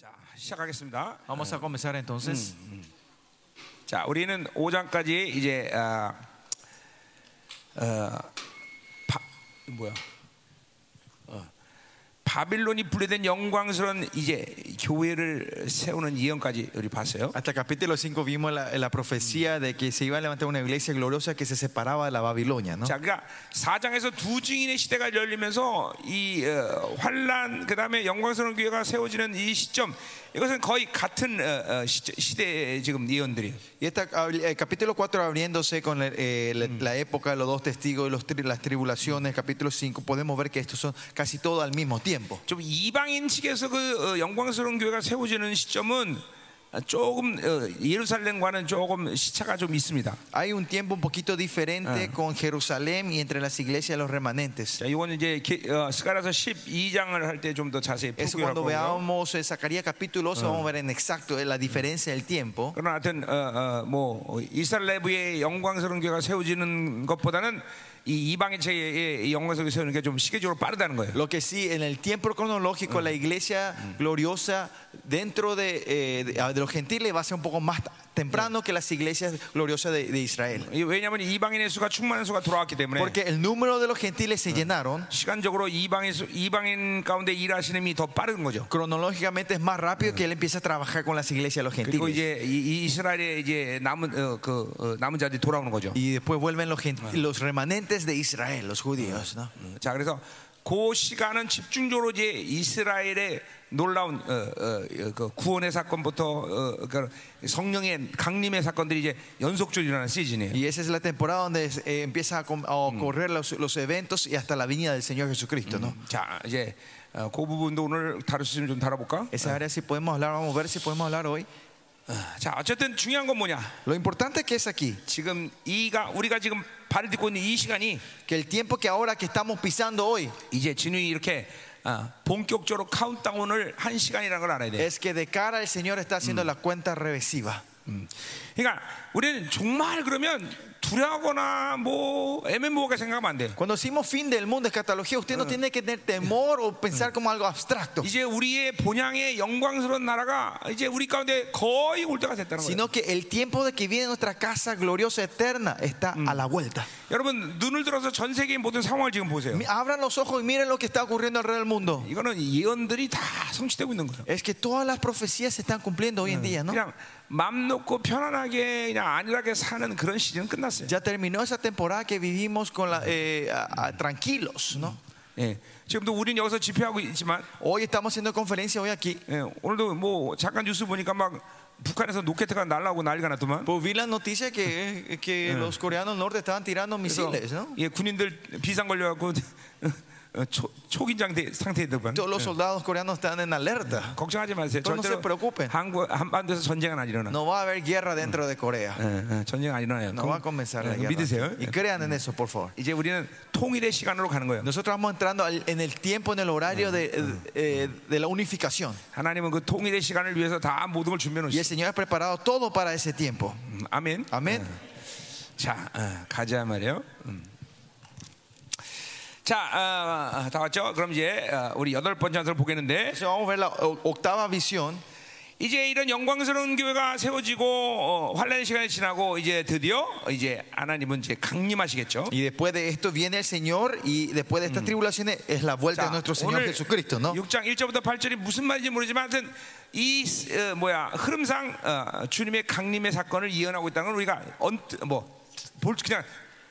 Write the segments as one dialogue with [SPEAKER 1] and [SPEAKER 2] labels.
[SPEAKER 1] 자, 시작하겠습니다.
[SPEAKER 2] Vamos a comenzar entonces.
[SPEAKER 1] 자, 우리는 5장까지 이제 아, 어, 바, 뭐야? 어, 바빌론이 분리된 영광스러운 이제 교회를 세우는 예언까지 우리 봤어요.
[SPEAKER 2] Hasta el capítulo 5 vimos la, la profecía de que se iba a levantar una iglesia gloriosa que se separaba de la Babilonia, ¿no?
[SPEAKER 1] 자, 그러니까 4장에서 두 증인의 시대가 열리면서 이 어, 환란 그다음에 영광스러운 교회가 세워지는 이 시점 이것은 거의 같은 어, 어, 시, 시대의 지금 예언들이에요.
[SPEAKER 2] Y esta, el capítulo 4 abriéndose con el, eh, la, la época de los dos testigos y los tri- las tribulaciones, capítulo 5, podemos ver que estos son casi todo al mismo tiempo.
[SPEAKER 1] 좀 이방인 측에서 그 어, 영광스러운 교회가 세워지는 시점은 조금 어, 예루살렘과는 조금 시차가 좀 있습니다.
[SPEAKER 2] Hay un tiempo un poquito diferente con Jerusalén y entre las iglesias de los remanentes.
[SPEAKER 1] 자, 이건 이제 게- 어, 스가라서 12장을 할 때 좀 더 자세히 풀고
[SPEAKER 2] Eso
[SPEAKER 1] 할
[SPEAKER 2] cuando
[SPEAKER 1] 거고요.
[SPEAKER 2] veamos eh, Zacarías capítulo 11, vamos a ver en exacto eh, la diferencia del tiempo.
[SPEAKER 1] 그러나 하여튼 어, 어, 뭐 이스라엘 내부의 영광스러운 교회가 세워지는 것보다는 이 이방인 측의 영광스러운 교회 세우는 게 좀 시기적으로 빠르다는 거예요.
[SPEAKER 2] Lo que sí, en el tiempo cronológico, la iglesia gloriosa dentro de, eh, de- de los gentiles va a ser un poco más t- temprano que las iglesias gloriosas de, de Israel.
[SPEAKER 1] 이- 왜냐하면 이방인의 수가 충만한 수가 돌아왔기 때문에
[SPEAKER 2] Porque el número de los gentiles se llenaron.
[SPEAKER 1] 시간적으로 이방인, 수- 이방인 가운데 일하시는 힘이 더 빠른 거죠.
[SPEAKER 2] Cronológicamente es más rápido que él empieza a trabajar con las iglesias de los
[SPEAKER 1] 그리고
[SPEAKER 2] gentiles.
[SPEAKER 1] 이제 이, 스라엘의 이제 남은 어, 그 어, 남은 자들이 돌아오는 거죠.
[SPEAKER 2] Y después vuelven los, gen- los remanentes de Israel, los judíos. ¿no?
[SPEAKER 1] 자, 그래서 그 시간은 집중적으로 이제 이스라엘의 놀라운 어, 어, 그 구원의 사건부터 어, 그 성령의 강림의 사건들이 이제 연속적으로 일어나는 시즌이에요.
[SPEAKER 2] Y esa es la temporada donde eh, empieza a, com- a ocurrir los, los eventos y hasta la venida del Señor Jesucristo. ¿no?
[SPEAKER 1] 자, 이제 어, 그 부분도 오늘 다룰 수 있으면 좀 다뤄볼까?
[SPEAKER 2] Esa área, si podemos hablar, vamos a ver si podemos hablar hoy.
[SPEAKER 1] 자, 어쨌든 중요한 건 뭐냐?
[SPEAKER 2] Lo importante que es aquí.
[SPEAKER 1] 지금 이가 우리가 지금 발을 딛고 있는 이 시간이
[SPEAKER 2] que el tiempo que ahora que estamos pisando hoy
[SPEAKER 1] 이제 진우이 이렇게 어, 본격적으로 카운트다운을 한 시간이라는 걸 알아야 돼. 요
[SPEAKER 2] es que de cara al Señor está haciendo la cuenta regresiva.
[SPEAKER 1] 그러니까 우리는 정말 그러면 두려하거나 뭐 애매모호하게 생각하면 안 돼요.
[SPEAKER 2] Cuando decimos fin del mundo, escatología, usted no tiene que tener temor o pensar como algo abstracto,
[SPEAKER 1] 이제 우리의 본향의 영광스러운 나라가 이제 우리 가운데 거의 올 때가 됐다는 거예요.
[SPEAKER 2] sino que el tiempo de que viene nuestra casa gloriosa eterna está a la vuelta.
[SPEAKER 1] 여러분 눈을 들어서 전 세계의 모든 상황을 지금 보세요.
[SPEAKER 2] Mi- Abran los ojos y miren lo que está ocurriendo alrededor del mundo.
[SPEAKER 1] 이거는 예언들이 다 성취되고 있는 거예요.
[SPEAKER 2] Es que todas las profecías se están cumpliendo hoy en día, ¿no?
[SPEAKER 1] 그냥 맘 놓고 편안하게 그냥 안일하게 사는 그런 시즌은 끝났어요.
[SPEAKER 2] Ya terminó esa temporada que vivimos con la, eh, a- a- tranquilos, ¿no?
[SPEAKER 1] 예. 지금도 우린 여기서 집회하고 있지만
[SPEAKER 2] Hoy estamos haciendo conferencia hoy aquí.
[SPEAKER 1] 예, 오늘도 뭐 잠깐 뉴스 보니까 막 북한에서 로켓가 날라오고 난리가 났더만.
[SPEAKER 2] Pues vi la noticia que, que los coreanos del norte estaban tirando misiles,
[SPEAKER 1] 그래서
[SPEAKER 2] ¿no?
[SPEAKER 1] 예, 군인들 비상 걸려갖고 어, 초, 초긴장 대- 상태이더만.
[SPEAKER 2] Todos los soldados coreanos están en alerta.
[SPEAKER 1] 걱정하지 마세요.
[SPEAKER 2] Don't
[SPEAKER 1] 절대로
[SPEAKER 2] se preocupe.
[SPEAKER 1] 한국 한반도에서 전쟁은 안 일어나.
[SPEAKER 2] No va a haber guerra dentro de Corea.
[SPEAKER 1] 예, 예, 전쟁 안 일어나요.
[SPEAKER 2] No
[SPEAKER 1] 그럼,
[SPEAKER 2] va a comenzar la
[SPEAKER 1] 예, 믿으세요.
[SPEAKER 2] guerra. Y crean en eso, por favor.
[SPEAKER 1] 이제 우리는 통일의 시간으로 가는 거예요.
[SPEAKER 2] Nosotros vamos entrando al- en el tiempo, en el horario de, eh, de la unificación.
[SPEAKER 1] 하나님은 그 통일의 시간을 위해서 다 모든 걸 준비해
[SPEAKER 2] Y el
[SPEAKER 1] 놓으셨어요.
[SPEAKER 2] Señor ha preparado todo para ese tiempo.
[SPEAKER 1] 음, 아멘.
[SPEAKER 2] Amén.
[SPEAKER 1] 자, 어, 가자 말이요. 음. 자, 아, 아, 다 왔죠? 그럼 이제 어, 우리 여덟 번째 한서를 보겠는데
[SPEAKER 2] Entonces vamos a ver la o- octava visión.
[SPEAKER 1] 이제 이런 영광스러운 교회가 세워지고 어, 환란의 시간이 지나고 이제 드디어 이제 하나님은 이제 강림하시겠죠.
[SPEAKER 2] Y después de esto viene el Señor. Y después de estas tribulaciones es la vuelta de nuestro Señor Jesucristo, ¿no?
[SPEAKER 1] 6장 1절부터 8절이 무슨 말인지 모르지만 하여튼 이 어, 뭐야 흐름상 어, 주님의 강림의 사건을 예언하고 있다는 걸 우리가 언뜻 뭐볼 그냥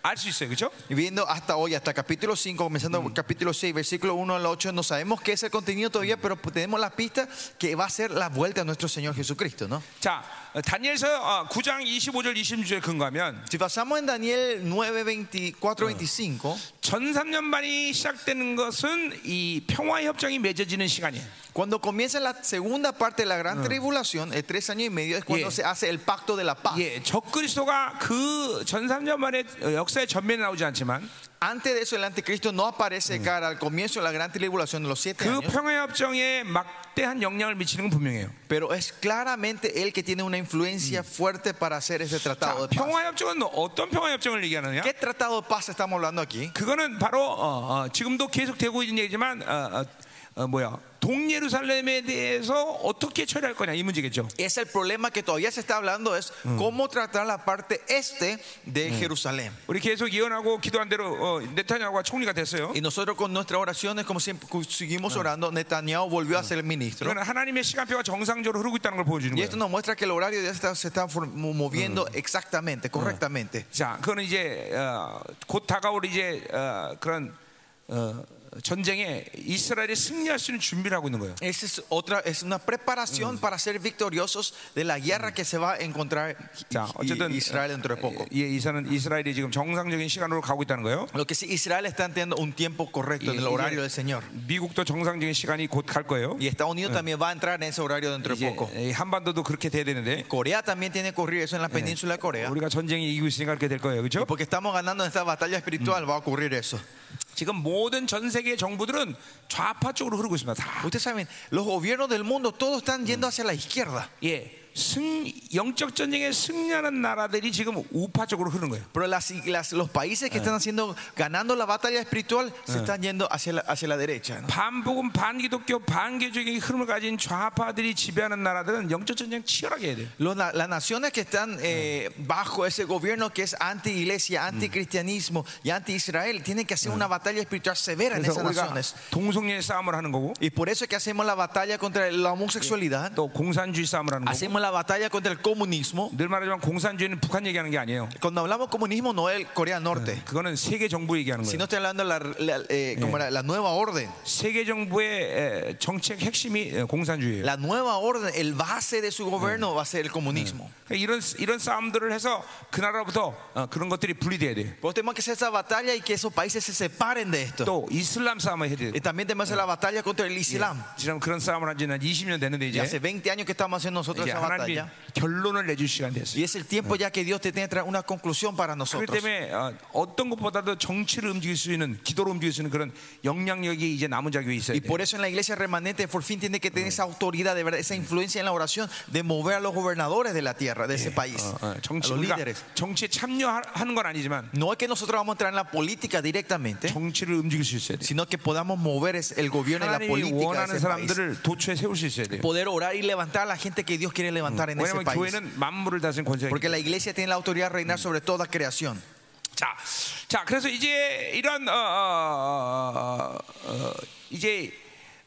[SPEAKER 1] 알 수 있어요, 그렇죠?
[SPEAKER 2] Y viendo hasta hoy, hasta capítulo 5, comenzando por capítulo 6, versículo 1 al 8, no sabemos qué es el contenido todavía, pero tenemos la pista que va a ser la vuelta a nuestro Señor Jesucristo, ¿no?
[SPEAKER 1] 자, 어, 다니엘서 어, 9장 25절 26절에 근거하면
[SPEAKER 2] Si pasamos en Daniel 9, 24, 25,
[SPEAKER 1] 전 3년 반이 시작되는 것은 이 평화의 협정이 맺어지는 시간이에요.
[SPEAKER 2] cuando comienza la segunda parte de la gran tribulación, el tres años y medio, es cuando
[SPEAKER 1] Yeah.
[SPEAKER 2] se hace el pacto de la paz.
[SPEAKER 1] 예, 적그리스도가 그 전 3년 만에 역사의 전면에 나오지 않지만
[SPEAKER 2] Antes de eso, el anticristo no aparece de cara al comienzo de la gran tribulación de los siete
[SPEAKER 1] 그
[SPEAKER 2] años,
[SPEAKER 1] 평화 협정에 막대한 영향을 미치는 건 분명해요.
[SPEAKER 2] pero es claramente él que tiene una influencia fuerte para hacer ese tratado de paz.
[SPEAKER 1] 아, 평화 협정은 어떤 평화 협정을 얘기하느냐?
[SPEAKER 2] ¿Qué tratado de paz estamos hablando aquí?
[SPEAKER 1] 그거는 바로 어, 어, 지금도 계속되고 있는 얘기지만 어, 어, 어, 뭐야? 동예루살렘에 대해서 어떻게 처리할 거냐 이 문제겠죠.
[SPEAKER 2] Es el problema que todavía se está hablando es
[SPEAKER 1] Mm.
[SPEAKER 2] cómo tratar la parte este de Jerusalén.
[SPEAKER 1] 우리 계속 예언하고 기도한 대로 어, 네타냐후가 총리가 됐어요.
[SPEAKER 2] Y nosotros con nuestras oraciones, como siempre cu-
[SPEAKER 1] Mm.
[SPEAKER 2] seguimos orando, Netanyahu volvió a ser el ministro.
[SPEAKER 1] 이건 하나님의 시간표가 정상적으로 흐르고 있다는 걸 보여주는
[SPEAKER 2] Y
[SPEAKER 1] 거예요.
[SPEAKER 2] esto nos muestra que el horario ya está- se está form- moviendo
[SPEAKER 1] Mm.
[SPEAKER 2] exactamente, correctamente.
[SPEAKER 1] 자, 그거는 이제 어, 곧 다가올 이제 어, 그런 어, 전쟁에 이스라엘이 승리할 수 있는 준비를 하고 있는 거예요.
[SPEAKER 2] Esa es otra, es una
[SPEAKER 1] Mm.
[SPEAKER 2] preparación para ser victoriosos de la guerra que se va a encontrar
[SPEAKER 1] 자,
[SPEAKER 2] i- i-
[SPEAKER 1] 어쨌든
[SPEAKER 2] Israel
[SPEAKER 1] eh,
[SPEAKER 2] dentro de poco.
[SPEAKER 1] 예, 이사는 이스라엘이 지금 정상적인 시간으로 가고 있다는 거예요.
[SPEAKER 2] Lo que sí, Israel está teniendo un tiempo correcto en el
[SPEAKER 1] Y- y-
[SPEAKER 2] horario del Señor.
[SPEAKER 1] 미국도 정상적인 시간이 곧 갈 거예요.
[SPEAKER 2] Y Estados
[SPEAKER 1] Mm.
[SPEAKER 2] Unidos también va a entrar en ese horario dentro
[SPEAKER 1] 이제
[SPEAKER 2] de poco.
[SPEAKER 1] 이 한반도도 그렇게 돼야 되는데
[SPEAKER 2] Corea también tiene que ocurrir eso en la península de Corea.
[SPEAKER 1] 우리가 전쟁이 이기고 있으니까 그렇게 될 거예요. 그렇죠?
[SPEAKER 2] Porque estamos ganando en esta batalla espiritual, va a ocurrir eso.
[SPEAKER 1] 지금 모든 전 세계 정부들은 좌파 쪽으로 흐르고 있습니다. 다.
[SPEAKER 2] Ustedes saben, los gobiernos del mundo todos están yendo hacia la izquierda.
[SPEAKER 1] 예. 승 영적 전쟁에 승리하는 나라들이 지금 우파 쪽으로 흐르는 거예요.
[SPEAKER 2] Pero las, las- los países que están haciendo, ganando la batalla espiritual se están yendo hacia la, hacia la derecha. ¿no?
[SPEAKER 1] 반복은 반기독교 반개적인 흐름을 가진 좌파들이 지배하는 나라들은 영적 전쟁 치열하게 해야 돼요.
[SPEAKER 2] Los na- las naciones que están eh, bajo ese gobierno que es anti-iglesia, anti-cristianismo y anti-israel, tienen que hacer una batalla espiritual severa en
[SPEAKER 1] 그래서
[SPEAKER 2] esas
[SPEAKER 1] 우리가
[SPEAKER 2] naciones.
[SPEAKER 1] 동성애 싸움을 하는 거고
[SPEAKER 2] Y por eso es que hacemos la batalla contra la homosexualidad,
[SPEAKER 1] 또 공산주의 싸움을 하는 거고
[SPEAKER 2] hacemos la batalla contra el comunismo.
[SPEAKER 1] 늘 말하지만 공산주의는 북한 얘기하는 게 아니에요.
[SPEAKER 2] Cuando hablamos comunismo, no es Corea del Norte,
[SPEAKER 1] 그거는 세계 정부 얘기하는 거예요.
[SPEAKER 2] sino estoy hablando de la, la- eh, como la- la nueva orden.
[SPEAKER 1] 세계 정부의 에, 정책 핵심이 에, 공산주의예요.
[SPEAKER 2] La nueva orden, el base de su gobierno va a ser el comunismo.
[SPEAKER 1] 그러니까 이런 이런 싸움들을 해서 그 나라로부터 어, 그런 것들이 분리돼야 돼. 요
[SPEAKER 2] Pero Pues tenemos que hacer esa batalla y que esos países se separen de esto.
[SPEAKER 1] 또 이슬람 싸움을 해야 돼.
[SPEAKER 2] Y también tenemos que hacer la batalla contra el Islam.
[SPEAKER 1] 지금 그런 싸움을 한지는 20년 됐는데
[SPEAKER 2] Y hace
[SPEAKER 1] 이제
[SPEAKER 2] 20 años que estamos haciendo nosotros
[SPEAKER 1] 이제
[SPEAKER 2] esa
[SPEAKER 1] 하나님이
[SPEAKER 2] batalla.
[SPEAKER 1] 결론을 내줄 시간 됐어요.
[SPEAKER 2] Y es el tiempo ya que Dios te tiene que traer una conclusión para
[SPEAKER 1] 그렇기
[SPEAKER 2] nosotros.
[SPEAKER 1] 때문에 어, 어떤 것보다도 정치를 움직일 수 있는 기도로 움직일 수 있는 그런 영향력이 이제 남은 자교에 있어야
[SPEAKER 2] Y
[SPEAKER 1] 돼. 요
[SPEAKER 2] por eso en la iglesia remanente por fin tiene que tener esa autoridad, de verdad, esa influencia en la oración de mover a los gobernadores de la tierra, de ese país, a
[SPEAKER 1] 어, 정치
[SPEAKER 2] los
[SPEAKER 1] 우리가
[SPEAKER 2] líderes.
[SPEAKER 1] 정치에 참여하는 건 아니지만
[SPEAKER 2] No es que nosotros vamos a entrar en la política directamente,
[SPEAKER 1] 정치를 움직일 수 있어야 돼. 요
[SPEAKER 2] sino que podamos mover es-
[SPEAKER 1] 네.
[SPEAKER 2] el gobierno y la
[SPEAKER 1] 하나님이
[SPEAKER 2] política de
[SPEAKER 1] 원하는
[SPEAKER 2] ese país.
[SPEAKER 1] 사람들을 도처에 세울 수 있어야 돼. 요
[SPEAKER 2] poder orar y levantar a la gente que Dios quiere levantar en ese
[SPEAKER 1] 왜냐하면
[SPEAKER 2] país.
[SPEAKER 1] 교회는 만물을 다스린 권세가
[SPEAKER 2] Porque
[SPEAKER 1] 있기
[SPEAKER 2] la iglesia tiene la autoridad de reinar sobre toda creación.
[SPEAKER 1] 자, 자, 그래서 이제 이런 어, 어, 어, 어, 이제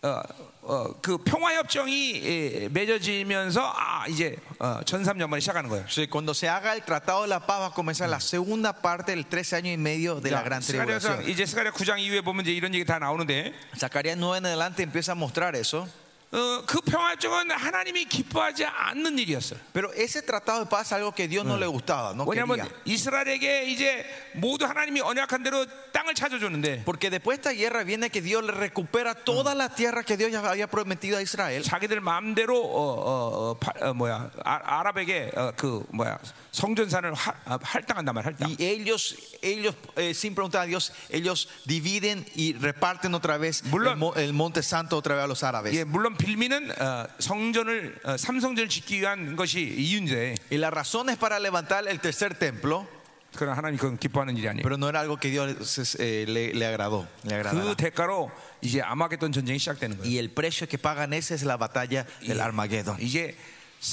[SPEAKER 1] 어, 어, 그 평화 협정이 예, 맺어지면서 아 이제 어, 전삼년만이 시작하는 거예요.
[SPEAKER 2] Entonces, cuando se haga el tratado de la paz va a comenzar la segunda parte del tres años y medio de la gran
[SPEAKER 1] 스가랴상
[SPEAKER 2] tribulación.
[SPEAKER 1] 이제 스가랴 9장 이후에 보면 이제 이런 얘기 다 나오는데
[SPEAKER 2] Zacarías 9 en adelante empieza a mostrar eso.
[SPEAKER 1] 어, 그 평화 협정은 하나님이 기뻐하지 않는 일이었어요.
[SPEAKER 2] Pero ese tratado de paz es algo que Dios no le gustaba, no
[SPEAKER 1] 왜냐하면
[SPEAKER 2] quería.
[SPEAKER 1] 이스라엘에게 이제 모두 하나님이 언약한 대로 땅을 찾아줬는데
[SPEAKER 2] Porque después de esta guerra viene que Dios le recupera toda la tierra que Dios ya había prometido a Israel.
[SPEAKER 1] 자기들 마음대로 어, 어, 어, 파- 어, 뭐야 아, 아랍에게 어, 그 뭐야 성전산을 하, 아, 할당한단 말이야 할당.
[SPEAKER 2] Y ellos, ellos eh, sin preguntar a Dios, ellos dividen y reparten otra vez
[SPEAKER 1] Mulón.
[SPEAKER 2] el, mo- el Monte Santo otra vez a los árabes.
[SPEAKER 1] 예, 물론 빌미는 어, 성전을 어, 삼성전을 짓기 위한 것이 이윤제.
[SPEAKER 2] Y las razones para levantar el tercer templo,
[SPEAKER 1] 그러나 하나님 그건 기뻐하는 일이 아니에요.
[SPEAKER 2] pero no era algo que Dios eh, le, le agradó.
[SPEAKER 1] 그
[SPEAKER 2] le agradará.
[SPEAKER 1] 대가로 이제 아마겟돈 전쟁이 시작되는 거예요.
[SPEAKER 2] Y el precio que pagan ese es la batalla del Armagedón.
[SPEAKER 1] 아, 이제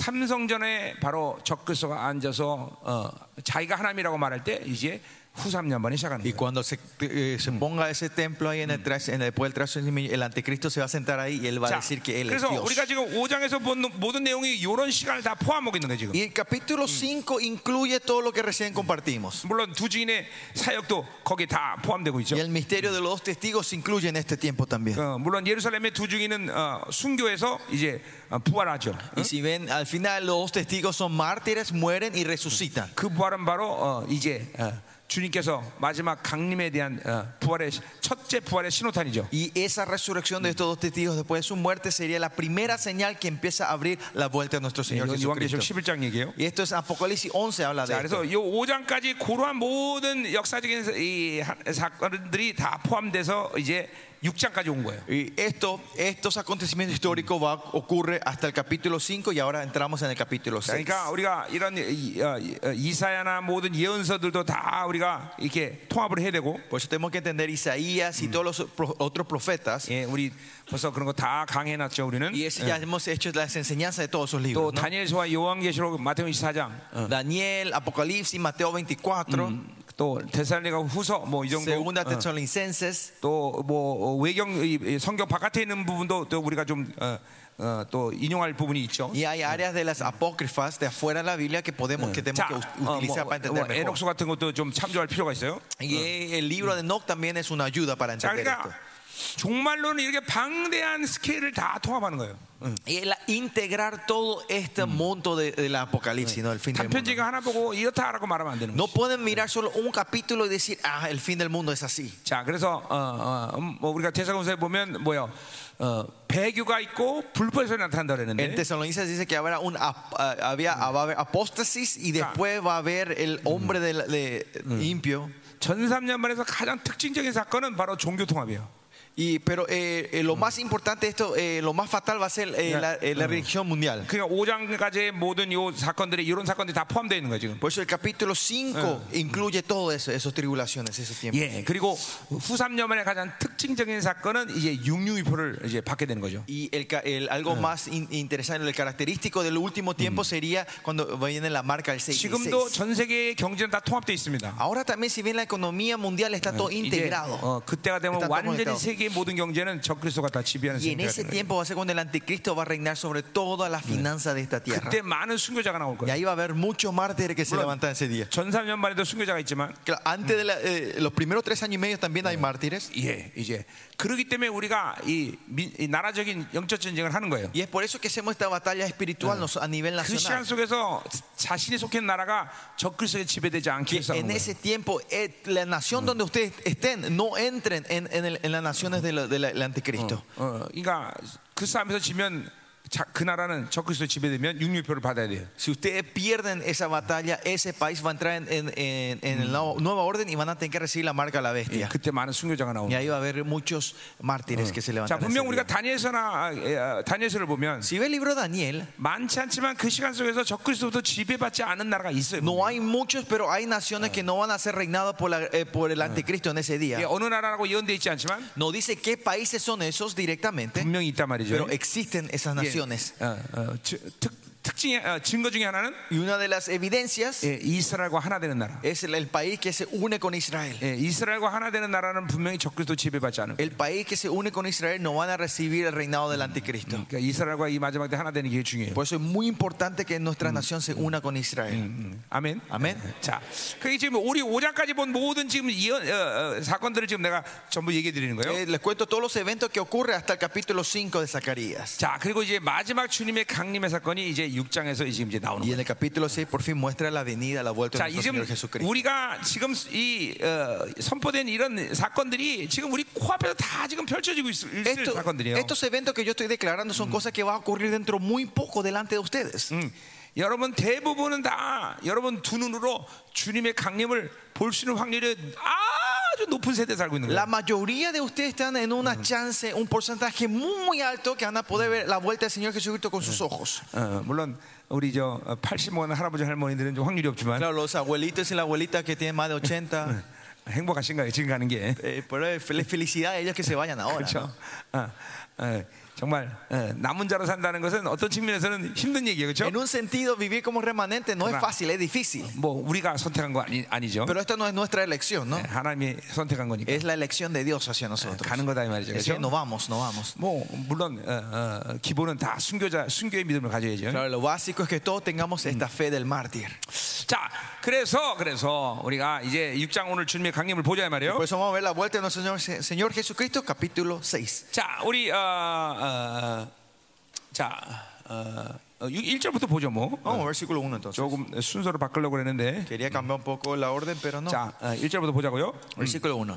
[SPEAKER 1] 삼성전에 바로 적그리스도가 앉아서 어, 자기가 하나님이라고 말할 때 이제 후삼년반이 시작하는
[SPEAKER 2] Y
[SPEAKER 1] 거예요.
[SPEAKER 2] cuando se, eh, se ponga ese templo ahí en el, tras- en el- después del trazo, el anticristo se va a sentar ahí y él va a
[SPEAKER 1] 자,
[SPEAKER 2] decir que él es
[SPEAKER 1] 그래서
[SPEAKER 2] Dios.
[SPEAKER 1] 우리가 지금 5장에서 본 모든 내용이 이런 시간을 다 포함하고 있는 거예요 지금.
[SPEAKER 2] Y el capítulo 5 incluye todo lo que recién compartimos.
[SPEAKER 1] 물론 두 증인의 사역도 거기 다 포함되고 있죠.
[SPEAKER 2] Y el misterio de los dos testigos se incluye en este tiempo también.
[SPEAKER 1] 어, 물론 예루살렘의 두 증인은 어, 순교해서 이제 어, 부활하죠.
[SPEAKER 2] Y si ven, al final los dos testigos son mártires, mueren y resucitan.
[SPEAKER 1] 그 부활은 바로 어, 이제 어, 주님께서 마지막 강림에 대한 어, 부활의 시- 첫째 부활의 신호탄이죠.
[SPEAKER 2] Y esa resurrección de estos dos testigos después de su muerte sería la primera señal que empieza a abrir la vuelta de nuestro Señor
[SPEAKER 1] 이건 예, 요한계시록
[SPEAKER 2] Jesucristo.
[SPEAKER 1] 11장 얘기예요.
[SPEAKER 2] Y esto es Apocalipsis 11 habla
[SPEAKER 1] 자,
[SPEAKER 2] de esto.
[SPEAKER 1] 그래서 이 5장까지 고러한 모든 역사적인 사- 이 하- 사건들이 다 포함돼서 이제 6장까지 온 거예요.
[SPEAKER 2] Y esto, estos acontecimientos históricos va, ocurre hasta el capítulo 5 y ahora entramos en el capítulo 6.
[SPEAKER 1] 그러니까 우리가 이런 이- 어, 이- 어, 이사야나 모든 예언서들도 다 우리가 이렇게 통합을 해야 되고
[SPEAKER 2] Por eso tenemos que entender Isaías y todos los pro- otros profetas.
[SPEAKER 1] 예, 우리 벌써 그런 거 다 강해놨죠 우리는.
[SPEAKER 2] Y eso ya hemos hecho las enseñanzas de todos esos
[SPEAKER 1] 또
[SPEAKER 2] libros. ¿no?
[SPEAKER 1] 다니엘서와 요한계시록, 마태복음 24장,
[SPEAKER 2] Daniel, Apocalipsis, Mateo 24,
[SPEAKER 1] Mm. 또 데살로니가 후서 뭐 이 정도.
[SPEAKER 2] Segunda Tesalonicenses.
[SPEAKER 1] 또 뭐 외경 이- 이 성경 바깥에 있는 부분도 또 우리가 좀 또 인용할 부분이 있죠.
[SPEAKER 2] Y hay áreas de las apócrifas de afuera de la Biblia que podemos que tenemos
[SPEAKER 1] 자,
[SPEAKER 2] que
[SPEAKER 1] 어,
[SPEAKER 2] us- utilizar para
[SPEAKER 1] 뭐,
[SPEAKER 2] entender
[SPEAKER 1] 뭐
[SPEAKER 2] mejor.
[SPEAKER 1] 에녹소 같은 것도 좀 참조할 필요가 있어요.
[SPEAKER 2] Y el libro de Enoch también es una ayuda para
[SPEAKER 1] 자,
[SPEAKER 2] entender esto.
[SPEAKER 1] 그러니까 종말론은 이렇게 방대한 스케일을 다 통합하는 거예요.
[SPEAKER 2] Y el integrar todo este monto de, del apocalipsis, ¿no? El fin del mundo.
[SPEAKER 1] 단편지가 하나 보고 이렇다라고 말하면 안 되는 거예요.
[SPEAKER 2] No pueden mirar solo un capítulo y decir, ah, el fin del mundo es así.
[SPEAKER 1] 자, 그래서 어, 어, 음, 뭐 우리가 대사공사에 보면 뭐요? 어, 배교가 있고 불법에서 나타난다
[SPEAKER 2] En
[SPEAKER 1] 그랬는데
[SPEAKER 2] Tesalonicenses dice que habrá un ap- ah, había, ah, va a haber apóstasis y después va a haber el hombre del- de, limpio.
[SPEAKER 1] 전 3년 만에서 가장 특징적인 사건은 바로 종교 통합이에요.
[SPEAKER 2] Y, pero eh, eh, lo más importante de esto, eh, lo más fatal va a ser eh, la, eh, la religión mundial.
[SPEAKER 1] 그러니까 5장까지의 모든 요 사건들이 이런 사건들이 다 포함되어 있는 거예요, 지금.
[SPEAKER 2] Por eso el capítulo 5 incluye todo eso, esas tribulaciones, esos tiempos.
[SPEAKER 1] 예, 그리고 후 3년만에 가장 특징적인 사건은 이제 662표를 이제 받게 되는 거죠.
[SPEAKER 2] Y el, ca- el- algo más in- interesante, el característico del último tiempo sería cuando viene la marca del 66.
[SPEAKER 1] 지금도 전 세계의 경제는 다 통합되어 있습니다.
[SPEAKER 2] Ahora también, si bien la economía mundial está todo
[SPEAKER 1] 이제
[SPEAKER 2] integrado.
[SPEAKER 1] 어, 그때가 되면
[SPEAKER 2] 일단 또
[SPEAKER 1] 완전히
[SPEAKER 2] 보니까.
[SPEAKER 1] 세계의 모든 경제는 적그리스도가 다 지배하는
[SPEAKER 2] Y en
[SPEAKER 1] 세계가
[SPEAKER 2] ese
[SPEAKER 1] 되는 거예요.
[SPEAKER 2] tiempo va a ser cuando el anticristo va a reinar sobre toda la finanza de esta tierra.
[SPEAKER 1] 그때 많은 순교자가 나올
[SPEAKER 2] Y
[SPEAKER 1] 거예요.
[SPEAKER 2] ahí va a haber muchos mártires que se
[SPEAKER 1] Bueno.
[SPEAKER 2] levantan ese día.
[SPEAKER 1] 전 3년 만에도 순교자가 있지만
[SPEAKER 2] Claro, Antes de la- eh, los primeros tres años y medio también hay mártires.
[SPEAKER 1] 예, 이제 그러기 때문에 우리가 이, 민- 이 나라적인 영적 전쟁을 하는 거예요.
[SPEAKER 2] Y es por eso que hacemos esta batalla espiritual nos- a nivel
[SPEAKER 1] 그 시간
[SPEAKER 2] nacional.
[SPEAKER 1] 속에서 자신이 속한 나라가 적그리스도에 지배되지 않기 위해서 하는
[SPEAKER 2] En
[SPEAKER 1] 거예요. 네,
[SPEAKER 2] ese tiempo, eh, la nación donde ustedes estén, no entren en, en el- en las naciones del de la- del anticristo.
[SPEAKER 1] 어, 그러니까 그 싸움에서 지면 자, 그 나라는 적그리스도 지배되면 육류표를 받아야 돼요.
[SPEAKER 2] Si ustedes pierden esa batalla, ese país va a entrar en, en- en- en la nueva orden y van a tener que recibir la marca de la bestia.
[SPEAKER 1] 그때 많은 순교자가
[SPEAKER 2] Y
[SPEAKER 1] 나오는.
[SPEAKER 2] ahí va a haber muchos mártires que se
[SPEAKER 1] 자,
[SPEAKER 2] levantan. ese
[SPEAKER 1] 분명
[SPEAKER 2] día.
[SPEAKER 1] 우리가 다니엘서나 아, 예, 아, 다니엘서를 보면
[SPEAKER 2] Si ve el libro de Daniel,
[SPEAKER 1] 많지 않지만 그 시간 속에서 적그리스도부터 지배받지 않은 나라가 있어요.
[SPEAKER 2] no hay muchos, pero hay naciones que no van a ser reinadas por, la- eh, por el anticristo en ese
[SPEAKER 1] 예,
[SPEAKER 2] día.
[SPEAKER 1] 어느 나라라고 예언돼 있지 않지만
[SPEAKER 2] No dice qué países son esos directamente,
[SPEAKER 1] 분명히 있단 말이죠.
[SPEAKER 2] pero existen esas
[SPEAKER 1] 예,
[SPEAKER 2] naciones.
[SPEAKER 1] 어, 어, 즉, 특, 특징의 어, 증거 중에 하나는
[SPEAKER 2] Y una de las evidencias
[SPEAKER 1] 예, 이스라엘과 하나 되는 나라.
[SPEAKER 2] es el, el país que se une con Israel.
[SPEAKER 1] 예, 이스라엘과 하나 되는 나라는 분명히 적그리스도 지배받지 않을 거예요.
[SPEAKER 2] El país que se une con Israel no van a recibir el reinado del anticristo.
[SPEAKER 1] 그러니까 이스라엘과 이 마지막 때 하나 되는 게 중요해요.
[SPEAKER 2] Por eso es muy importante que nuestra nación se una con Israel.
[SPEAKER 1] 음, 아멘.
[SPEAKER 2] 아멘.
[SPEAKER 1] 자, 그게 지금 우리 5장까지 본 모든 지금 예언, 어, 어, 사건들을 지금 내가 전부 얘기해 드리는 거예요.
[SPEAKER 2] Eh, les cuento todos los eventos que ocurren hasta el capítulo 5 de Zacarías.
[SPEAKER 1] 자, 그리고 이제 마지막 주님의 강림의 사건이 이제 6장에서 지금 이제 나오는
[SPEAKER 2] Y
[SPEAKER 1] 거예요.
[SPEAKER 2] en el capítulo 6 por fin muestra la venida, la vuelta
[SPEAKER 1] 자,
[SPEAKER 2] de nuestro
[SPEAKER 1] 지금
[SPEAKER 2] Señor Jesucristo.
[SPEAKER 1] 우리가 지금 이 어, 선포된 이런 사건들이 지금 우리 코앞에서 다 지금 펼쳐지고 있을, 있을
[SPEAKER 2] Esto-
[SPEAKER 1] 사건들이에요.
[SPEAKER 2] estos eventos que yo estoy declarando son cosas que van a ocurrir dentro muy poco delante de ustedes.
[SPEAKER 1] 음, 여러분 대부분은 다 여러분 두 눈으로 주님의 강림을 볼 수 있는 확률이 아주 높은 세대에 살고 있는 거예요.
[SPEAKER 2] La mayoría de ustedes están en una chance, un porcentaje muy, muy alto que van a poder ver la vuelta del Señor Jesucristo con sus ojos.
[SPEAKER 1] 어, 물론 우리 저 85년 할아버지 할머니들은 좀 확률이 없지만
[SPEAKER 2] Claro, los abuelitos y la abuelita que tienen más de 80,
[SPEAKER 1] 행복하신가요? 지금 가는 게.
[SPEAKER 2] eh, pero es fel- felicidad a ellos que se vayan ahora.
[SPEAKER 1] 그렇죠.
[SPEAKER 2] ¿no?
[SPEAKER 1] 아, 아, 정말 어, 남은 자로 산다는 것은 어떤 측면에서는 힘든 얘기예요,
[SPEAKER 2] En
[SPEAKER 1] 그렇죠?
[SPEAKER 2] un sentido, vivir como remanente no es
[SPEAKER 1] Claro.
[SPEAKER 2] fácil, es difícil.
[SPEAKER 1] 뭐 우리가 선택한 거 아니, 아니죠.
[SPEAKER 2] Pero esta no es nuestra elección, ¿no?
[SPEAKER 1] 네, 하나님이 선택한 거니까
[SPEAKER 2] Es la elección de Dios hacia nosotros.
[SPEAKER 1] 가는 거다 이 말이죠,
[SPEAKER 2] Es decir, no
[SPEAKER 1] 그렇죠?
[SPEAKER 2] vamos, no vamos.
[SPEAKER 1] 뭐 물론 어, 어, 기본은 다 순교자 순교의 믿음을 가져야죠.
[SPEAKER 2] Claro, lo básico es que todos tengamos esta fe del mártir.
[SPEAKER 1] 자, 그래서 그래서 우리가 이제 6장 오늘 주님의 강림을 보자 이 말이에요.
[SPEAKER 2] Por eso vamos a ver la vuelta de nuestro Señor, Señor Jesucristo, capítulo 6.
[SPEAKER 1] 자, 우리 어, 어, 자, 어, 1절부터 보죠 뭐.
[SPEAKER 2] Vamos a ver versículo 1 entonces.
[SPEAKER 1] 조금 순서를 바꾸려고 그랬는데
[SPEAKER 2] Quería cambiar un poco la orden, pero no.
[SPEAKER 1] 자, 어, 1절부터 보자고요.
[SPEAKER 2] Versículo 1.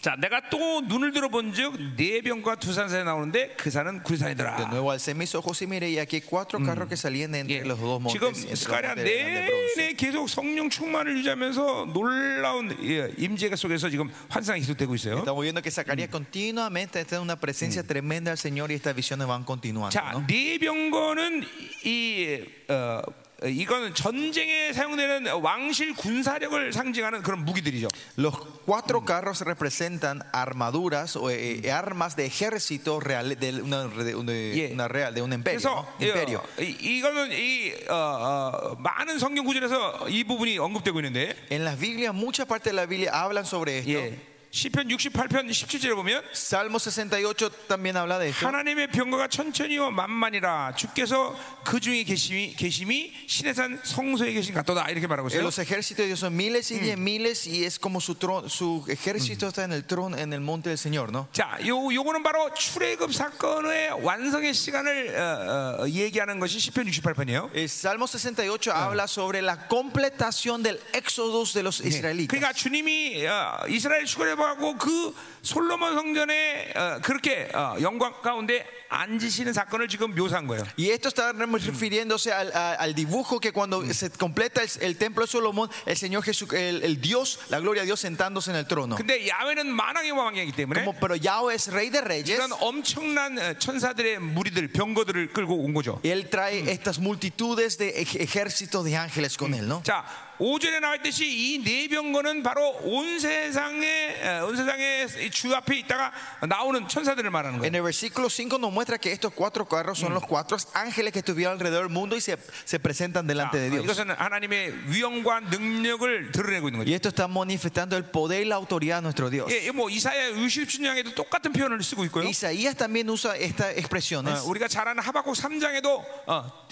[SPEAKER 1] 자, 내가 또 눈을 들어본 즉네 병과 두 산에 나오는데 그 산은
[SPEAKER 2] De
[SPEAKER 1] 구리산이더라.
[SPEAKER 2] nuevo alcé mis ojos y miré y aquí hay cuatro carros que salían de entre
[SPEAKER 1] 예.
[SPEAKER 2] los dos montes.
[SPEAKER 1] 지금
[SPEAKER 2] entre los
[SPEAKER 1] 스가랴
[SPEAKER 2] montes de grande bronce.
[SPEAKER 1] 내내 계속 성령 충만을 유지하면서 놀라운 예, 임재가 속에서 지금 환상이 계속되고 있어요.
[SPEAKER 2] Estamos viendo que Zacarías continuamente está en una presencia tremenda del Señor y estas visiones van continuando.
[SPEAKER 1] 자,
[SPEAKER 2] ¿no?
[SPEAKER 1] 네 병거는 이 어, 이거는 전쟁에 사용되는 왕실 군사력을 상징하는 그런 무기들이죠.
[SPEAKER 2] Los cuatro carros representan armaduras o eh, eh, armas de ejército real, de, una, de, una-
[SPEAKER 1] Yeah.
[SPEAKER 2] una real, de un imperio.
[SPEAKER 1] 그래서
[SPEAKER 2] ¿no? imperio.
[SPEAKER 1] 어, 이- 이거는 이 어, 어, 많은 성경 구절에서 이 부분이 언급되고 있는데
[SPEAKER 2] En las Biblias, muchas partes de la Biblia hablan sobre esto.
[SPEAKER 1] 예. 시편 68편 17절에 보면
[SPEAKER 2] Salmo 68 también habla de esto.
[SPEAKER 1] 하나님의 병거가 천천히요 만만이라 주께서 그 중에 계심이 계심이 신의 산 성소에 계신 같도다 이렇게 말하고
[SPEAKER 2] Eh,
[SPEAKER 1] 있어요.
[SPEAKER 2] Los ejércitos de Dios son miles y diez miles y es como su, trono, su ejército está en el trono, en el monte del Señor, ¿no?
[SPEAKER 1] 자, 요 요거는 바로 출애굽 사건의 완성의 시간을 어, 어, 얘기하는 것이 시편 68편이에요.
[SPEAKER 2] El Eh, Salmo 68 habla sobre la completación del éxodo de los israelitas.
[SPEAKER 1] 그러니까 주님이 어, 이스라엘 출애굽하고 그 솔로몬 성전에 어, 그렇게 어, 영광 가운데 앉으시는 사건을 지금 묘사한 거예요.
[SPEAKER 2] Y esto está refiriéndose al, a- al dibujo que cuando se completa el, el templo de Solomón, el Señor Jesús, el, el Dios, la gloria de Dios sentándose en el trono.
[SPEAKER 1] 근데 야훼는 만왕의 왕이기 때문에
[SPEAKER 2] Como, pero Yahweh es rey de reyes.
[SPEAKER 1] 이런 엄청난 어, 천사들의 무리들 병거들을 끌고 온 거죠.
[SPEAKER 2] y Él trae estas multitudes de ej- ejércitos de ángeles con Él, ¿no?
[SPEAKER 1] 자, 5절에 나와 있듯이 이 네 병거는 바로 온 세상에 어, 온 세상에 이주 앞에 있다가 나오는 천사들을 말하는 거예요.
[SPEAKER 2] En el versículo 5 nos muestra que estos cuatro carros son los cuatro ángeles que estuvieron alrededor del mundo y se, se presentan delante de
[SPEAKER 1] 아,
[SPEAKER 2] Dios.
[SPEAKER 1] 이것은 하나님의 위엄과 능력을 드러내고 있는
[SPEAKER 2] Y
[SPEAKER 1] 거죠.
[SPEAKER 2] esto está manifestando el poder y la autoridad de nuestro Dios.
[SPEAKER 1] 예, 뭐 이사야 60주년에도 똑같은 표현을 쓰고 있고요.
[SPEAKER 2] Isaías también usa estas expresiones.
[SPEAKER 1] 어, 우리가 잘 아는 하박국 3장에도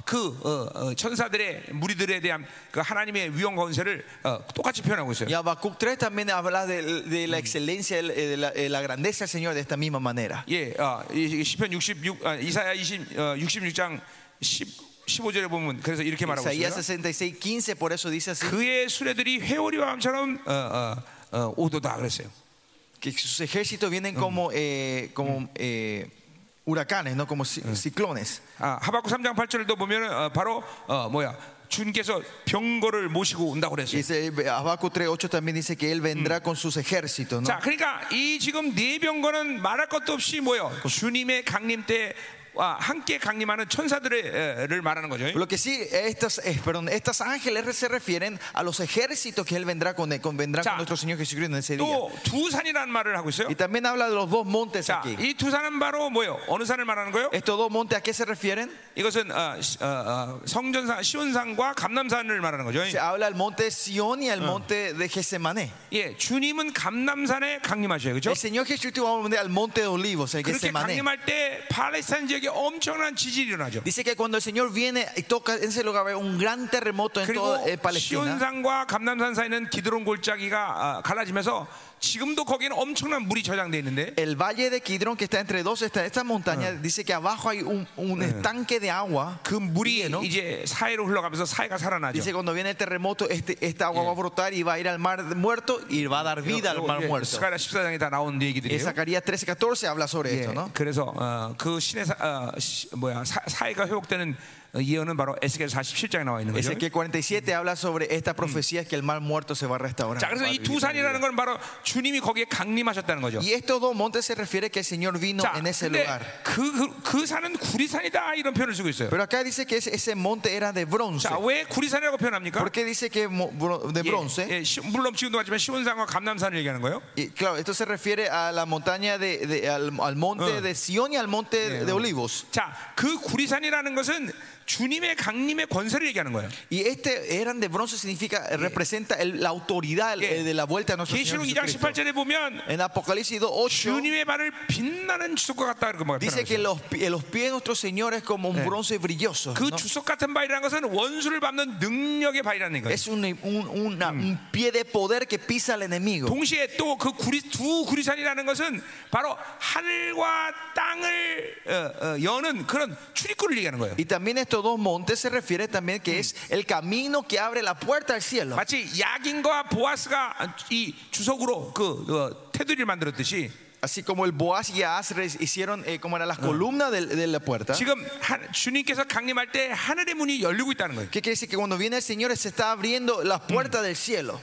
[SPEAKER 1] 그 어, 어, 천사들의 무리들에 대한 그 하나님의 위엄 건세를 어, 똑같이 표현하고 있어요.
[SPEAKER 2] Y Habacuc 3 también habla de, de la excelencia, de la, de la- de la grandeza del Señor de esta misma manera.
[SPEAKER 1] 예, 아, 이 시편 66 아, 이사야 20 어, 66장 10 15절에 보면 그래서 이렇게 말하고
[SPEAKER 2] Isaías
[SPEAKER 1] 있어요.
[SPEAKER 2] 66, 15, por eso dice así,
[SPEAKER 1] 그의 수레들이 회오리와함처럼 어, 어, 어, 오도다 그랬어요.
[SPEAKER 2] que sus ejércitos vienen como, eh, como eh, huracanes, no como ci- ciclones.
[SPEAKER 1] 아, 하박국 3장 8절도 보면 어, 바로 어, 뭐야 주님께서 병거를 mo시고 온다고 그랬어요.
[SPEAKER 2] Dice Habacuc 3, 8 también dice que Él vendrá con sus ejércitos. ¿no?
[SPEAKER 1] 자, 그러니까 이 지금 네 병거는 말할 것도 없이 뭐요? 주님의 강림 때 아, 함께 강림하는 천사들을 말하는 거죠.
[SPEAKER 2] Lo que sí, estas, eh, perdón, estas ángeles se refieren a los ejércitos que Él vendrá con, eh, con, vendrá
[SPEAKER 1] Ya.
[SPEAKER 2] con nuestro Señor Jesucristo en ese día.
[SPEAKER 1] 또 두 산이라는 말을 하고 있어요.
[SPEAKER 2] Y también habla de los dos montes
[SPEAKER 1] 자,
[SPEAKER 2] aquí.
[SPEAKER 1] 이 두 산은 바로 뭐요? 어느 산을 말하는 거요?
[SPEAKER 2] ¿Estos dos montes a qué se refieren?
[SPEAKER 1] 이것은 어, 시- 어, 어, 성전산, 시온산과 감남산을 말하는 거죠.
[SPEAKER 2] Se habla del monte de Sion y al monte de Gesemané.
[SPEAKER 1] 예, 주님은 감남산에 강림하셔요, 그렇죠?
[SPEAKER 2] El Señor Jesucristo va a volver al monte de Olivos, el
[SPEAKER 1] 그렇게
[SPEAKER 2] Gesemané.
[SPEAKER 1] 강림할 때 팔레스타인 지역에 엄청난 지진이 일어나죠.
[SPEAKER 2] Dice que cuando el Señor viene y toca en ese lugar, va a haber un gran terremoto en
[SPEAKER 1] 그리고
[SPEAKER 2] toda eh, Palestina.
[SPEAKER 1] 시온산과 감남산 사이는 기드론 골짜기가 아, 갈라지면서 지금도 거기는 엄청난 물이 저장돼 있는데
[SPEAKER 2] El valle de Kidron, que está entre dos, está esta montaña, dice que abajo hay un, un estanque de agua.
[SPEAKER 1] 그 물이
[SPEAKER 2] 예, no?
[SPEAKER 1] 이제 사해로 흘러가면서 사해가 살아나죠.
[SPEAKER 2] Dice cuando viene el terremoto, este, esta agua va a brotar y va a ir al mar muerto y va a dar vida al mar muerto.
[SPEAKER 1] 어, 예. 스가랴 14장에 다 나온
[SPEAKER 2] En
[SPEAKER 1] 얘기들이에요.
[SPEAKER 2] Zacarías 13, 14 habla sobre
[SPEAKER 1] 예,
[SPEAKER 2] esto, ¿no?
[SPEAKER 1] 그래서 어, 그 신의 사, 어, 시- 뭐야 사, 사회가 회복되는 어, 예언은 바로 에스겔 47장에 나와 있는 거죠.
[SPEAKER 2] Ezequiel 47 habla sobre esta profecía que el mar muerto se va a restaurar.
[SPEAKER 1] 자, 그래서 이 두 산이라는 건 바로 주님이 거기에 강림하셨다는 거죠.
[SPEAKER 2] Y estos dos montes se refiere que el Señor vino
[SPEAKER 1] 자,
[SPEAKER 2] en ese
[SPEAKER 1] 근데
[SPEAKER 2] lugar.
[SPEAKER 1] 그, 그, 그 산은 구리산이다 이런 표현을 쓰고 있어요.
[SPEAKER 2] Pero acá dice que ese, ese monte era de bronce.
[SPEAKER 1] 자, 왜 구리산이라고 표현합니까?
[SPEAKER 2] ¿Por qué dice que mo- bro- de
[SPEAKER 1] 예,
[SPEAKER 2] bronce?
[SPEAKER 1] 예, 시- 물론 지금도 맞지만 시온산과 감남산을 얘기하는 거예요.
[SPEAKER 2] Y, claro, esto se refiere a la montaña de, de- al, al monte de Sion y al monte de Olivos.
[SPEAKER 1] 자, 그 구리산이라는 것은 주님의 강림의 권세를 얘기하는 거예요.
[SPEAKER 2] Y este eran de bronce significa representa el- la autoridad el- el de la vuelta a nuestro Señor
[SPEAKER 1] 계시록 2장
[SPEAKER 2] Jesucristo.
[SPEAKER 1] 18절에 보면
[SPEAKER 2] En Apocalipsis 2:8
[SPEAKER 1] 주님의 발을 빛나는 주석과 같다 이렇게 말하고
[SPEAKER 2] dice
[SPEAKER 1] 있어요.
[SPEAKER 2] que los, pi- los pies de nuestro Señor es como un bronce brilloso.
[SPEAKER 1] 그
[SPEAKER 2] ¿no?
[SPEAKER 1] 주석 같은 바위라는 것은 원수를 밟는 능력의 바위라는 거예요.
[SPEAKER 2] Es un, un- una- un pie de poder que pisa al enemigo.
[SPEAKER 1] 동시에 또 그 구리 두 구리산이라는 것은 바로 하늘과 땅을 어, 어, 여는 그런 출입구를 얘기하는 거예요.
[SPEAKER 2] Y también estos dos montes se refiere también que es el camino que abre la puerta al cielo.
[SPEAKER 1] 마치 야긴과 보아스가 이 주석으로 그 어, 테두리를 만들었듯이
[SPEAKER 2] Así como el Boaz y Asres hicieron eh, como eran las columnas del- de, la puerta.
[SPEAKER 1] 지금 하- 주님께서 강림할 때 하늘의 문이 열리고 있다는 거예요.
[SPEAKER 2] ¿Qué quiere decir? Que cuando viene el Señor se está abriendo las puertas del cielo.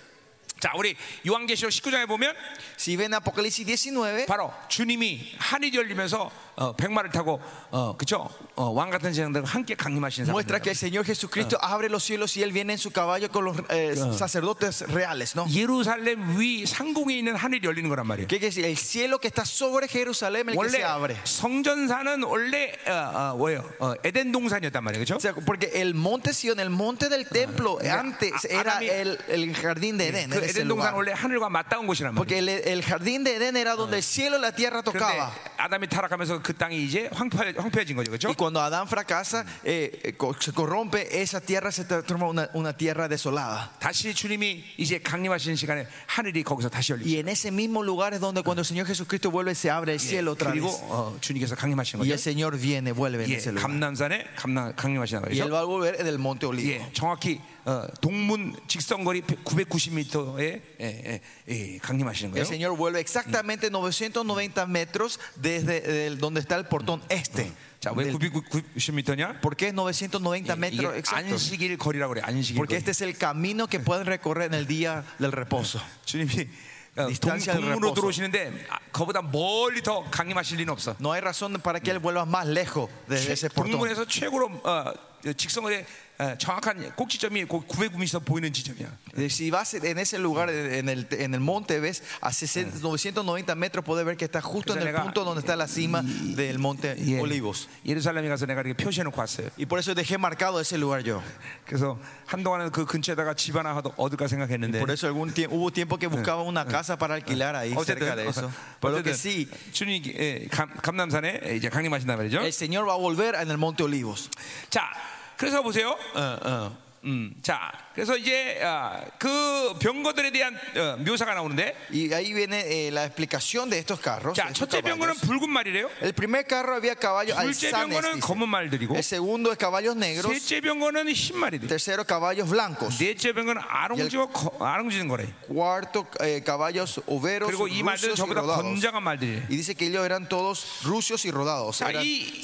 [SPEAKER 1] 자, 우리 요한계시록 19장에 보면
[SPEAKER 2] Si ven Apocalipsis 19,
[SPEAKER 1] 바로 주님이 하늘이 열리면서 어, 백마를 타고 어, 그쵸? 어, 왕 같은 세상들과 함께 강림하시는
[SPEAKER 2] muestra
[SPEAKER 1] 사람입니다.
[SPEAKER 2] que el Señor Jesucristo abre los cielos y Él viene en su caballo con los eh, sacerdotes reales, ¿no?
[SPEAKER 1] 예루살렘 위 상공에 있는 하늘이 열리는 거란 말이에요.
[SPEAKER 2] ¿Qué quiere decir? El cielo que está sobre Jerusalén, el que
[SPEAKER 1] 원래
[SPEAKER 2] se abre.
[SPEAKER 1] 성전사는 원래 어, 어, 뭐예요? 어, 에덴 동산이었단 말이에요,
[SPEAKER 2] O
[SPEAKER 1] 그렇죠?
[SPEAKER 2] sea, porque el monte Sion, el monte del templo,
[SPEAKER 1] Ah,
[SPEAKER 2] antes
[SPEAKER 1] ah,
[SPEAKER 2] era
[SPEAKER 1] Adami-
[SPEAKER 2] el, el jardín de Edén.
[SPEAKER 1] 그
[SPEAKER 2] era ese
[SPEAKER 1] 에덴 동산
[SPEAKER 2] lugar.
[SPEAKER 1] 원래 하늘과 맞닿은 곳이란 말이에요.
[SPEAKER 2] Porque el, el jardín de Edén era donde el cielo y la tierra
[SPEAKER 1] 그런데
[SPEAKER 2] tocaba.
[SPEAKER 1] 아담이 타락하면서 그 땅이 이제 황폐, 황폐해진 거죠,
[SPEAKER 2] Y
[SPEAKER 1] 그렇죠?
[SPEAKER 2] cuando Adán fracasa, eh, eh, co- se corrompe, esa tierra se transforma en una, una tierra desolada.
[SPEAKER 1] 다시 주님이 이제 강림하시는 시간에 하늘이 거기서 다시 열리고
[SPEAKER 2] Y en ese mismo lugar es donde cuando el Señor Jesucristo vuelve, se abre el cielo otra
[SPEAKER 1] 그리고
[SPEAKER 2] vez.
[SPEAKER 1] 어, 주님께서 강림하시는
[SPEAKER 2] Y
[SPEAKER 1] 거죠.
[SPEAKER 2] el Señor viene, vuelve en
[SPEAKER 1] 예,
[SPEAKER 2] ese lugar.
[SPEAKER 1] 감남산에 감남 강림하시는
[SPEAKER 2] Y
[SPEAKER 1] 거죠.
[SPEAKER 2] él va a volver en el monte Olivo.
[SPEAKER 1] 예, 정확히 어, 동문 직선거리 990m에 예, 예, 예, 강림하시는
[SPEAKER 2] El
[SPEAKER 1] 거예요.
[SPEAKER 2] Señor vuelve exactamente 990 metros desde del- donde está el portón este.
[SPEAKER 1] 자, 왜 990m냐?
[SPEAKER 2] ¿Por qué 990 metros exactos?
[SPEAKER 1] 안식일 거리라고 그래. 안식일
[SPEAKER 2] Porque
[SPEAKER 1] 거리.
[SPEAKER 2] este es el camino que pueden recorrer en el día del reposo.
[SPEAKER 1] 주님이 어, 동,
[SPEAKER 2] Distancia del
[SPEAKER 1] 동문으로
[SPEAKER 2] reposo.
[SPEAKER 1] 들어오시는데 아, 그보다 멀리 더 강림하실 리는 없어.
[SPEAKER 2] No hay razón para que él vuelva más lejos desde ese portón.
[SPEAKER 1] 네, 동문에서 최고로 어, 직선거리 어, 정확한 꼭지점이 990m 보이는 지점이야.
[SPEAKER 2] Eh, Si vas en ese lugar, en el, en el monte, ves a 60 990 metros, puedes ver que está justo en el punto donde está la cima del monte
[SPEAKER 1] 예.
[SPEAKER 2] Olivos.
[SPEAKER 1] 예루살렘에 가서 내가 이렇게 표시해놓고 왔어요.
[SPEAKER 2] Y por eso dejé marcado ese lugar yo.
[SPEAKER 1] 그래서 한동안은 그 근처에다가 집 하나 얻- 얻을까 생각했는데
[SPEAKER 2] Por eso algún tiempo, hubo tiempo que buscaba una casa para alquilar
[SPEAKER 1] Ah,
[SPEAKER 2] ahí cerca de
[SPEAKER 1] 어쨌든,
[SPEAKER 2] eso. Pero que sí,
[SPEAKER 1] 어쨌든 주님 예, 감, 감남산에 이제 강림하신단 말이죠.
[SPEAKER 2] el Señor va a volver en el monte Olivos.
[SPEAKER 1] 자, 그래서 보세요. 어, 어, 음, 자, 그래서 이제 아, 그 병거들에 대한 어, 묘사가 나오는데,
[SPEAKER 2] Y ahí viene eh, la explicación de estos carros.
[SPEAKER 1] 자,
[SPEAKER 2] de estos
[SPEAKER 1] 첫째 병거는
[SPEAKER 2] caballos.
[SPEAKER 1] 붉은 말이래요.
[SPEAKER 2] El primer carro había caballos
[SPEAKER 1] 둘째
[SPEAKER 2] alzanes,
[SPEAKER 1] 병거는
[SPEAKER 2] dice.
[SPEAKER 1] 검은 말들이고,
[SPEAKER 2] El segundo es caballos negros.
[SPEAKER 1] 셋째 병거는 흰 말이래.
[SPEAKER 2] Tercero, caballos blancos.
[SPEAKER 1] 넷째 병거는 아롱지고 거- 아롱지는 거래.
[SPEAKER 2] Cuarto, eh, caballos overos,
[SPEAKER 1] 그리고 이 말들은
[SPEAKER 2] rucios y
[SPEAKER 1] 전부 다
[SPEAKER 2] rodados.
[SPEAKER 1] 건장한 말들이래.
[SPEAKER 2] Y dice que ellos eran todos rucios y rodados,
[SPEAKER 1] 자,
[SPEAKER 2] eran
[SPEAKER 1] 이,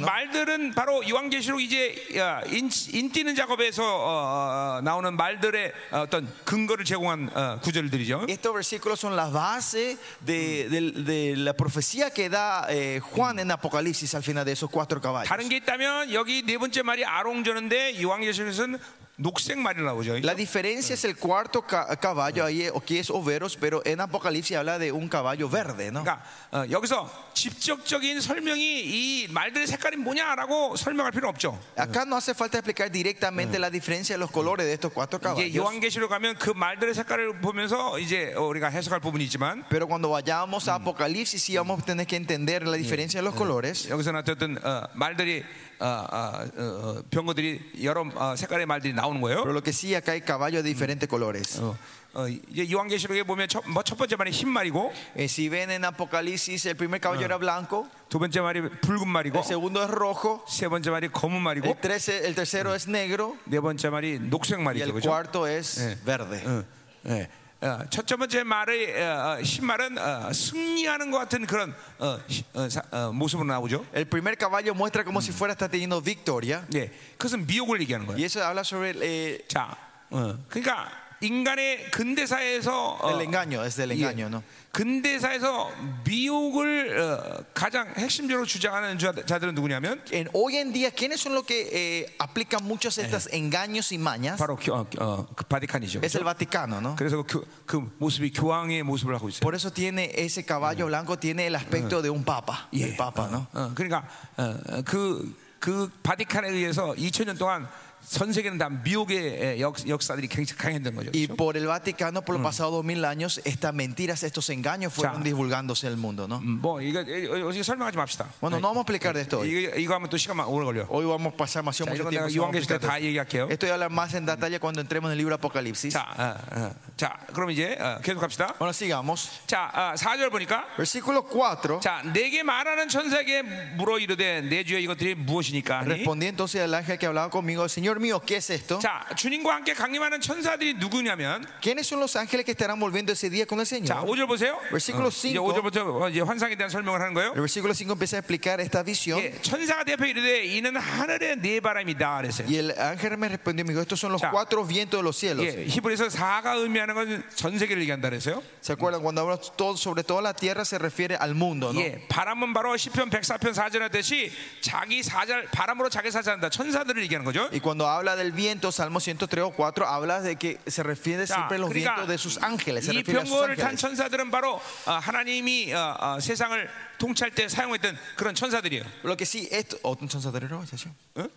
[SPEAKER 1] 이
[SPEAKER 2] ¿no?
[SPEAKER 1] 말들은 바로 이왕계시록 이제 야, 인, 인뛰는 작업에서 어, 어, 나오는 말들의 어떤 근거를 제공한 어, 구절들이죠.
[SPEAKER 2] Estos versículos son la base de, del- de la profecía que da eh, Juan en Apocalipsis al final de esos cuatro caballos.
[SPEAKER 1] 다른 게 있다면 여기 네 번째 말이 아롱저는데 이왕계시록에서는 녹색 말이 나오죠.
[SPEAKER 2] La diferencia es el cuarto ca- caballo, ahí eh, aquí es overos, pero en Apocalipsis habla de un caballo verde, ¿no?
[SPEAKER 1] 그러니까 어, 여기서 직접적인 설명이 이 말들의 색깔이 뭐냐라고 설명할 필요 없죠.
[SPEAKER 2] Acá no hace falta explicar directamente la diferencia de los colores de estos cuatro
[SPEAKER 1] 이제
[SPEAKER 2] caballos.
[SPEAKER 1] 요한계시록 가면 그 말들의 색깔을 보면서 이제 어, 우리가 해석할 부분이 있지만
[SPEAKER 2] Pero cuando vayamos a Apocalipsis, sí vamos a tener que entender la diferencia de los colores.
[SPEAKER 1] 여기서는 어쨌든 어, 말들이 어, 어, 어, 병거들이 여러 어, 색깔의 말들이 나오는 거예요.
[SPEAKER 2] Pero lo que sí, acá hay caballos de diferentes colores.
[SPEAKER 1] 어, 어, 이제 요한계시록에 보면 첫, 뭐첫 번째 말이 흰 말이고
[SPEAKER 2] Eh, si ven en Apocalipsis, el primer caballo era blanco,
[SPEAKER 1] 두 번째 말이 붉은 말이고
[SPEAKER 2] el segundo es rojo,
[SPEAKER 1] 세 번째 말이 검은 말이고
[SPEAKER 2] el, trece- el tercero es negro
[SPEAKER 1] 네 번째 말이 녹색
[SPEAKER 2] y
[SPEAKER 1] 말이죠.
[SPEAKER 2] el
[SPEAKER 1] 그죠?
[SPEAKER 2] cuarto es verde.
[SPEAKER 1] 어, 예. 어, 첫 번째 말의 어, 어, 흰 말은 어, 승리하는 것 같은 그런 어, 시- 어, 사- 어, 모습으로 나오죠.
[SPEAKER 2] El primer caballo muestra como si fuera está teniendo victoria.
[SPEAKER 1] 예, 그것은 미혹을 얘기하는 거예요.
[SPEAKER 2] Y eso habla sobre el, eh,
[SPEAKER 1] 자, 어, 그러니까 인간의 근대사에서 어,
[SPEAKER 2] el engaño, desde el
[SPEAKER 1] 예,
[SPEAKER 2] engaño, ¿no?
[SPEAKER 1] 근대사에서 미혹을 어, 가장 핵심적으로 주장하는 자- 자들은 누구냐면
[SPEAKER 2] En- hoy en día, ¿quiénes son los que eh, aplican muchos estos engaños y mañas?
[SPEAKER 1] 바로 교- 어, 어, 그 바디칸이죠.
[SPEAKER 2] Es el Vaticano, ¿no?
[SPEAKER 1] 그래서 그, 그 모습이 교황의 모습을 하고 있어요.
[SPEAKER 2] Por eso tiene ese caballo blanco, tiene el aspecto de un papa.
[SPEAKER 1] 예.
[SPEAKER 2] El papa, ¿no?
[SPEAKER 1] 어, 그러니까 어, 그, 그 바티칸에 의해서 2000년 동안 전 세계는 다 미혹의 예, 역, 역사들이 굉장히 강했던 거죠.
[SPEAKER 2] Y por el Vaticano, por los pasados dos mil años, estas mentiras, estos engaños fueron
[SPEAKER 1] Ya.
[SPEAKER 2] divulgándose en el mundo, ¿no?
[SPEAKER 1] 음, 뭐 이거 어, 어, 설명하지 맙시다.
[SPEAKER 2] Bueno, no vamos a explicar de esto hoy.
[SPEAKER 1] 이거, 이거 하면 또 시간 오래 걸려.
[SPEAKER 2] Hoy vamos a pasar más
[SPEAKER 1] Ya,
[SPEAKER 2] mucho
[SPEAKER 1] yo
[SPEAKER 2] tiempo.
[SPEAKER 1] cuando haga
[SPEAKER 2] si vamos a
[SPEAKER 1] Iván Gestor,
[SPEAKER 2] explicar de esto.
[SPEAKER 1] ahí ya quedó.
[SPEAKER 2] Esto voy a hablar más en detalle cuando entremos en el libro Apocalipsis.
[SPEAKER 1] 자, 어, 어. 자, 그럼 이제 어, 계속 갑시다.
[SPEAKER 2] Bueno, sigamos.
[SPEAKER 1] 자, 어, 사 4절 보니까
[SPEAKER 2] Versículo 4.
[SPEAKER 1] 자, 내게 말하는 천사에게 물어 이르되 내 주여 이것들이 무엇이니까 하니
[SPEAKER 2] Respondí entonces al ángel que hablaba conmigo, Señor mío, ¿qué es esto?
[SPEAKER 1] 자, 주님과 함께 강림하는 천사들이 누구냐면
[SPEAKER 2] ¿Quiénes son los ángeles que estarán volviendo ese día con el
[SPEAKER 1] 자,
[SPEAKER 2] Señor?
[SPEAKER 1] 5절 보세요.
[SPEAKER 2] Versículo
[SPEAKER 1] 어, 이제
[SPEAKER 2] cinco.
[SPEAKER 1] 5절부터 이제 환상에 대한 설명을 하는 거예요.
[SPEAKER 2] El versículo 5 empieza a explicar esta visión.
[SPEAKER 1] 예, 천사가 대표 이르되 이는 하늘의 네 바람이다 그랬어요.
[SPEAKER 2] Y el ángel me respondió, me dijo, estos son los
[SPEAKER 1] Ya.
[SPEAKER 2] cuatro vientos de los cielos.
[SPEAKER 1] 예, 히브리서 4가 의미하는 건 전 세계를 얘기한다 그랬어요.
[SPEAKER 2] ¿Se acuerdan? Cuando habla todo, sobre toda la tierra se refiere al mundo, ¿no?
[SPEAKER 1] 예, 바람은 바로 시편 104편 4절 하듯이 자기 사절 바람으로 자기 사자한다. 천사들을 얘기하는 거죠.
[SPEAKER 2] Y cuando habla del viento, Salmo 103 o 4 habla de que se refiere
[SPEAKER 1] 자,
[SPEAKER 2] siempre a los
[SPEAKER 1] 그러니까
[SPEAKER 2] vientos de sus ángeles. Se
[SPEAKER 1] 이
[SPEAKER 2] refiere a sus
[SPEAKER 1] 병거를 탄
[SPEAKER 2] ángeles.
[SPEAKER 1] 천사들은 바로 어, 하나님이 어, 어, 세상을 통찰 때 사용했던 그런 천사들이에요.
[SPEAKER 2] Lo que sí, esto. Oh, entonces, ¿te lo vas a hacer?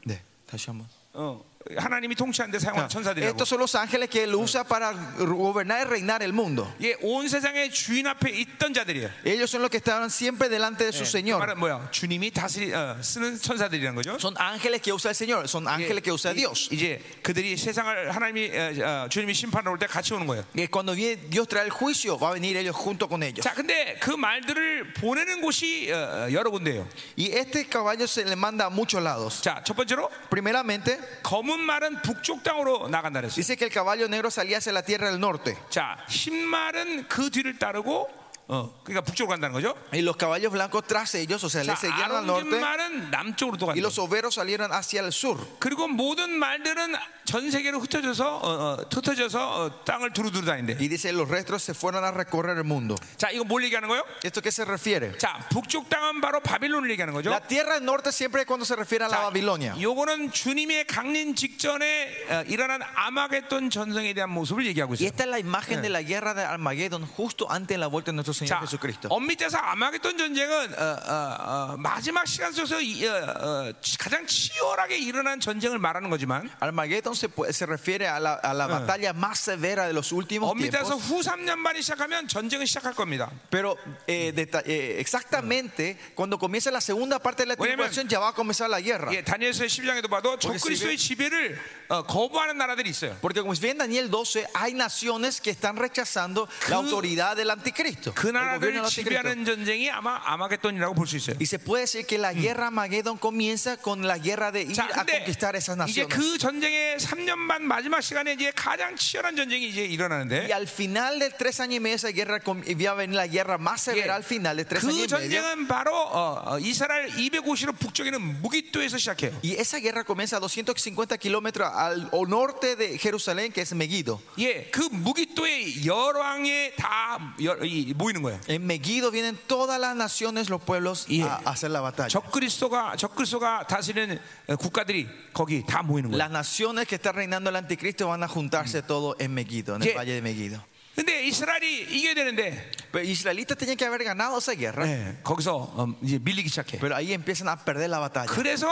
[SPEAKER 2] 네, 다시 한번.
[SPEAKER 1] 어, 예, 하나님이 통치하는데 사용하는 천사들이라고.
[SPEAKER 2] Estos son los ángeles que él usa para gobernar y reinar el mundo.
[SPEAKER 1] 예, 온 세상의 주인 앞에 있던 자들이에요.
[SPEAKER 2] Ellos son los que estaban siempre delante de su
[SPEAKER 1] 그 말은
[SPEAKER 2] Señor.
[SPEAKER 1] 뭐야? 주님이 다시 어, 쓰는 천사들이라는 거죠.
[SPEAKER 2] Son ángeles que usa el Señor, son ángeles que usa
[SPEAKER 1] 예. 이-
[SPEAKER 2] Dios.
[SPEAKER 1] 이제 그들이 세상을 하나님이 어, 어, 주님이 심판을 올 때 같이 오는 거예요.
[SPEAKER 2] Y cuando viene- Dios trae el juicio, va a venir ellos junto con ellos.
[SPEAKER 1] 자, 근데 그 말들을 보내는 곳이 어, 어, 여러 군데예요.
[SPEAKER 2] Y este caballo se le manda a muchos lados.
[SPEAKER 1] 자, 첫 번째로
[SPEAKER 2] Primeramente,
[SPEAKER 1] 검은 말은 북쪽 땅으로 나간다 그랬어요.
[SPEAKER 2] dice que el caballo negro salía hacia la tierra del norte.
[SPEAKER 1] 자, 흰 말은 그 뒤를 따르고 어, 그러니까 북쪽으로 간다는 거죠.
[SPEAKER 2] Y los caballos blancos tras ellos, o sea,
[SPEAKER 1] 자,
[SPEAKER 2] le seguían al
[SPEAKER 1] 아론진
[SPEAKER 2] norte.
[SPEAKER 1] 말은 남쪽으로 또
[SPEAKER 2] Y
[SPEAKER 1] 간다.
[SPEAKER 2] los overos salieron hacia el sur.
[SPEAKER 1] 그리고 모든 말들은 전 세계로 흩어져서 어, 어, 흩어져서 어, 땅을 두루두루 다닌대.
[SPEAKER 2] Y dice, los restos se fueron a recorrer el mundo.
[SPEAKER 1] 자, 이거 뭘 얘기하는 거예요?
[SPEAKER 2] ¿Esto qué se refiere?
[SPEAKER 1] 자, 북쪽 땅은 바로 바빌론을 얘기하는 거죠.
[SPEAKER 2] La tierra del norte siempre es cuando se refiere a la
[SPEAKER 1] 자,
[SPEAKER 2] Babilonia.
[SPEAKER 1] 요거는 주님의 강림 직전에 어, 일어난 아마겟돈 전쟁에 대한 모습을 얘기하고
[SPEAKER 2] Y
[SPEAKER 1] 있어요.
[SPEAKER 2] esta es la imagen de la guerra de Armagedón justo antes de la vuelta de nuestro Señor
[SPEAKER 1] 자,
[SPEAKER 2] Jesucristo.
[SPEAKER 1] 엄밑에서 아마겟돈 전쟁은 어, 어, 어, 마지막 시간 속에서 이, 어, 어, 치- 가장 치열하게 일어난 전쟁을 말하는 거지만
[SPEAKER 2] Armagedón se, pu- se refiere a la, a la batalla más severa de los
[SPEAKER 1] 어,
[SPEAKER 2] últimos
[SPEAKER 1] 엄밑에서
[SPEAKER 2] tiempos.
[SPEAKER 1] 후 3년 만에 시작하면 전쟁은 시작할 겁니다.
[SPEAKER 2] Pero eh, deta- eh, exactamente cuando comienza la segunda parte de la
[SPEAKER 1] Bueno,
[SPEAKER 2] tribulación ya va a comenzar la guerra.
[SPEAKER 1] 예, 다니엘서의 12장에도 봐도 적그리스도의 지배를 어, 거부하는 나라들이 있어요.
[SPEAKER 2] Porque como se ve en Daniel 12, hay naciones que están rechazando la autoridad del anticristo.
[SPEAKER 1] 그
[SPEAKER 2] el gobierno
[SPEAKER 1] 나라들을
[SPEAKER 2] del anticristo.
[SPEAKER 1] 지배하는 전쟁이 아마 아마겟돈이라고 볼 수 있어요.
[SPEAKER 2] Y se puede decir que la guerra Armagedón comienza con la guerra de ir
[SPEAKER 1] 자,
[SPEAKER 2] a
[SPEAKER 1] 근데
[SPEAKER 2] conquistar esas
[SPEAKER 1] 이제
[SPEAKER 2] naciones.
[SPEAKER 1] 그 전쟁의 3년 반 마지막 시간에 이제 가장 치열한 전쟁이 이제 일어나는데
[SPEAKER 2] Y al final de tres años y medio esa guerra com- y va a venir la guerra más
[SPEAKER 1] 예,
[SPEAKER 2] severa al final de tres
[SPEAKER 1] 그
[SPEAKER 2] años y medio.
[SPEAKER 1] 전쟁은 바로 어, 어, 이스라엘 250로 북쪽에 있는 무기토에서 시작해요.
[SPEAKER 2] Y esa guerra comienza a 250 kilómetros al o norte de Jerusalén, que es Megiddo.
[SPEAKER 1] 예, 그 무기토의 열왕에 다 열- 이- 모이는 거예요.
[SPEAKER 2] En Megiddo vienen todas las naciones, los pueblos
[SPEAKER 1] Y-
[SPEAKER 2] a, a hacer la batalla.
[SPEAKER 1] 적그리스도가 적그리스도가 다스리는 어, 국가들이 거기 다 모이는 거예요.
[SPEAKER 2] Las naciones que está reinando el anticristo van a juntarse todo en Megiddo, en
[SPEAKER 1] Yeah.
[SPEAKER 2] el valle de Megiddo.
[SPEAKER 1] 근데 이스라엘이 이겨야 되는데
[SPEAKER 2] Pero israelitas tenían que haber ganado esa guerra,
[SPEAKER 1] 예, 거기서 어, 이제 밀리기 시작해.
[SPEAKER 2] pero ahí empiezan a perder la batalla.
[SPEAKER 1] 그래서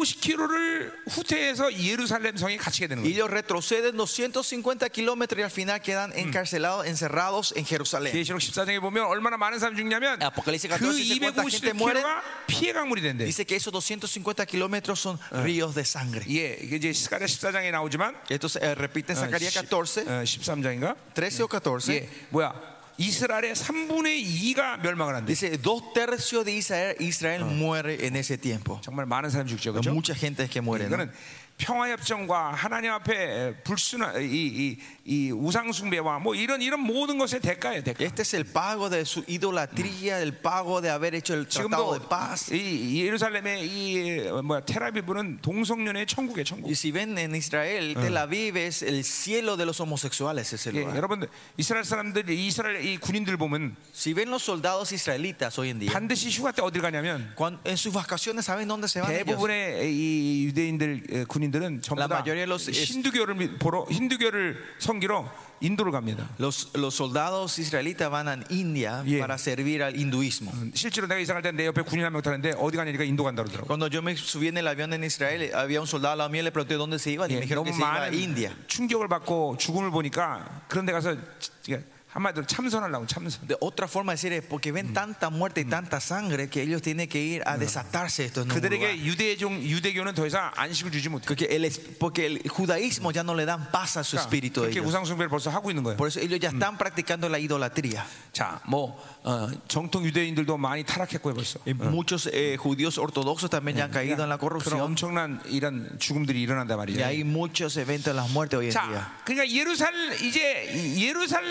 [SPEAKER 1] 250km를 후퇴해서 예루살렘 성에 갇히게 되는
[SPEAKER 2] Y
[SPEAKER 1] 거예요.
[SPEAKER 2] ellos retroceden 250 kilómetros y al final quedan encarcelados, encerrados en Jerusalén.
[SPEAKER 1] 계시록 14장에 보면 얼마나 많은 사람이 죽냐면
[SPEAKER 2] Apocalipsis
[SPEAKER 1] 그
[SPEAKER 2] 14, 50 gente muere.
[SPEAKER 1] 250km가 피해 강물이 된대.
[SPEAKER 2] Dice que esos 250 kilómetros son ríos de sangre.
[SPEAKER 1] 예, 이게 이제 스가랴 14장에 나오지만 어,
[SPEAKER 2] Esto se eh, repite
[SPEAKER 1] Ah,
[SPEAKER 2] en Zacarías 14,
[SPEAKER 1] 13장인가?
[SPEAKER 2] 13 o 14.
[SPEAKER 1] 예, 뭐야? 이스라엘의 3분의 2가 멸망을 한대.
[SPEAKER 2] Dice, dos tercios de Israel, Israel muere en ese tiempo.
[SPEAKER 1] 정말 많은 사람이 죽죠,
[SPEAKER 2] Hay
[SPEAKER 1] 그렇죠?
[SPEAKER 2] Mucha gente es que muere. ¿no?
[SPEAKER 1] 이거는 평화협정과 하나님 앞에 불순한 이이 이 우상 숭배와 뭐 이런 이런 모든 것의 대가예요, 대가.
[SPEAKER 2] Este es el pago de su idolatría, el pago de haber hecho el tratado
[SPEAKER 1] 지금도
[SPEAKER 2] de paz.
[SPEAKER 1] 이 예루살렘의 이 뭐야 테라비브는 동성연의 천국의 천국.
[SPEAKER 2] Y si ven en Israel, Tel Aviv es el cielo de los homosexuales, ese
[SPEAKER 1] 예,
[SPEAKER 2] lugar.
[SPEAKER 1] 여러분 이스라엘 사람들 이스라엘 이 군인들 보면
[SPEAKER 2] Si ven los soldados israelitas hoy en día,
[SPEAKER 1] 반드시 휴가 때 어딜 가냐면
[SPEAKER 2] Cuando- en sus vacaciones, ¿saben dónde se van
[SPEAKER 1] 예.
[SPEAKER 2] ellos?
[SPEAKER 1] 대부분의 이 유대인들 에, 군인들은 전부
[SPEAKER 2] La
[SPEAKER 1] 다 예,
[SPEAKER 2] mayoría de los-
[SPEAKER 1] 힌두교를 믿- 보러 힌두교를 섬기러 인도를 갑니다.
[SPEAKER 2] Los, los soldados israelitas van a India
[SPEAKER 1] Yeah.
[SPEAKER 2] para servir al hinduismo.
[SPEAKER 1] 실제로 내가 이사갈 때 내 옆에 군인 한 명 타는데 어디 가냐니까 인도 간다 그러더라고.
[SPEAKER 2] Cuando yo me subí en el avión en Israel, había un soldado a la mía, le pregunté dónde se iba y me
[SPEAKER 1] 예,
[SPEAKER 2] dijeron
[SPEAKER 1] 너무
[SPEAKER 2] que se iba a
[SPEAKER 1] 많은
[SPEAKER 2] India.
[SPEAKER 1] 충격을 받고 죽음을 보니까 그런 데 가서 지- 지- 한마디로 참선하려고 참선.
[SPEAKER 2] De otra forma de decir es porque ven tanta muerte y tanta sangre que ellos tienen que ir a desatarse esto en un lugar.
[SPEAKER 1] 그들에게 유대종 유대교는 더 이상 안식을 주지 못해.
[SPEAKER 2] Porque el, es- porque el judaísmo ya no le dan paz a su espíritu de
[SPEAKER 1] 그렇게
[SPEAKER 2] ellos.
[SPEAKER 1] 우상숭배를 벌써 하고 있는 거예요.
[SPEAKER 2] Por eso ellos ya están practicando la idolatría.
[SPEAKER 1] 자, 뭐 어, 정통 유대인들도 많이 뭐, 타락했고요 벌써.
[SPEAKER 2] Y Muchos eh, judíos ortodoxos también ya han caído en la
[SPEAKER 1] 그런
[SPEAKER 2] corrupción.
[SPEAKER 1] 엄청난 이런 죽음들이 일어난단
[SPEAKER 2] Y
[SPEAKER 1] 그렇죠. 말이죠.
[SPEAKER 2] hay muchos eventos de las muertes hoy en día.
[SPEAKER 1] 자, 그러니까 예루살 이제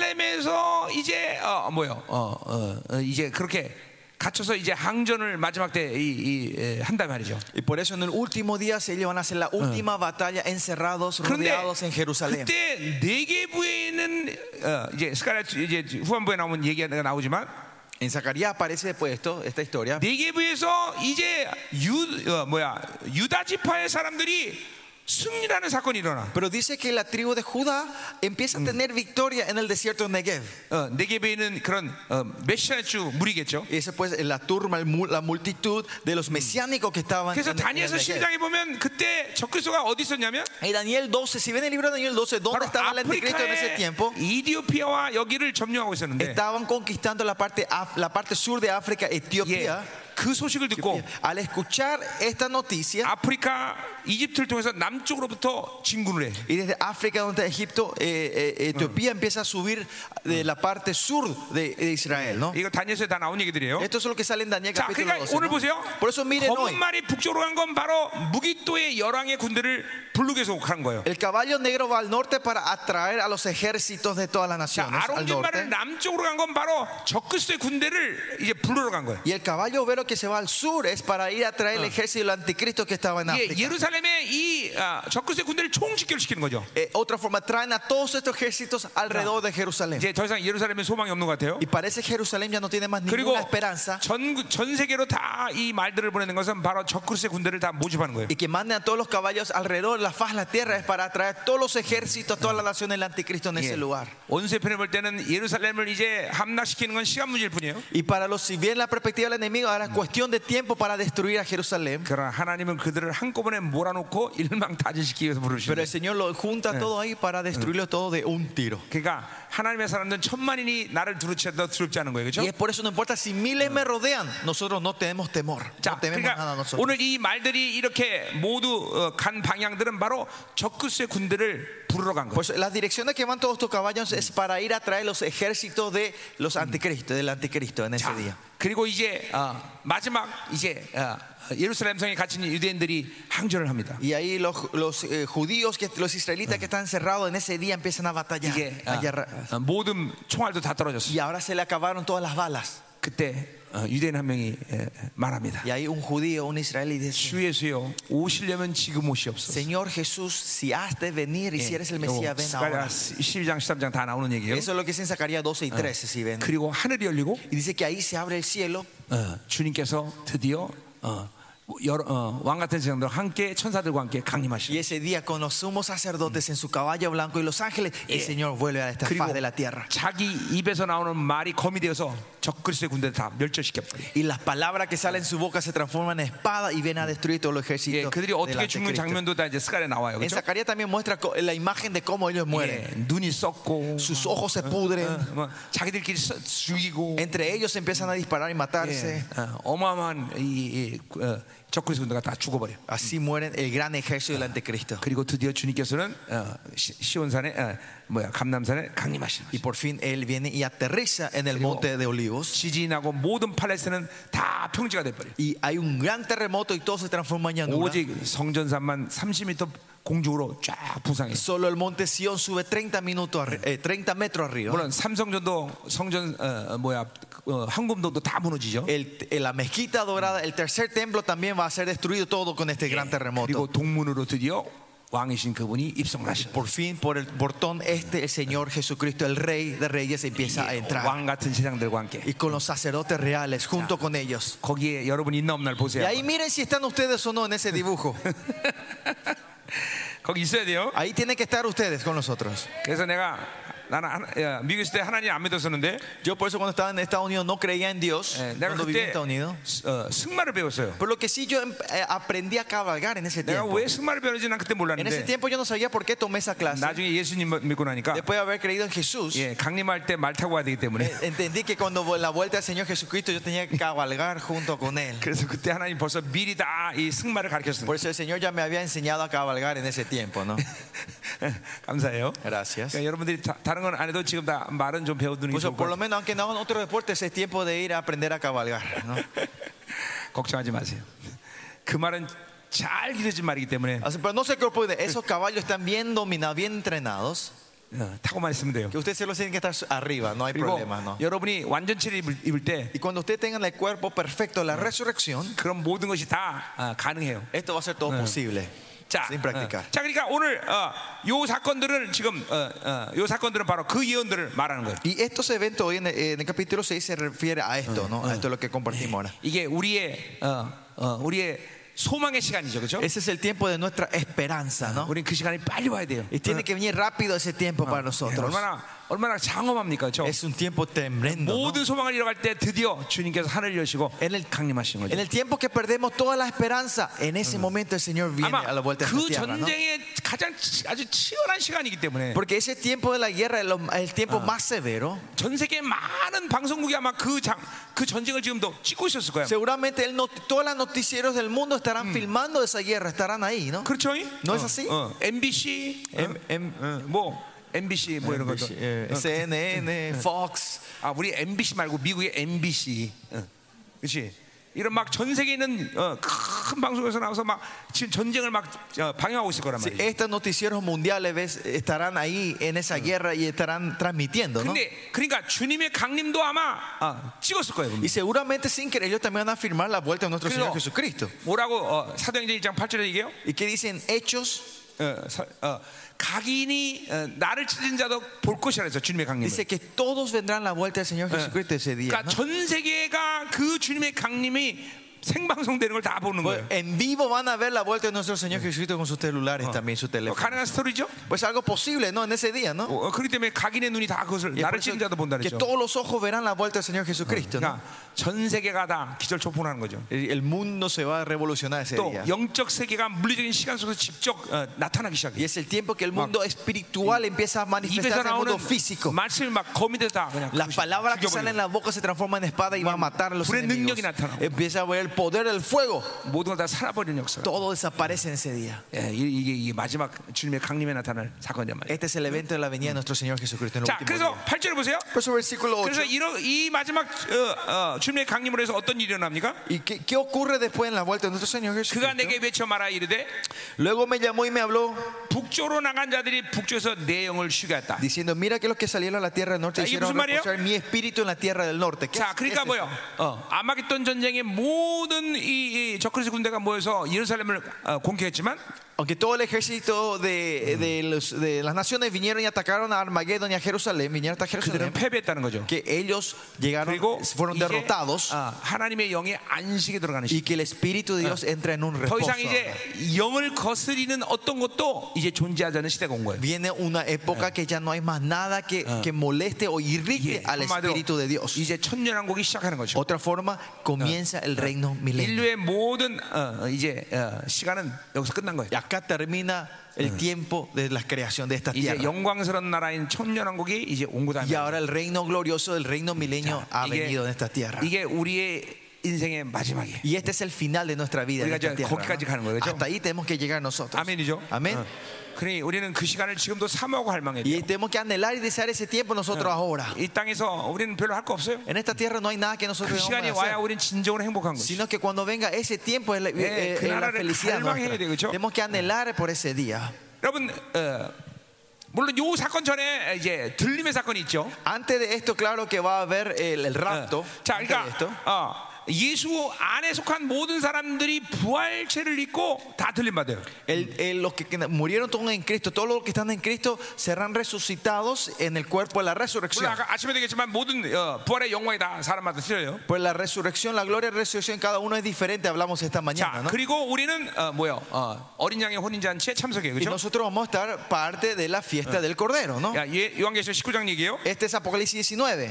[SPEAKER 1] 예루살렘에서 이제 어 뭐요? 어, 어, 어, 이제 그렇게 갇혀서 이제 항전을 마지막 때이 한단 말이죠.
[SPEAKER 2] Y por eso en el último día se- ellos van a hacer la última batalla encerrados,
[SPEAKER 1] 그런데
[SPEAKER 2] rodeados en Jerusalén.
[SPEAKER 1] 그때 네개부에 있는 어, 이제 스카라트 이제 후반부에 나오면 얘기가 나오지만
[SPEAKER 2] En Zacarías aparece después esto, esta historia.
[SPEAKER 1] 네개부에서 이제 유 어, 뭐야 유다 지파의 사람들이 승리라는 사건이 일어나.
[SPEAKER 2] Pero dice que la tribu de Judá empieza a tener victoria en el desierto de Negev.
[SPEAKER 1] 어, 네개부에 있는 그런 어, 메시아주 무리겠죠.
[SPEAKER 2] Y esa pues la turma, el mu- la multitud de los mesiánicos que estaban
[SPEAKER 1] 아,
[SPEAKER 2] en,
[SPEAKER 1] 그래서
[SPEAKER 2] en el
[SPEAKER 1] 다니엘서
[SPEAKER 2] Negev.
[SPEAKER 1] 12장에 보면 그때 적그리스도가 어디 있었냐면
[SPEAKER 2] Y Daniel 12, si ven el libro de Daniel 12,
[SPEAKER 1] 바로
[SPEAKER 2] ¿dónde estaba el anticristo en ese
[SPEAKER 1] 아프리카의
[SPEAKER 2] tiempo?
[SPEAKER 1] 이디오피아와 여기를 점령하고 있었는데
[SPEAKER 2] Estaban conquistando la parte, af- la parte sur de África,
[SPEAKER 1] 예,
[SPEAKER 2] Etiopía.
[SPEAKER 1] 그 소식을 듣고
[SPEAKER 2] Al escuchar esta noticia,
[SPEAKER 1] 아프리카 이집트를 통해서 남쪽으로부터 진군을 해.
[SPEAKER 2] Y desde África, donde Egipto, eh, eh, Etiopía empieza a subir de la parte sur de, de Israel, ¿no?
[SPEAKER 1] 이거 다니엘서에 다 나온 얘기들이에요.
[SPEAKER 2] Esto es lo que sale en Daniel
[SPEAKER 1] 자,
[SPEAKER 2] capítulo
[SPEAKER 1] 그러니까
[SPEAKER 2] 12.
[SPEAKER 1] 오늘
[SPEAKER 2] ¿no?
[SPEAKER 1] 보세요.
[SPEAKER 2] Por eso miren hoy,
[SPEAKER 1] 검은 말이 북쪽으로 간 건 바로 무기또의 열왕의 군대를 블룩에서 간 거예요.
[SPEAKER 2] el caballo negro va al norte para atraer a los ejércitos de todas las
[SPEAKER 1] 자,
[SPEAKER 2] naciones al
[SPEAKER 1] 아롱진 말을
[SPEAKER 2] norte.
[SPEAKER 1] 남쪽으로 간 건 바로 적그리스도의 군대를 이제 블루로 간 거예요.
[SPEAKER 2] Y el caballo obrero que se va al sur es para ir a traer el ejército del anticristo que estaba en
[SPEAKER 1] 예,
[SPEAKER 2] África.
[SPEAKER 1] 예루살렘의 이 아, 적그리스도의 군대를 총집결시키는 거죠.
[SPEAKER 2] Eh, otra forma, traen a todos estos ejércitos alrededor de Jerusalén.
[SPEAKER 1] 이제 더 이상 예루살렘에 네. 소망이 없는 것 같아요.
[SPEAKER 2] Y parece que Jerusalén ya no tiene más
[SPEAKER 1] 그리고
[SPEAKER 2] ninguna esperanza.
[SPEAKER 1] 전, 전 세계로 다 이 말들을 보내는 것은 바로 적그리스의 군대를 다 모집하는 거예요.
[SPEAKER 2] y que manden a todos los caballos alrededor de la faz de la tierra es para atraer todos los ejércitos, todas las naciones del anticristo en ese lugar.
[SPEAKER 1] 원세편에 볼 때는 예루살렘을 이제 함락시키는 건 시간 문제일 뿐이에요.
[SPEAKER 2] Y para los, si bien la perspectiva del enemigo era cuestión de tiempo para destruir a Jerusalén,
[SPEAKER 1] 그러나 하나님은 그들을 한꺼번에 몰아놓고 일망다지시키기 위해서 부르시는
[SPEAKER 2] pero
[SPEAKER 1] 거예요.
[SPEAKER 2] el Señor lo junta todo ahí para destruirlo todo de un tiro.
[SPEAKER 1] 그러니까 하나님의 사람들은 천만인이 나를 두루치도 두렵지 않은 거예요.
[SPEAKER 2] Y
[SPEAKER 1] 그렇죠?
[SPEAKER 2] es por eso no importa si miles me rodean, nosotros no tenemos temor,
[SPEAKER 1] 자,
[SPEAKER 2] no tememos
[SPEAKER 1] 그러니까
[SPEAKER 2] nada nosotros.
[SPEAKER 1] 오늘 이 말들이 이렇게 모두 어, 간 방향들은 바로 적그리스의 군대를 부르러 간 거예요.
[SPEAKER 2] Pues las direcciones que van todos estos caballos es para ir a traer los ejércitos de los anticristos, del anticristo en ese
[SPEAKER 1] 자,
[SPEAKER 2] día.
[SPEAKER 1] 그리고 이제 어, 마지막 이제 어, 예루살렘 성에 갇힌 유대인들이 항전을 합니다.
[SPEAKER 2] Y ahí los, los, eh, judíos, que, los israelitas que están encerrados en ese día empiezan a batallar.
[SPEAKER 1] 이게
[SPEAKER 2] a
[SPEAKER 1] 어,
[SPEAKER 2] guerra.
[SPEAKER 1] 어, 모든 총알도 다 떨어졌어요.
[SPEAKER 2] Y ahora se le acabaron todas las balas.
[SPEAKER 1] 그때 어, 유대인 한 명이 에, 말합니다.
[SPEAKER 2] Y ahí un judío, un israelí dice,
[SPEAKER 1] 주 예수여 오시려면 지금 오시옵소서.
[SPEAKER 2] Señor Jesús, si has de venir
[SPEAKER 1] 예,
[SPEAKER 2] y si
[SPEAKER 1] Eh,
[SPEAKER 2] eres el
[SPEAKER 1] 요거
[SPEAKER 2] Mesías, ven
[SPEAKER 1] 스가랴
[SPEAKER 2] ahora.
[SPEAKER 1] 12장 13장 다 나오는 얘기예요.
[SPEAKER 2] Eso es lo que dice en Zacarías 12 y 13, si ven.
[SPEAKER 1] 그리고 하늘이 열리고
[SPEAKER 2] Y dice que ahí se abre el cielo
[SPEAKER 1] 어, 주님께서 드디어 어, 여러, 어, 왕 같은 세상들 함께 천사들과 함께 강림하시.
[SPEAKER 2] y ese día con los sumos sacerdotes en su caballo blanco y los ángeles, el Señor vuelve a esta
[SPEAKER 1] 그리고
[SPEAKER 2] faz de la tierra.
[SPEAKER 1] 자기 입에서 나오는 말이 검이 되어서 적그리스의 군대를 다 멸절시켰어요.
[SPEAKER 2] Y las palabras que salen de su boca se transforman en espada y ven a destruir todo el
[SPEAKER 1] 예,
[SPEAKER 2] ejército.
[SPEAKER 1] 그들이
[SPEAKER 2] del
[SPEAKER 1] 어떻게 죽는
[SPEAKER 2] anticristo.
[SPEAKER 1] 장면도 다 이제 스가랴 나와요.
[SPEAKER 2] En
[SPEAKER 1] 그렇죠?
[SPEAKER 2] Zacarías también muestra co- la imagen de cómo ellos
[SPEAKER 1] 예,
[SPEAKER 2] mueren.
[SPEAKER 1] 눈이 썩고
[SPEAKER 2] Sus ojos se pudren.
[SPEAKER 1] 어, 뭐, 자기들끼리 썩- 죽이고
[SPEAKER 2] Entre ellos empiezan a disparar y
[SPEAKER 1] 예,
[SPEAKER 2] matarse.
[SPEAKER 1] 어, 어마어마한 이, 이, 어, 적그리스 군대가 다 죽어버려.
[SPEAKER 2] Así mueren el gran ejército del anticristo.
[SPEAKER 1] 그리고 드디어 주님께서는 어, 시- 시온산에 어, 뭐야 감남산에 강림하시는
[SPEAKER 2] Y
[SPEAKER 1] 거죠.
[SPEAKER 2] por fin él viene y aterriza en el monte de olivos.
[SPEAKER 1] 지진하고 모든 팔레스는 다 평지가 돼버려.
[SPEAKER 2] Y hay un gran terremoto y todo se transforma en llanura.
[SPEAKER 1] 오직 성전산만 30m 공중으로 쫙 부상해.
[SPEAKER 2] Solo el monte Sión sube 30, minutos arri- eh, 30 metros arriba.
[SPEAKER 1] 물론 삼성전도 성전 어, 어, 뭐야 어, 황금동도 다 무너지죠.
[SPEAKER 2] El- eh, la mezquita dorada, el tercer templo también va a ser destruido todo con este gran terremoto.
[SPEAKER 1] 그리고 동문으로 드디어 왕이신 그분이 입성을 하시는.
[SPEAKER 2] Por fin, por el portón este, el Señor Jesucristo, el Rey de Reyes, empieza a entrar.
[SPEAKER 1] 왕 같은 세상들과 함께
[SPEAKER 2] Y con los sacerdotes reales, junto con ellos.
[SPEAKER 1] 거기에 여러분 있나 없나를
[SPEAKER 2] Y
[SPEAKER 1] 보세요.
[SPEAKER 2] ahí miren si están ustedes o no en ese dibujo.
[SPEAKER 1] 거기 있어야 돼요.
[SPEAKER 2] 아. Ahí tienen que estar ustedes con nosotros.
[SPEAKER 1] 그래서 내가 나는 하나- 야, 미국 있을 때 하나님 안 믿었었는데
[SPEAKER 2] Yo por eso cuando estaba en Estados Unidos no creía en Dios.
[SPEAKER 1] 예, 내가
[SPEAKER 2] Cuando
[SPEAKER 1] 그때
[SPEAKER 2] vivía en Estados Unidos.
[SPEAKER 1] 스- 어, 승마를 배웠어요.
[SPEAKER 2] Por lo que sí yo em- eh, aprendí a cabalgar en ese
[SPEAKER 1] 내가
[SPEAKER 2] tiempo.
[SPEAKER 1] 왜 승마를 배웠는지 난 그때
[SPEAKER 2] En ese
[SPEAKER 1] 몰랐는데
[SPEAKER 2] tiempo yo no sabía por qué tomé esa clase.
[SPEAKER 1] 나중에 예수님 뭐 믿고 나니까
[SPEAKER 2] Después de haber creído en Jesús,
[SPEAKER 1] 예, 강림할 때 말 타고 와야 되기 때문에
[SPEAKER 2] eh, entendí que cuando vo- la vuelta al Señor Jesucristo yo tenía que cabalgar junto con Él.
[SPEAKER 1] 그래서 그때 하나님 벌써 미리 다 이 승마를
[SPEAKER 2] Por
[SPEAKER 1] 가르쳤습니다.
[SPEAKER 2] eso el Señor ya me había enseñado a cabalgar en ese tiempo, ¿no?
[SPEAKER 1] 예, 감사해요.
[SPEAKER 2] Gracias.
[SPEAKER 1] 그러니까 여러분들이 다, 다른 건 안 해도 지금 다 말은 좀 배워두는 게
[SPEAKER 2] Por eso,
[SPEAKER 1] 좋을
[SPEAKER 2] por
[SPEAKER 1] 것
[SPEAKER 2] lo
[SPEAKER 1] 같아요.
[SPEAKER 2] menos, aunque no hagan otros deportes, es tiempo de ir a aprender a cabalgar, ¿no?
[SPEAKER 1] 걱정하지 마세요. 그 말은 잘 기르진 말이기 때문에
[SPEAKER 2] Así, Pero no se preocupen, esos caballos están bien dominados, bien entrenados,
[SPEAKER 1] 어, 타고만 있으면 돼요.
[SPEAKER 2] que ustedes se los tienen que estar arriba, no hay
[SPEAKER 1] 그리고
[SPEAKER 2] problema, ¿no?
[SPEAKER 1] 여러분이 완전체를 입을, 입을 때
[SPEAKER 2] Y cuando ustedes tengan el cuerpo perfecto, la resurrección,
[SPEAKER 1] 그런 모든 것이 다 아, 가능해요.
[SPEAKER 2] esto va a ser todo posible,
[SPEAKER 1] 자,
[SPEAKER 2] sin
[SPEAKER 1] 어,
[SPEAKER 2] practicar.
[SPEAKER 1] 자, 그러니까 오늘 어, 요 사건들을 지금 어, 어, 요 사건들은 바로 그 예언들을 말하는 거예요.
[SPEAKER 2] Y estos eventos hoy en el, en el capítulo 6 se refiere a esto, ¿no? A esto es lo que compartimos ahora.
[SPEAKER 1] 이게 우리의 어, 어, 우리의 소망의 시간이죠, 그렇죠?
[SPEAKER 2] Ese es el tiempo de nuestra esperanza, ¿no?
[SPEAKER 1] 우리는 그 시간이 빨리 와야 돼요.
[SPEAKER 2] Y tiene que venir rápido ese tiempo para
[SPEAKER 1] 예,
[SPEAKER 2] nosotros.
[SPEAKER 1] 얼마나 얼마나 장엄합니까, 그렇죠?
[SPEAKER 2] Es un tiempo tremendo. ¿no?
[SPEAKER 1] 모든 소망을 잃어갈 때 드디어 주님께서 하늘을 여시고
[SPEAKER 2] En el-
[SPEAKER 1] 강림하신 거죠.
[SPEAKER 2] En el tiempo que perdemos toda la esperanza, en ese momento el Señor viene
[SPEAKER 1] 아마
[SPEAKER 2] a la vuelta de la
[SPEAKER 1] 그
[SPEAKER 2] tierra, ¿no?
[SPEAKER 1] 전쟁의 가장 치- 아주 치열한 시간이기 때문에
[SPEAKER 2] Porque ese tiempo de la guerra es lo- el tiempo más severo.
[SPEAKER 1] 전 세계 많은 방송국이 아마 그, 장, 그 전쟁을 지금도 찍고 있었을 거예요.
[SPEAKER 2] Seguramente el not- todos los noticieros del mundo estarán filmando esa guerra, estarán ahí, ¿no?
[SPEAKER 1] 그렇죠?
[SPEAKER 2] No es así.
[SPEAKER 1] 어, MBC,
[SPEAKER 2] M- M-
[SPEAKER 1] 어, 뭐 MBC 뭐 이런 것도.
[SPEAKER 2] Eh, CNN, Fox.
[SPEAKER 1] 아 우리 MBC 말고 미국의 MBC, 어, 그렇지? 이런 막 전 세계 있는 어, 큰 방송에서 나와서 막 지금 전쟁을 막 어, 방영하고 있을 거란 말이에요.
[SPEAKER 2] Estos noticieros mundiales ves, estarán ahí en esa guerra y estarán transmitiendo, ¿no?
[SPEAKER 1] 근데 그러니까 주님의 강림도 아마 아, 찍었을 거예요. 분명히.
[SPEAKER 2] Y seguramente sin querer ellos también van a firmar la vuelta de nuestro
[SPEAKER 1] Creo.
[SPEAKER 2] Señor Jesucristo.
[SPEAKER 1] 뭐라고 어, 사도행전 1장 8절에 얘기해요?
[SPEAKER 2] ¿Y qué dicen Hechos?
[SPEAKER 1] 어, 사- 어, 각인이 어, 나를 찢은 자도 볼 것이라 해서 주님의 강림을.
[SPEAKER 2] Dice que todos vendrán la vuelta del Señor Jesucristo ese día.
[SPEAKER 1] 그러니까
[SPEAKER 2] ¿no?
[SPEAKER 1] 전 세계가 그 주님의 강림이 생방송되는 걸 다 보는 거예요.
[SPEAKER 2] En vivo van a ver la vuelta de nuestro Señor Jesucristo con sus celulares también, su
[SPEAKER 1] 어,
[SPEAKER 2] teléfono.
[SPEAKER 1] 가능한 스토리죠?
[SPEAKER 2] Pues algo posible, ¿no? En ese día, ¿no?
[SPEAKER 1] 어, 그렇기 때문에 각인의 눈이 다 그것을
[SPEAKER 2] Y es por
[SPEAKER 1] 나를
[SPEAKER 2] eso Ah,
[SPEAKER 1] 찢은 자도 본다
[SPEAKER 2] que
[SPEAKER 1] 그랬죠.
[SPEAKER 2] todos los ojos verán la vuelta del Señor Jesucristo.
[SPEAKER 1] 그러니까
[SPEAKER 2] ¿no?
[SPEAKER 1] 전 세계가 다 기절 초풍하는 거죠.
[SPEAKER 2] El el mundo se va a revolucionar ese
[SPEAKER 1] 또
[SPEAKER 2] día.
[SPEAKER 1] 영적 세계가 물리적인 시간 속에서 직접 어, 나타나기
[SPEAKER 2] Y
[SPEAKER 1] 시작해요.
[SPEAKER 2] es el tiempo que el mundo espiritual empieza
[SPEAKER 1] 입에서
[SPEAKER 2] a manifestarse en el
[SPEAKER 1] 나오는
[SPEAKER 2] mundo físico.
[SPEAKER 1] 말씀이 막 검이 되다 그냥
[SPEAKER 2] Las palabras que salen
[SPEAKER 1] 죽여버리고
[SPEAKER 2] en la boca se transforman en espada y va a matar a los
[SPEAKER 1] 불의
[SPEAKER 2] enemigos.
[SPEAKER 1] 능력이 나타나고.
[SPEAKER 2] Empieza a ver el poder del fuego.
[SPEAKER 1] 모든 걸다 살아버리는 역사.
[SPEAKER 2] Todo desaparece en ese día.
[SPEAKER 1] 예, 이- 이게, 이게 마지막 주님의 강림에 나타날 사건이란 말이에요.
[SPEAKER 2] Este es el evento de la venida de nuestro Señor Jesucristo en el
[SPEAKER 1] 자,
[SPEAKER 2] último
[SPEAKER 1] 예, 그래서
[SPEAKER 2] día.
[SPEAKER 1] 8절 보세요.
[SPEAKER 2] Por eso versículo 8.
[SPEAKER 1] 그래서 이러, 이 마지막 어, 어, 주님의 강림으로 해서 어떤 일이 일어납니까?
[SPEAKER 2] ¿Y qué, qué ocurre después en la vuelta de nuestro Señor Jesucristo?
[SPEAKER 1] 그가 내게 외쳐 말하 이르되
[SPEAKER 2] Luego me llamó y me habló
[SPEAKER 1] 북쪽으로 나간 자들이 북쪽에서 내 영을 쉬게 했다.
[SPEAKER 2] diciendo, mira que los que salieron a la tierra del norte
[SPEAKER 1] 자, 이게
[SPEAKER 2] hicieron
[SPEAKER 1] 무슨 말이에요?
[SPEAKER 2] reposar mi espíritu en la tierra del norte. ¿Qué
[SPEAKER 1] 자,
[SPEAKER 2] es- este qué es
[SPEAKER 1] 그러니까
[SPEAKER 2] esto?
[SPEAKER 1] 뭐요? 어, 아마겟돈 전쟁의 모든 이, 이 적그리스 군대가 모여서 예루살렘을 어, 공격했지만
[SPEAKER 2] Aunque todo el ejército de, de los- de las naciones vinieron y atacaron a Armagedón y a Jerusalén, vinieron hasta
[SPEAKER 1] 그들은
[SPEAKER 2] Jerusalén,
[SPEAKER 1] 패배했다는 거죠.
[SPEAKER 2] que ellos llegaron,
[SPEAKER 1] 그리고
[SPEAKER 2] fueron
[SPEAKER 1] 이제,
[SPEAKER 2] derrotados.
[SPEAKER 1] 어, 하나님의 영이 안식에 들어가는
[SPEAKER 2] y
[SPEAKER 1] 시.
[SPEAKER 2] que el Espíritu de Dios entra en un
[SPEAKER 1] 더
[SPEAKER 2] reposo.
[SPEAKER 1] 이상 이제 영을 거스리는 어떤 것도 이제 존재하지 않는 시대가 온 거예요.
[SPEAKER 2] Viene una época que ya no hay más nada que, que moleste o irrite al
[SPEAKER 1] 예, 한마디로
[SPEAKER 2] Espíritu de Dios.
[SPEAKER 1] 이제 천년왕국이 시작하는 거죠.
[SPEAKER 2] Otra forma, comienza el reino milenio.
[SPEAKER 1] 인류의 모든 어, 어, 이제 어, 시간은 여기서 끝난 거예요.
[SPEAKER 2] Y acá termina el tiempo de la creación de esta
[SPEAKER 1] 이제
[SPEAKER 2] tierra.
[SPEAKER 1] 영광스러운 나라인 천년왕국이 이제 온 거다.
[SPEAKER 2] Y ahora el reino glorioso del reino milenio ha venido en esta tierra.
[SPEAKER 1] 이게 우리의 인생의 마지막이에요.
[SPEAKER 2] Y este es el final de nuestra vida. en
[SPEAKER 1] 우리가
[SPEAKER 2] esta
[SPEAKER 1] 이제
[SPEAKER 2] tierra,
[SPEAKER 1] 거기까지 가는 거예요,
[SPEAKER 2] ¿no?
[SPEAKER 1] 그렇죠?
[SPEAKER 2] Hasta ahí tenemos que llegar nosotros.
[SPEAKER 1] 아멘이죠.
[SPEAKER 2] Amén.
[SPEAKER 1] 어. 그러니 우리는 그 시간을 지금도 사모하고 할망해야 돼요.
[SPEAKER 2] Y tenemos que anhelar y desear ese tiempo
[SPEAKER 1] Ah.
[SPEAKER 2] nosotros ahora.
[SPEAKER 1] 이 땅에서 우리는 별로 할 거 없어요.
[SPEAKER 2] En esta tierra no hay nada que
[SPEAKER 1] 그
[SPEAKER 2] nosotros
[SPEAKER 1] 시간이
[SPEAKER 2] debamos hacer.
[SPEAKER 1] 와야 우리는 진정으로 행복한 거죠.
[SPEAKER 2] sino que cuando venga ese tiempo es la,
[SPEAKER 1] Eh,
[SPEAKER 2] es
[SPEAKER 1] que
[SPEAKER 2] la
[SPEAKER 1] narar-
[SPEAKER 2] felicidad
[SPEAKER 1] calma,
[SPEAKER 2] nuestra.
[SPEAKER 1] gente, ¿cachó?
[SPEAKER 2] tenemos que anhelar por ese día
[SPEAKER 1] 여러분, 어, 물론 요 사건 전에 이제 들림의 사건이 있죠.
[SPEAKER 2] antes de esto claro que va a haber el, el
[SPEAKER 1] 어,
[SPEAKER 2] rapto
[SPEAKER 1] 자,
[SPEAKER 2] antes de
[SPEAKER 1] 그러니까
[SPEAKER 2] esto.
[SPEAKER 1] 어, 예수 안에 속한 모든 사람들이 부활체를 입고 다 들림받아요.
[SPEAKER 2] El- el- los que que murieron todos en Cristo, todos los que están en Cristo serán resucitados en el cuerpo de la
[SPEAKER 1] 물론
[SPEAKER 2] resurrección.
[SPEAKER 1] 아까 아침에 되겠지만 모든 어, 부활의 영광이 다 사람마다 틀려요.
[SPEAKER 2] Pues la resurrección, la gloria de la resurrección, cada uno es diferente, hablamos esta
[SPEAKER 1] 자,
[SPEAKER 2] mañana, ¿no?
[SPEAKER 1] 그리고 우리는 어, 뭐요? 어, 어린 양의 혼인잔치에 참석해요.
[SPEAKER 2] Y
[SPEAKER 1] 그렇죠?
[SPEAKER 2] nosotros vamos a estar parte de la fiesta del Cordero, ¿no?
[SPEAKER 1] 야, 예, 요한계시록 19장 얘기예요.
[SPEAKER 2] Este es Apocalipsis 19.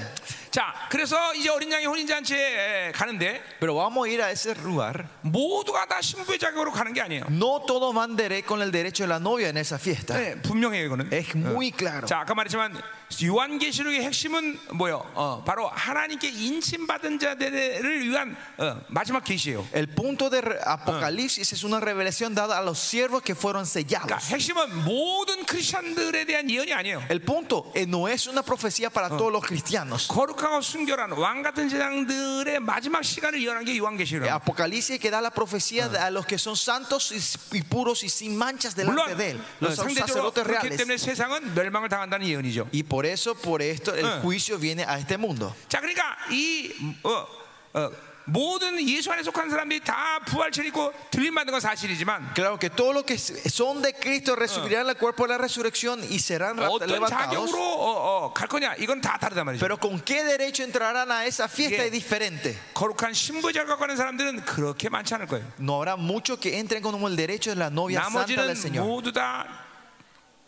[SPEAKER 1] 자, 그래서 이제 어린 양의 혼인잔치에 가는데
[SPEAKER 2] Pero vamos a ir a ese lugar.
[SPEAKER 1] 모두가 다 신부의 자격으로 가는 게 아니에요.
[SPEAKER 2] No todos van dere- con el derecho de la novia en esa fiesta.
[SPEAKER 1] 네, 분명해요, 이거는.
[SPEAKER 2] Es muy claro.
[SPEAKER 1] 자, 아까 말했지만 요한계시록의 핵심은 뭐요? 어, 바로 하나님께 인침받은 자들을 위한 어, 마지막 계시예요.
[SPEAKER 2] El punto de re- Apocalipsis es una revelación dada a los siervos que fueron
[SPEAKER 1] 그러니까
[SPEAKER 2] sellados.
[SPEAKER 1] 핵심은 모든 크리스천들에 대한 예언이 아니에요.
[SPEAKER 2] El punto eh, no es una profecía para todos los cristianos.
[SPEAKER 1] 거룩하고 순결한 왕 같은 제장들의 마지막 시간을 예언한 게
[SPEAKER 2] Eh,
[SPEAKER 1] 요한계시록이에요.
[SPEAKER 2] Apocalipsis que da la profecía de- a los que son santos y, s- y puros y sin manchas delante
[SPEAKER 1] 물론
[SPEAKER 2] de él,
[SPEAKER 1] 어,
[SPEAKER 2] los
[SPEAKER 1] 상대적으로
[SPEAKER 2] sacerdotes
[SPEAKER 1] 그렇기
[SPEAKER 2] reales.
[SPEAKER 1] 때문에 세상은 멸망을 당한다는 예언이죠.
[SPEAKER 2] Y por eso, por esto, el
[SPEAKER 1] Ah.
[SPEAKER 2] juicio viene a este mundo.
[SPEAKER 1] 자, 그러니까 이 어, 어, 모든 예수 안에 속한 사람들이 다 부활체를 입고 들림받는 건 사실이지만
[SPEAKER 2] Claro que todos los que s- son de Cristo recibirán el cuerpo de la resurrección y serán ra-
[SPEAKER 1] 어떤
[SPEAKER 2] levantados.
[SPEAKER 1] 자격으로 어, 어, 갈 거냐 이건 다 다르단 말이죠.
[SPEAKER 2] Pero con qué derecho entrarán a esa
[SPEAKER 1] Yeah.
[SPEAKER 2] fiesta es diferente.
[SPEAKER 1] 거룩한 신부자를 갖고 가는 사람들은 그렇게 많지 않을 거예요.
[SPEAKER 2] No habrá muchos que entren como el derecho de la novia santa
[SPEAKER 1] 나머지는
[SPEAKER 2] del Señor.
[SPEAKER 1] 모두 다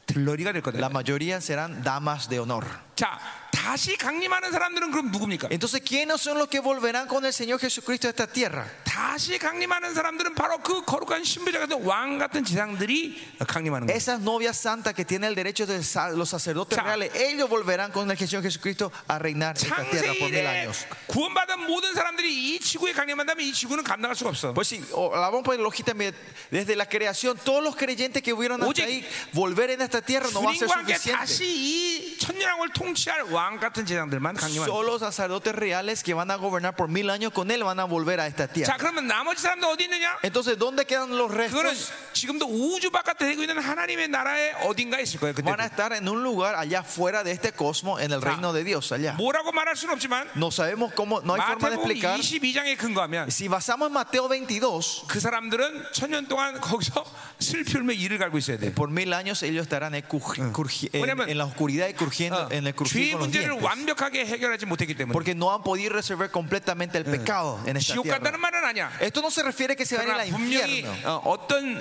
[SPEAKER 1] 들러리가 될
[SPEAKER 2] La
[SPEAKER 1] 거다.
[SPEAKER 2] mayoría serán damas de honor.
[SPEAKER 1] 자, 다시 강림하는 사람들은 그럼 누굽니까?
[SPEAKER 2] Entonces, ¿quiénes son los que volverán con el Señor Jesucristo a esta tierra?
[SPEAKER 1] 다시 강림하는 사람들은 바로 그 거룩한 신부자 같은 왕 같은 지상들이 강림하는 거예요.
[SPEAKER 2] Esas novias santas que tienen el derecho de sa- los sacerdotes
[SPEAKER 1] Cha.
[SPEAKER 2] reales, ellos volverán con el Señor Jesucristo a
[SPEAKER 1] 그러니까
[SPEAKER 2] reinar esta tierra por mil
[SPEAKER 1] 창세일에
[SPEAKER 2] años.
[SPEAKER 1] 구원받은 모든 사람들이 이 지구에 강림한다면 이 지구는 감당할 수가 없어.
[SPEAKER 2] Pues sí, o- hablamos pues lógicamente desde la creación, todos los creyentes que hubieron hasta
[SPEAKER 1] Oye.
[SPEAKER 2] ahí, volver en esta tierra no va a ser
[SPEAKER 1] 주님과 함께
[SPEAKER 2] suficiente.
[SPEAKER 1] 다시 이 천년왕을 통치할 왕 같은 제장들만 강림한다.
[SPEAKER 2] Solo los sacerdotes reales que van a gobernar por mil años con él van a volver a esta
[SPEAKER 1] 자,
[SPEAKER 2] tierra.
[SPEAKER 1] 그러면 나머지 사람들 어디 있느냐?
[SPEAKER 2] Entonces, ¿dónde quedan los
[SPEAKER 1] 그거는
[SPEAKER 2] restos?
[SPEAKER 1] 지금도 우주 바깥에 되고 있는 하나님의 나라에 어딘가 있을 거예요. 그때
[SPEAKER 2] Van a estar en un lugar allá fuera de este cosmos, en el reino de Dios, allá.
[SPEAKER 1] 뭐라고 말할 수는 없지만
[SPEAKER 2] No sabemos cómo, no hay forma de
[SPEAKER 1] 마태복음
[SPEAKER 2] explicar.
[SPEAKER 1] 22장에 근거하면
[SPEAKER 2] Si basamos en Mateo 22,
[SPEAKER 1] 그 사람들은 천년 동안 거기서 슬피 울며 이를 갈고 있어야 돼.
[SPEAKER 2] por mil años ellos estarán en, cur- curgi- en-
[SPEAKER 1] Bueno,
[SPEAKER 2] en la oscuridad y
[SPEAKER 1] 어,
[SPEAKER 2] crujiendo en el
[SPEAKER 1] 죄의
[SPEAKER 2] crujir con los
[SPEAKER 1] 문제를
[SPEAKER 2] dientes.
[SPEAKER 1] 완벽하게 해결하지 못했기 때문에
[SPEAKER 2] Porque no han podido resolver completamente el pecado en esta
[SPEAKER 1] 지옥
[SPEAKER 2] tierra.
[SPEAKER 1] 간다는 말은 아니야.
[SPEAKER 2] Esto no se refiere que se van
[SPEAKER 1] 그러나
[SPEAKER 2] al
[SPEAKER 1] 분명히
[SPEAKER 2] infierno.
[SPEAKER 1] 어, 떤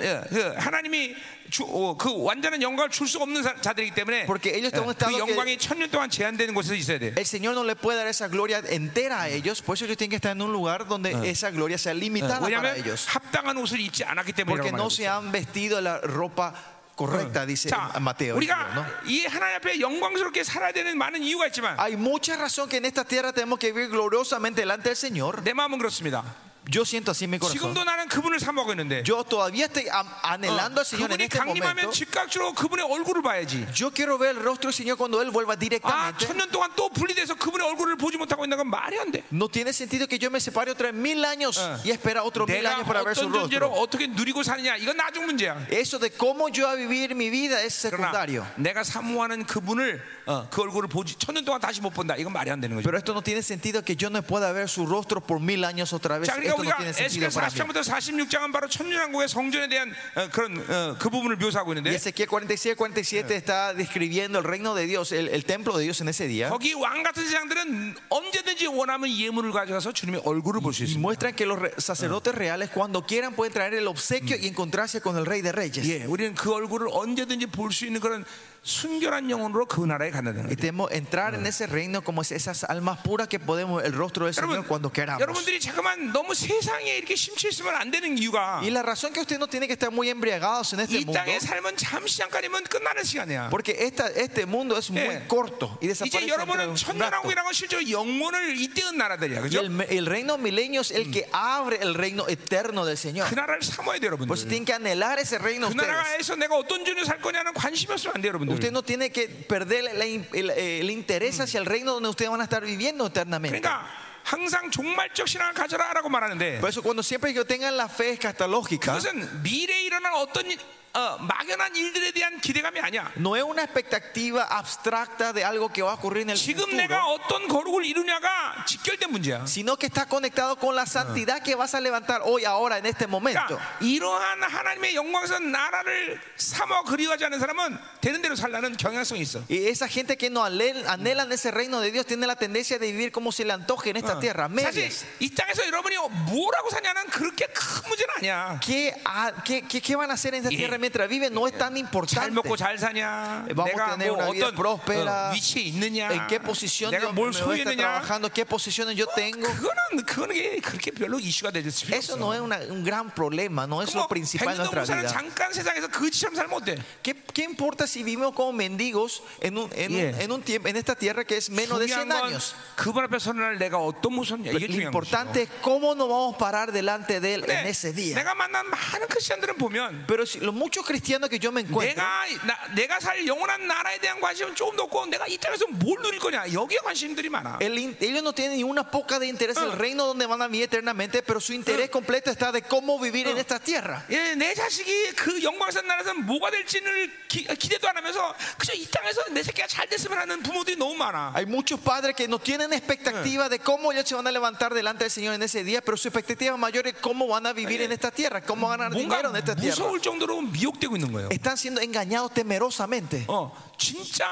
[SPEAKER 1] 하나님이 주- 어, 그 완전한 영광을 줄 수 없는 사- 자들이기 때문에
[SPEAKER 2] Porque ellos están en un
[SPEAKER 1] 어, 그
[SPEAKER 2] estado que-
[SPEAKER 1] 영광이 천년 동안 제한되는 곳에서 있어야 돼.
[SPEAKER 2] El Señor no le puede dar esa gloria entera a ellos, por eso ellos tienen que estar en un lugar donde esa gloria sea limitada para
[SPEAKER 1] 왜냐하면
[SPEAKER 2] ellos.
[SPEAKER 1] 합당한 옷을 입지 않았기 때문이라고
[SPEAKER 2] Porque
[SPEAKER 1] 말하고
[SPEAKER 2] no
[SPEAKER 1] 있어요.
[SPEAKER 2] se han vestido la ropa correcta, dice
[SPEAKER 1] 자,
[SPEAKER 2] Mateo.
[SPEAKER 1] 우리가
[SPEAKER 2] ¿no?
[SPEAKER 1] 아, 이 하나님 앞에 영광스럽게 살아야 되는 많은 이유가 있지만
[SPEAKER 2] Hay mucha razón que en esta tierra tenemos que vivir gloriosamente delante del Señor.
[SPEAKER 1] 내 마음은 그렇습니다.
[SPEAKER 2] Yo siento así en mi corazón.
[SPEAKER 1] 지금도 나는 그분을 사모하고 있는데 어,
[SPEAKER 2] Yo todavía estoy am-
[SPEAKER 1] Ah.
[SPEAKER 2] anhelando al Señor en
[SPEAKER 1] 그분이
[SPEAKER 2] este
[SPEAKER 1] 강림하면
[SPEAKER 2] momento.
[SPEAKER 1] 즉각적으로 그분의 얼굴을 봐야지.
[SPEAKER 2] Yo quiero ver el rostro del Señor cuando Él vuelva
[SPEAKER 1] 아,
[SPEAKER 2] directamente.
[SPEAKER 1] 천년 동안 또 분리돼서 그분의 얼굴을 보지 못하고 있는 건 말이 안 돼.
[SPEAKER 2] No tiene sentido que yo me separe otros mil años y espera otros mil
[SPEAKER 1] 내가
[SPEAKER 2] años para ver su
[SPEAKER 1] 어떤 존재로
[SPEAKER 2] rostro.
[SPEAKER 1] 어떻게 누리고 사느냐 이건 나중 문제야.
[SPEAKER 2] Eso de cómo yo voy a vivir mi vida es
[SPEAKER 1] 그러나
[SPEAKER 2] secundario.
[SPEAKER 1] 내가 사모하는 그분을 어, 그 얼굴을 보지 천년 동안 다시 못 본다. 이건 말이 안 되는 거죠.
[SPEAKER 2] Pero esto no tiene sentido que yo no pueda ver su rostro por mil años otra vez.
[SPEAKER 1] 자, 그러니까
[SPEAKER 2] Esto no
[SPEAKER 1] 우리가
[SPEAKER 2] tiene
[SPEAKER 1] 에스겔
[SPEAKER 2] sentido para mí.
[SPEAKER 1] 40장부터 46장은 바로 천년왕국의 성전에 대한 어, 그런 어, 그 부분을 묘사하고
[SPEAKER 2] Y
[SPEAKER 1] 있는데
[SPEAKER 2] Ezequiel 47, 47 está describiendo el reino de Dios, el, el templo de Dios en ese día.
[SPEAKER 1] 거기 왕 같은 세상들은 언제든지 원하면 예물을 가져가서 주님의 얼굴을 볼 수
[SPEAKER 2] Y
[SPEAKER 1] 있습니다.
[SPEAKER 2] muestran que los re- sacerdotes reales, cuando quieran, pueden traer el obsequio y encontrarse con el rey de reyes.
[SPEAKER 1] 예, 우리는 그 얼굴을 언제든지 볼 수 있는 그런 순결한 영혼으로 그 나라에 간다는 거예요.
[SPEAKER 2] Y tenemos entrar en ese reino como es esas almas puras que podemos ver el rostro del Señor cuando queramos.
[SPEAKER 1] 여러분들이 잠깐만 너무 세상에 이렇게 심취 있으면 안 되는 이유가
[SPEAKER 2] Y la razón que usted no tiene que estar muy embriagados en este
[SPEAKER 1] 이
[SPEAKER 2] mundo,
[SPEAKER 1] 땅의 삶은 잠시 잠깐이면 끝나는 시간이야.
[SPEAKER 2] porque esta, este mundo es muy
[SPEAKER 1] Yeah.
[SPEAKER 2] corto y
[SPEAKER 1] 이제
[SPEAKER 2] desaparece. entre
[SPEAKER 1] 여러분은
[SPEAKER 2] un rato.
[SPEAKER 1] 천년왕국이라는 건 실제로 영혼을 이때은 나라들이야,
[SPEAKER 2] Y
[SPEAKER 1] 그죠?
[SPEAKER 2] el, me- el reino milenio es el que abre el reino eterno del Señor.
[SPEAKER 1] 그 나라를 삼아야 돼요,
[SPEAKER 2] Por eso
[SPEAKER 1] 여러분들.
[SPEAKER 2] tienen que anhelar ese reino
[SPEAKER 1] 그
[SPEAKER 2] ustedes.
[SPEAKER 1] 나라에서 내가 어떤 존재로 살 거냐는 관심이 없으면 안 돼요,
[SPEAKER 2] Usted
[SPEAKER 1] 여러분들.
[SPEAKER 2] no tiene que perder la in- el, el interés hacia el reino donde ustedes van a estar viviendo eternamente.
[SPEAKER 1] 그러니까 항상 종말적 신앙을 가져라라고 말하는데
[SPEAKER 2] Por eso cuando siempre que tengan la fe escatológica,
[SPEAKER 1] 그것은 미래에 일어날 어떤 일- 어, 막연한 일들에 대한 기대감이 아니야.
[SPEAKER 2] No es una expectativa abstracta de algo que va a ocurrir en el
[SPEAKER 1] 지금 내가
[SPEAKER 2] futuro,
[SPEAKER 1] 어떤 거룩을 이루냐가 직결된 문제야.
[SPEAKER 2] sino que está conectado con la santidad que vas a levantar hoy, ahora, en este momento.
[SPEAKER 1] 그러니까 이러한 하나님의 영광선 나라를 삼아 그리워하지 않는 사람은 되는 대로 살라는 경향성이 있어.
[SPEAKER 2] Y esa gente que no anhel- anhelan ese reino de Dios tiene la tendencia de vivir como se le antoje en esta tierra.
[SPEAKER 1] 사실
[SPEAKER 2] medias.
[SPEAKER 1] 이 땅에서 여러분이 뭐라고 사냐는 그렇게 큰 문제는 아니야.
[SPEAKER 2] ¿Qué, ha- qué, qué- qué van a hacer en esta
[SPEAKER 1] Yeah.
[SPEAKER 2] tierra mientras viven? No es tan
[SPEAKER 1] 잘
[SPEAKER 2] importante.
[SPEAKER 1] 먹고 잘 사냐,
[SPEAKER 2] Eh, vamos
[SPEAKER 1] 내가
[SPEAKER 2] a tener
[SPEAKER 1] 뭐
[SPEAKER 2] una vida
[SPEAKER 1] 어떤
[SPEAKER 2] próspera.
[SPEAKER 1] 어, 위치에 있느냐,
[SPEAKER 2] ¿En qué posición
[SPEAKER 1] 내가
[SPEAKER 2] Dios
[SPEAKER 1] 뭘
[SPEAKER 2] me voy a
[SPEAKER 1] 소유했느냐,
[SPEAKER 2] estar trabajando? ¿Qué posiciones yo tengo?
[SPEAKER 1] 그거는 그거는 게 그렇게 별로 이슈가 되질 필요
[SPEAKER 2] Eso no
[SPEAKER 1] 없어. 뭐
[SPEAKER 2] es una- un gran problema, no es lo principal en
[SPEAKER 1] 백년
[SPEAKER 2] nuestra
[SPEAKER 1] 동안 사는
[SPEAKER 2] vida.
[SPEAKER 1] 잠깐 세상에서 그지처럼 살면 어때?
[SPEAKER 2] ¿Qué, qué importa si vivimos como mendigos en, un, en, un-
[SPEAKER 1] Yeah.
[SPEAKER 2] en un tiempo, en esta tierra que es menos de
[SPEAKER 1] 중요한
[SPEAKER 2] 100
[SPEAKER 1] 건
[SPEAKER 2] años?
[SPEAKER 1] 그분 앞에 선언할 내가 어떤 모습이냐 이게
[SPEAKER 2] Lo
[SPEAKER 1] 중요한 거죠.
[SPEAKER 2] importante es cómo nos vamos a parar delante de Él en
[SPEAKER 1] 근데
[SPEAKER 2] ese día.
[SPEAKER 1] 내가 만난 많은 크리스천들은 보면
[SPEAKER 2] Pero si, los muchos cristianos que yo me encuentro,
[SPEAKER 1] 내가 나- 내가 살 영원한 나라에 대한 관심은 조금 높고 내가 이 땅에서 뭘 누릴 거냐 여기에 관심들이 많아.
[SPEAKER 2] el in- ellos no tienen ni una poca de interés en el
[SPEAKER 1] Ah.
[SPEAKER 2] reino donde van a vivir eternamente, pero su interés completo está de cómo vivir en esta tierra.
[SPEAKER 1] 예, 내 자식이 그 영광스러운 나라에서 뭐가 될지를 기, 기대도 안 하면서 그저 이 땅에서 내 새끼가 잘 됐으면 하는 부모들이 너무 많아.
[SPEAKER 2] Hay muchos padres que no tienen expectativa de cómo ellos se van a levantar delante del Señor en ese día, pero su expectativa mayor es cómo van a vivir en esta tierra, cómo van a ganar dinero en
[SPEAKER 1] 뭔가
[SPEAKER 2] esta tierra.
[SPEAKER 1] 무서울 정도로 미혹되고 있는 거예요.
[SPEAKER 2] Están siendo engañados temerosamente.
[SPEAKER 1] 어, 진짜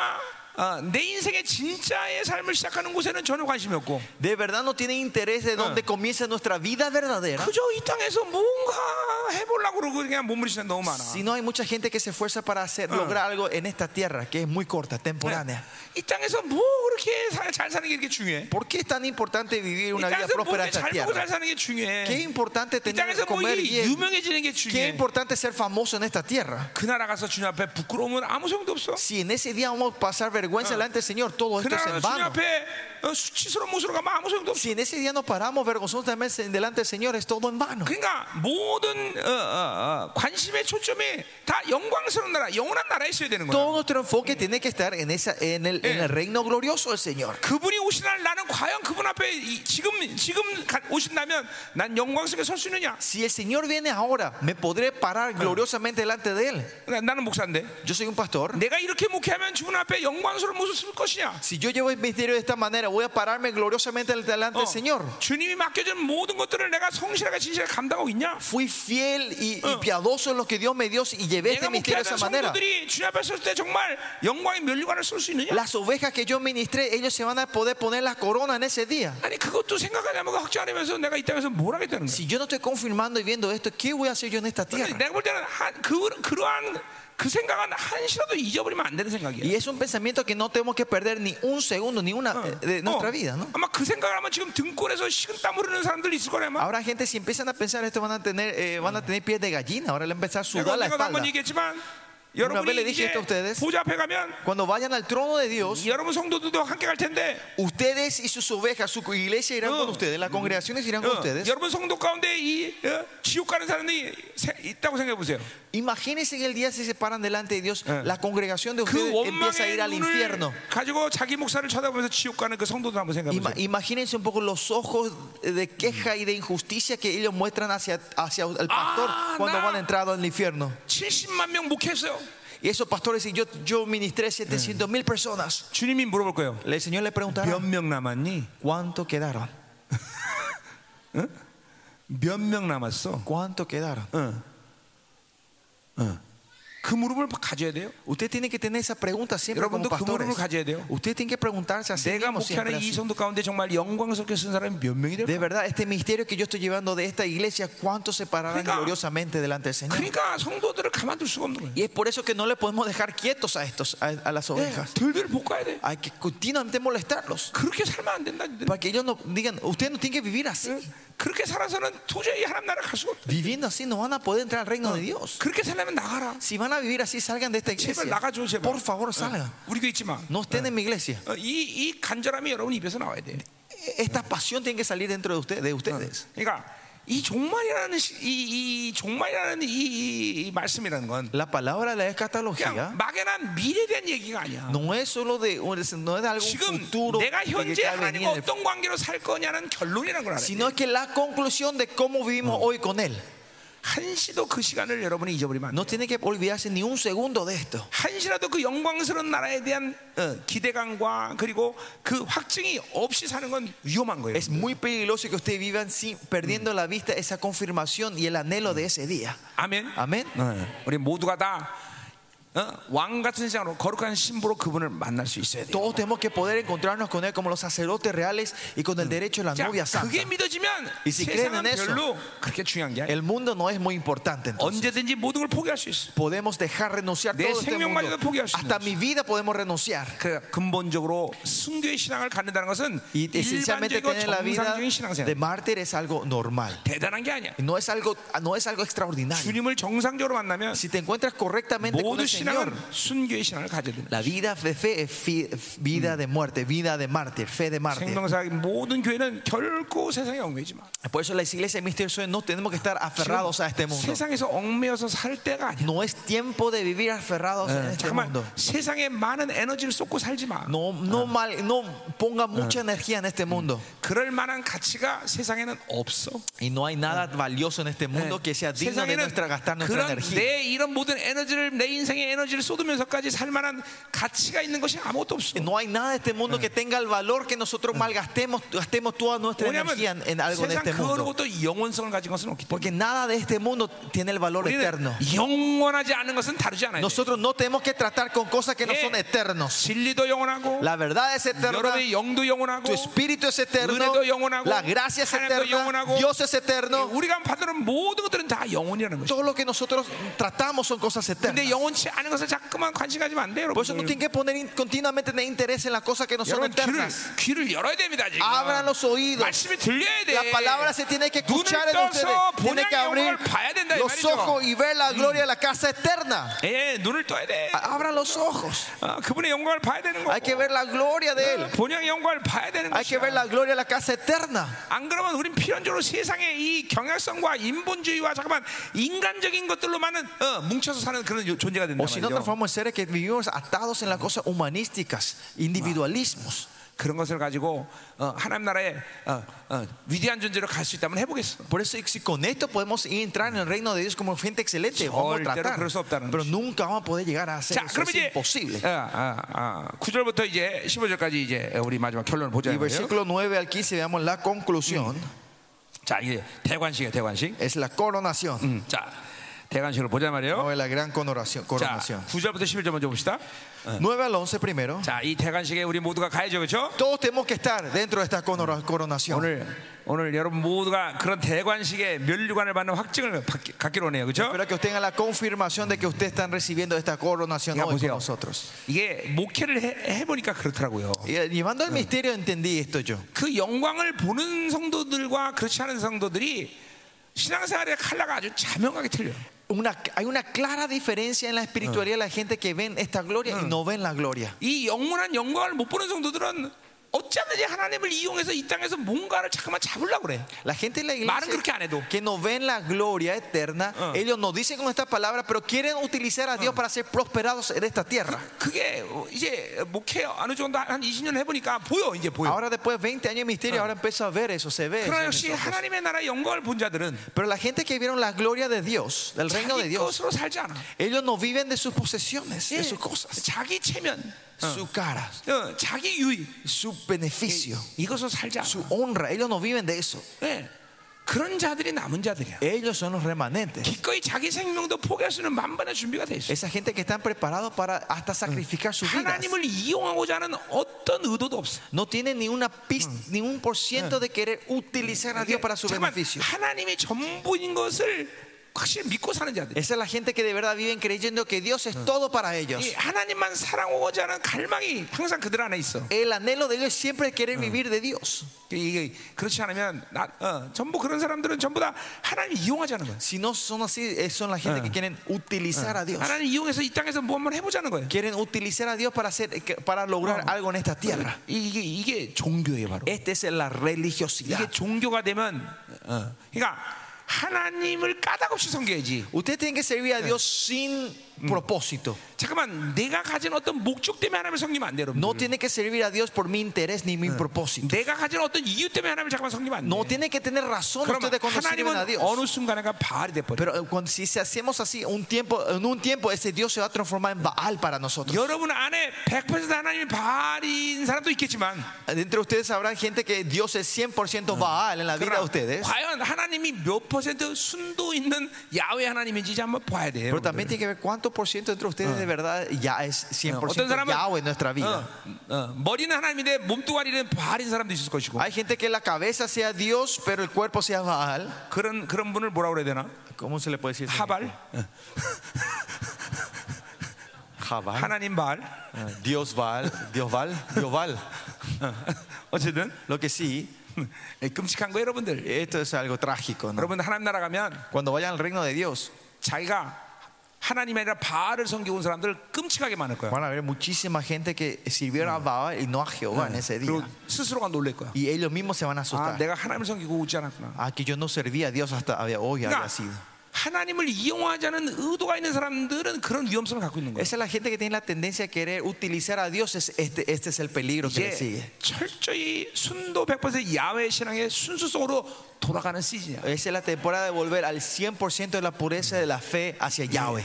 [SPEAKER 1] 아, 내 인생의 진짜의 삶을 시작하는 곳에는 전혀 관심이 없고
[SPEAKER 2] De verdad no tienen interés de dónde comienza nuestra vida verdadera.
[SPEAKER 1] 그저 이 땅에서 뭔가 해보려고 그러고 그냥 몸부림치는 너무 많아.
[SPEAKER 2] Si no hay mucha gente que se esfuerza para hacer, lograr algo en esta tierra, que es muy corta, temporánea.
[SPEAKER 1] 네. 이 땅에서 뭐 그렇게 사- 잘 사는 게 이렇게 중요해?
[SPEAKER 2] ¿Por qué es tan importante vivir
[SPEAKER 1] 이
[SPEAKER 2] una vida
[SPEAKER 1] 땅에서 뭐
[SPEAKER 2] próspera en
[SPEAKER 1] 이렇게
[SPEAKER 2] esta
[SPEAKER 1] 잘 먹고 잘
[SPEAKER 2] tierra?
[SPEAKER 1] 사는 게 중요해?
[SPEAKER 2] ¿Qué es importante
[SPEAKER 1] 이
[SPEAKER 2] tener
[SPEAKER 1] 땅에서 뭐
[SPEAKER 2] comer
[SPEAKER 1] 이게
[SPEAKER 2] bien?
[SPEAKER 1] 유명해지는 게
[SPEAKER 2] ¿Qué es
[SPEAKER 1] 중요해?
[SPEAKER 2] importante ser famoso en esta tierra?
[SPEAKER 1] 그 나라 가서 주님 앞에 부끄러움은 아무 소용도 없어.
[SPEAKER 2] Si en ese día vamos a pasar vergüenza delante del Señor,
[SPEAKER 1] 그
[SPEAKER 2] todo esto Ah. es
[SPEAKER 1] 나라 가서 주님
[SPEAKER 2] en vano.
[SPEAKER 1] 앞에 어, 수치스러운 모습으로 가면 아무 소용도 없어.
[SPEAKER 2] Si en ese día nos paramos vergonzosamente delante del Señor, es todo en vano.
[SPEAKER 1] 그러니까 모든 어, 어, 어, 관심의 초점이 다 영광스러운 나라, 영원한 나라에 있어야 되는 거야.
[SPEAKER 2] Todo nuestro enfoque tiene que estar en, esa, en, el, en el reino glorioso del Señor.
[SPEAKER 1] 그분이 오신 날 나는 과연 그분 앞에 이- 지금 지금 가- 오신다면 난 영광스럽게 설 수 있느냐?
[SPEAKER 2] Si el Señor viene ahora, me podré parar gloriosamente delante de Él.
[SPEAKER 1] 나- 나는 목사인데
[SPEAKER 2] Yo soy un pastor.
[SPEAKER 1] 내가 이렇게 목회하면 주분 앞에 영광스러운 모습을 쓸 것이냐?
[SPEAKER 2] Si yo llevo el ministerio de esta manera, voy a pararme gloriosamente delante
[SPEAKER 1] Oh.
[SPEAKER 2] del Señor.
[SPEAKER 1] 어, 주님이 맡겨준 모든 것들을 내가 성실하게 진실하게 감당하고 있냐?
[SPEAKER 2] Fui fiel y, y piadoso en lo que Dios me dio y llevé este
[SPEAKER 1] 내가
[SPEAKER 2] ministerio de
[SPEAKER 1] 목회하는
[SPEAKER 2] esa manera.
[SPEAKER 1] 성도들이 주님 앞에 섰을 때 정말 영광의 면류관을 쓸 수 있느냐?
[SPEAKER 2] Las ovejas que yo ministré, ellos se van a poder poner la corona en ese día.
[SPEAKER 1] 아니 그것도 생각하지 않고 확정 안 하면서 내가 이 땅에서 뭘 하겠다는 거야?
[SPEAKER 2] Si yo no estoy confirmando y viendo esto, ¿qué voy a hacer yo en esta
[SPEAKER 1] 근데
[SPEAKER 2] tierra?
[SPEAKER 1] 내가 볼 때는 한, 그, 그러한 그 생각은 한시라도 잊어버리면 안 되는 생각이야.
[SPEAKER 2] Y es un pensamiento que no tenemos que perder ni un segundo, ni una
[SPEAKER 1] Oh.
[SPEAKER 2] eh, de nuestra
[SPEAKER 1] 어,
[SPEAKER 2] vida, ¿no?
[SPEAKER 1] 아마 그 생각을 하면 지금 등골에서 식은 땀 흐르는 사람들 있을 거라 아마.
[SPEAKER 2] Ahora gente, si empiezan a pensar esto, van a tener, eh, van a tener pies de gallina. Ahora le van a empezar a
[SPEAKER 1] 내가
[SPEAKER 2] sudar la
[SPEAKER 1] 언젠가도
[SPEAKER 2] espalda.
[SPEAKER 1] 한번 얘기했지만
[SPEAKER 2] vez le
[SPEAKER 1] 여러분이
[SPEAKER 2] dije
[SPEAKER 1] 이제
[SPEAKER 2] esto a ustedes.
[SPEAKER 1] 보좌 앞에 가면
[SPEAKER 2] Cuando vayan al trono de Dios,
[SPEAKER 1] 여러분 성도들도 함께 갈 텐데
[SPEAKER 2] ustedes y sus ovejas, su iglesia irán con
[SPEAKER 1] Oh.
[SPEAKER 2] ustedes, las congregaciones irán con
[SPEAKER 1] 어,
[SPEAKER 2] ustedes.
[SPEAKER 1] 여러분 성도 가운데 이 어, 지옥 가는 사람들이 세- 있다고 생각해 보세요.
[SPEAKER 2] Imagínense que el día se separan delante de Dios,
[SPEAKER 1] Eh.
[SPEAKER 2] la congregación de
[SPEAKER 1] 그
[SPEAKER 2] ustedes empieza a
[SPEAKER 1] 원망의
[SPEAKER 2] ir al
[SPEAKER 1] 눈을
[SPEAKER 2] infierno.
[SPEAKER 1] 가지고 자기 목사를 쳐다보면서 지옥 가는 그 성도들 한번 생각해
[SPEAKER 2] Ima-
[SPEAKER 1] 보세요.
[SPEAKER 2] imagínense un poco los ojos de queja y de injusticia que ellos muestran hacia, hacia el pastor
[SPEAKER 1] Ah,
[SPEAKER 2] cuando
[SPEAKER 1] nah.
[SPEAKER 2] van entrado al infierno.
[SPEAKER 1] 70만 명 목회했어요.
[SPEAKER 2] Y esos pastores, y yo, yo ministré 700 mil personas.
[SPEAKER 1] 주님이 물어볼 거예요.
[SPEAKER 2] El Señor le preguntará,
[SPEAKER 1] 몇 명 남았니?
[SPEAKER 2] ¿cuánto quedaron?
[SPEAKER 1] 몇 명 남았어?
[SPEAKER 2] ¿Cuánto quedaron?
[SPEAKER 1] 응. 응. 그 무릎을 가져야 돼요.
[SPEAKER 2] Usted tiene que tener esa pregunta siempre como
[SPEAKER 1] 여러분도 그
[SPEAKER 2] pastores.
[SPEAKER 1] 무릎을 가져야 돼요.
[SPEAKER 2] Usted tiene que preguntarse a sí
[SPEAKER 1] 내가
[SPEAKER 2] mismo
[SPEAKER 1] 목회하는
[SPEAKER 2] siempre
[SPEAKER 1] 이 네.
[SPEAKER 2] así.
[SPEAKER 1] 성도 가운데 정말 영광스럽게 쓴 사람이 몇 명이 될까?
[SPEAKER 2] De verdad, este misterio que yo estoy llevando de esta iglesia, ¿cuántos se pararán
[SPEAKER 1] Venga.
[SPEAKER 2] gloriosamente delante del Señor?
[SPEAKER 1] 그러니까 성도들을 가만둘 수가 없는 거예요. 예,
[SPEAKER 2] Y es por eso que no le podemos dejar quietos a estos, a, a
[SPEAKER 1] 어,
[SPEAKER 2] las ovejas.
[SPEAKER 1] 들들 볶아야 돼.
[SPEAKER 2] Hay que continuamente molestarlos.
[SPEAKER 1] 그렇게 살면 안 된다. 니들.
[SPEAKER 2] Para que ellos no digan, ustedes no tienen que vivir así.
[SPEAKER 1] 그렇게 살아서는 도저히 하나님 나라 갈 수가 없다.
[SPEAKER 2] Viviendo así no van a poder entrar al reino de Dios.
[SPEAKER 1] 그렇게 살려면 나가라.
[SPEAKER 2] Si van a vivir así, salgan de esta
[SPEAKER 1] 제발
[SPEAKER 2] iglesia.
[SPEAKER 1] 나가줘 제발.
[SPEAKER 2] Por favor, salgan.
[SPEAKER 1] 우리 교회 있지 마.
[SPEAKER 2] No estén en mi iglesia.
[SPEAKER 1] 어, 이, 이 간절함이 여러분 입에서 나와야 돼.
[SPEAKER 2] Esta pasión tiene que salir dentro de ustedes. De ustedes.
[SPEAKER 1] 그러니까 이 종말이라는 시- 이, 이 종말이라는 이, 이- 이 말씀이라는 건
[SPEAKER 2] La palabra de la escatología
[SPEAKER 1] 그냥 막연한 미래에 대한 얘기가 아니야.
[SPEAKER 2] no es solo de, no es de algo
[SPEAKER 1] 지금
[SPEAKER 2] futuro de
[SPEAKER 1] 내가
[SPEAKER 2] que
[SPEAKER 1] 현재
[SPEAKER 2] está
[SPEAKER 1] 하나님과
[SPEAKER 2] veniendo,
[SPEAKER 1] 어떤 관계로 살 거냐는 결론이라는 걸 알아야 돼.
[SPEAKER 2] sino es que la conclusión de cómo vivimos hoy con Él.
[SPEAKER 1] 한시도 그 시간을 여러분이 잊어버리면 안 돼요.
[SPEAKER 2] No tiene que olvidarse ni un segundo de esto.
[SPEAKER 1] 한시라도 그 영광스러운 나라에 대한 어, 기대감과 그리고 그 확증이 없이 사는 건 위험한 거예요.
[SPEAKER 2] Es muy peligroso que ustedes vivan sin, perdiendo la vista esa confirmación y el anhelo de ese día.
[SPEAKER 1] 아멘.
[SPEAKER 2] 아멘.
[SPEAKER 1] 네. 우리 모두가 다 어? 왕 같은 생각으로 거룩한 신부로 그분을 만날 수 있어야 돼요.
[SPEAKER 2] Todos tenemos que poder encontrarnos con Él como los sacerdotes reales y con el derecho de la
[SPEAKER 1] 자,
[SPEAKER 2] novia santa.
[SPEAKER 1] 그게 믿어지면
[SPEAKER 2] 이
[SPEAKER 1] 세상은
[SPEAKER 2] secret은 eso.
[SPEAKER 1] 별로 그렇게 중요한 게 아니야.
[SPEAKER 2] El mundo no es muy importante. entonces.
[SPEAKER 1] 언제든지 모든 걸 포기할 수 있어.
[SPEAKER 2] Podemos dejar renunciar
[SPEAKER 1] 내
[SPEAKER 2] todo este mundo.
[SPEAKER 1] 생명마저도 포기할 수
[SPEAKER 2] Hasta
[SPEAKER 1] 있는
[SPEAKER 2] mi vida podemos renunciar.
[SPEAKER 1] 그 근본적으로 순교의 신앙을 갖는다는 것은
[SPEAKER 2] Y esencialmente
[SPEAKER 1] 일반적이고
[SPEAKER 2] tener la vida
[SPEAKER 1] 정상적인
[SPEAKER 2] de
[SPEAKER 1] 신앙생활.
[SPEAKER 2] mártir es algo normal.
[SPEAKER 1] 대단한 게 아니야.
[SPEAKER 2] No es algo, ah, no es algo extraordinario.
[SPEAKER 1] 주님을 정상적으로 만나면
[SPEAKER 2] Si te encuentras correctamente con
[SPEAKER 1] 모든
[SPEAKER 2] el Señor,
[SPEAKER 1] 신앙은 순교의 신앙을 가져야 된다.
[SPEAKER 2] la vida de fe es fi- vida de muerte, vida de mártir, fe de mártir.
[SPEAKER 1] 생명사의 모든 교회는 결코 세상에 얽매이지 마.
[SPEAKER 2] Por eso la iglesia misteriosa no tenemos que estar aferrados a este mundo.
[SPEAKER 1] 세상에서 얽매여서 살 때가 아니야.
[SPEAKER 2] No es tiempo de vivir aferrados
[SPEAKER 1] Eh.
[SPEAKER 2] en este
[SPEAKER 1] 잠깐만
[SPEAKER 2] mundo.
[SPEAKER 1] 네, 세상에 많은 에너지를 쏟고 살지 마.
[SPEAKER 2] No, no, mal, no ponga mucha energía en este mundo.
[SPEAKER 1] 그럴 만한 가치가 세상에는 없어.
[SPEAKER 2] Y no hay nada valioso en este
[SPEAKER 1] 네. Eh.
[SPEAKER 2] mundo que sea digno de
[SPEAKER 1] 세상에는
[SPEAKER 2] nuestra, gastar nuestra
[SPEAKER 1] 그런
[SPEAKER 2] energía.
[SPEAKER 1] 내 이런 모든 에너지를 내 인생의 에너지를 쏟으면서까지 살 만한 가치가 있는 것이 아무것도 없어.
[SPEAKER 2] No hay nada de este mundo que tenga el valor que nosotros malgastemos, gastemos toda nuestra
[SPEAKER 1] 왜냐하면
[SPEAKER 2] energía en, en algo en
[SPEAKER 1] 세상
[SPEAKER 2] este
[SPEAKER 1] 그 어느
[SPEAKER 2] mundo.
[SPEAKER 1] 것도 영원성을 가진 것은 없기 때문에
[SPEAKER 2] Porque nada de este mundo tiene el
[SPEAKER 1] 뭐
[SPEAKER 2] valor eterno.
[SPEAKER 1] 우리는 영원하지 않은 것은 다루지 않아요.
[SPEAKER 2] Nosotros no tenemos que tratar con cosas que no
[SPEAKER 1] 예.
[SPEAKER 2] son eternos.
[SPEAKER 1] 진리도 영원하고
[SPEAKER 2] La verdad es eterna,
[SPEAKER 1] 여러분의 영도 영원하고
[SPEAKER 2] tu espíritu es eterno,
[SPEAKER 1] 은혜도 영원하고,
[SPEAKER 2] la gracia es
[SPEAKER 1] 하나님도
[SPEAKER 2] eterna,
[SPEAKER 1] 영원하고,
[SPEAKER 2] Dios es eterno.
[SPEAKER 1] 우리가 받는 모든 것들은 다 영원이라는 거죠.
[SPEAKER 2] Todo lo que nosotros tratamos son cosas eternas.
[SPEAKER 1] 근데 영원치 않은 것을 자꾸만 관심 가지면 안 돼요,
[SPEAKER 2] Por eso no
[SPEAKER 1] 여러분.
[SPEAKER 2] tienen que poner in- continuamente de interés en las cosas que no son
[SPEAKER 1] 여러분 귀를,
[SPEAKER 2] eternas.
[SPEAKER 1] 귀를 열어야 됩니다, 지금.
[SPEAKER 2] Abran los oídos.
[SPEAKER 1] 말씀이 들려야 돼.
[SPEAKER 2] La palabra se tiene que escuchar
[SPEAKER 1] 눈을
[SPEAKER 2] en ustedes.
[SPEAKER 1] 떠서
[SPEAKER 2] Tiene
[SPEAKER 1] 본향의
[SPEAKER 2] que abrir
[SPEAKER 1] 영광을 봐야 된다 이
[SPEAKER 2] los
[SPEAKER 1] 말이죠.
[SPEAKER 2] ojos y ver la gloria de la casa eterna.
[SPEAKER 1] 예, 눈을 떠야 돼.
[SPEAKER 2] Abran los ojos.
[SPEAKER 1] 아, 그분의 영광을 봐야 되는 거고.
[SPEAKER 2] Hay que ver la gloria de Él.
[SPEAKER 1] 본향의 영광을 봐야 되는
[SPEAKER 2] Hay que
[SPEAKER 1] 것이야.
[SPEAKER 2] ver la gloria de la casa eterna.
[SPEAKER 1] 안 그러면 우린 필연적으로 세상의 이 경향성과 인본주의와 잠깐만 인간적인 것들로만은 어, 뭉쳐서 사는 그런 요- 존재가 된다
[SPEAKER 2] O si no,
[SPEAKER 1] 말이죠.
[SPEAKER 2] transformamos en seres que vivimos atados en las cosas humanísticas, individualismos.
[SPEAKER 1] 그런 것을 가지고 어, 하나님 나라의 어, 어, 위대한 존재로 갈 수 있다면 해보겠어.
[SPEAKER 2] Por eso, si con esto podemos entrar en el reino de Dios como gente excelente, vamos a
[SPEAKER 1] 절대로
[SPEAKER 2] tratar.
[SPEAKER 1] 그럴 수 없다는
[SPEAKER 2] Pero nunca vamos a poder llegar a hacer
[SPEAKER 1] 자,
[SPEAKER 2] eso.
[SPEAKER 1] 그럼
[SPEAKER 2] Es
[SPEAKER 1] 이제
[SPEAKER 2] imposible.
[SPEAKER 1] 아, 아, 아, 9절부터 이제 15절까지 이제 우리 마지막 결론을 보자.
[SPEAKER 2] Y
[SPEAKER 1] 이거예요.
[SPEAKER 2] versículo 9 al 15 veamos la conclusión.
[SPEAKER 1] 자, 이게 대관식이에요, 대관식.
[SPEAKER 2] Es la coronación.
[SPEAKER 1] 음, 자, 대관식을 보자 말이에요.
[SPEAKER 2] Vamos a ver la gran coronación.
[SPEAKER 1] 자,
[SPEAKER 2] coronación.
[SPEAKER 1] 9절부터 11절 먼저 봅시다. Ah.
[SPEAKER 2] 9 al 11 primero.
[SPEAKER 1] 자, 이 대관식에 우리 모두가 가야죠, 그렇죠?
[SPEAKER 2] Todos tenemos que estar dentro de esta conora- coronación.
[SPEAKER 1] 오늘 오늘 여러분 모두가 그런 대관식의 면류관을 받는 확증을 받기, 갖기로 하네요. 그렇죠?
[SPEAKER 2] Espero que obtengan la confirmación de que ustedes están recibiendo esta coronación
[SPEAKER 1] Ya,
[SPEAKER 2] hoy con
[SPEAKER 1] 보세요.
[SPEAKER 2] nosotros.
[SPEAKER 1] 이게 목회를 해, 해보니까 그렇더라고요.
[SPEAKER 2] Y, eh, llevando el misterio entendí esto yo.
[SPEAKER 1] 그 영광을 보는 성도들과 그렇지 않은 성도들이 신앙생활의 칼라가 아주 자명하게 틀려. 요
[SPEAKER 2] Una, hay una clara diferencia en la espiritualidad de la gente que ven esta gloria y no ven la gloria.
[SPEAKER 1] 이 영원한 영광을 못 보는 성도들은 어찌하든지 하나님을 이용해서 이 땅에서 뭔가를 자꾸만 잡으려고 그래.
[SPEAKER 2] La gente en la
[SPEAKER 1] 말은 그렇게 안 해도.
[SPEAKER 2] iglesia que no ven la gloria eterna, ellos no dicen con esta palabra, pero quieren utilizar a Dios para ser prosperados en esta tierra.
[SPEAKER 1] 그게 이제 목회 어느 정도 한 20년 해보니까 보여 이제 보여.
[SPEAKER 2] Ahora después de 20 años de misterio, ahora empiezo a ver eso, se ve. eso
[SPEAKER 1] 그러나
[SPEAKER 2] en
[SPEAKER 1] 역시
[SPEAKER 2] nosotros.
[SPEAKER 1] 하나님의 나라 영광을 본 자들은
[SPEAKER 2] Pero la gente que vieron la gloria de Dios, del reino de
[SPEAKER 1] 자기
[SPEAKER 2] Dios,
[SPEAKER 1] 것으로 살지 않아.
[SPEAKER 2] ellos no viven de sus posesiones,
[SPEAKER 1] 예,
[SPEAKER 2] de sus cosas,
[SPEAKER 1] 자기 체면,
[SPEAKER 2] su cara,
[SPEAKER 1] 어, 자기 유익
[SPEAKER 2] su beneficio,
[SPEAKER 1] 이것으로 살지 않아.
[SPEAKER 2] su honra. Ellos no viven de eso.
[SPEAKER 1] 예. 그런 자들이 남은 자들이야.
[SPEAKER 2] Ellos son los remanentes.
[SPEAKER 1] 기꺼이 자기 생명도 포기할 수 있는 만반의 준비가 돼 있어.
[SPEAKER 2] Esa gente que están preparados para hasta sacrificar sus vidas.
[SPEAKER 1] 하나님을 이용하고자 하는 어떤 의도도 없어.
[SPEAKER 2] No tienen ni una pis- ni un por ciento de querer utilizar a Dios para su
[SPEAKER 1] 잠깐만,
[SPEAKER 2] beneficio.
[SPEAKER 1] 하나님이 전부인 것을 확실히 믿고 사는 자들.
[SPEAKER 2] Esa es la gente que de verdad viven creyendo que Dios es todo para ellos.
[SPEAKER 1] 이 하나님만 사랑하고자 하는 갈망이 항상 그들 안에 있어.
[SPEAKER 2] El anhelo de ellos es siempre querer vivir de Dios.
[SPEAKER 1] 이게 그렇지 않으면 나, 어, 전부 그런 사람들은 전부 다 하나님 이용하자는 거야.
[SPEAKER 2] Si no son así, eh, son la gente que quieren utilizar a Dios.
[SPEAKER 1] 하나님 이용해서 이 땅에서 뭐 한번 해보자는 거예요.
[SPEAKER 2] Quieren utilizar a Dios para, hacer, eh, para lograr algo en esta tierra.
[SPEAKER 1] 이- 이게 이게 종교예요 바로.
[SPEAKER 2] Esta es la
[SPEAKER 1] 이게
[SPEAKER 2] religiosidad.
[SPEAKER 1] 종교가 되면, 어, 그러니까 하나님을 까닭없이 섬겨야지.
[SPEAKER 2] Usted tiene que servir a Dios sin propósito.
[SPEAKER 1] 잠깐만, 내가 가진 어떤 목적 때문에 하나님을 섬기면 안 돼, 여러분.
[SPEAKER 2] No tiene que servir a Dios por mi interés ni mi propósito.
[SPEAKER 1] 내가 가진 어떤 이유 때문에 하나님을 잠깐 섬기면 안 돼.
[SPEAKER 2] No tiene que tener razón
[SPEAKER 1] 그럼
[SPEAKER 2] ustedes cuando sirven a
[SPEAKER 1] 하나님은
[SPEAKER 2] Dios.
[SPEAKER 1] 어느 순간에가 바알이 돼 버려.
[SPEAKER 2] Pero eh, cuando- si se hacemos así, un tiempo, en un tiempo ese Dios se va a transformar en Baal para nosotros.
[SPEAKER 1] 여러분 안에 100% 하나님이 바알인 사람도 있겠지만
[SPEAKER 2] Entre ustedes habrá gente que Dios es 100% Baal en la vida
[SPEAKER 1] 그러나
[SPEAKER 2] de ustedes.
[SPEAKER 1] 과연 하나님이 몇 퍼센트 순도 있는 야외 하나님인지 한번 봐야 돼요.
[SPEAKER 2] Pero también tiene que ver cuánto por ciento entre ustedes de verdad ya es 100%
[SPEAKER 1] 어떤 사람은-
[SPEAKER 2] Yahweh en nuestra vida.
[SPEAKER 1] 여러분들. 어, 어, 머리는 하나님인데 몸뚱아리는 바알인 사람도 있을 것이고
[SPEAKER 2] Hay gente que la cabeza sea Dios, pero el cuerpo sea Baal.
[SPEAKER 1] 그런 그런 분을 뭐라 그래야 되나?
[SPEAKER 2] ¿Cómo se le puede decir?
[SPEAKER 1] 네, 하발,
[SPEAKER 2] Jabal.
[SPEAKER 1] 하나님 바알.
[SPEAKER 2] Ah, Dios Baal. Dios Baal. Dios Baal.
[SPEAKER 1] 어, 어쨌든 네,
[SPEAKER 2] Lo que sí,
[SPEAKER 1] 끔찍한 거 여러분들.
[SPEAKER 2] esto es algo trágico. ¿no?
[SPEAKER 1] 여러분 하나님 나라 가면
[SPEAKER 2] Cuando vayan al reino de Dios,
[SPEAKER 1] 자기가 하나님이 아니라 바알을 섬기고 온 사람들 끔찍하게 많을 거야.
[SPEAKER 2] van a haber muchísima gente que sirvieron a Baal y no a Jehová en ese
[SPEAKER 1] 그리고
[SPEAKER 2] día.
[SPEAKER 1] 스스로가 놀랄 거야.
[SPEAKER 2] Y ellos mismos se van a
[SPEAKER 1] 아,
[SPEAKER 2] asustar.
[SPEAKER 1] 내가 하나님을 섬기고 오지 않았구나.
[SPEAKER 2] Ah, que yo no servía a Dios hasta había- hoy había
[SPEAKER 1] 그러니까
[SPEAKER 2] sido.
[SPEAKER 1] 하나님을 이용하자는 의도가 있는 사람들은 그런 위험성을 갖고 있는 거예요.
[SPEAKER 2] Esa es la gente que tiene la tendencia a querer utilizar a Dios. Es- Este, este es el peligro que le
[SPEAKER 1] 이제
[SPEAKER 2] sigue.
[SPEAKER 1] 철저히 순도 100% 야외 신앙의 순수성으로 돌아가는 시즌이야.
[SPEAKER 2] Esa es la temporada de volver al 100% de la pureza de la fe hacia Yahweh.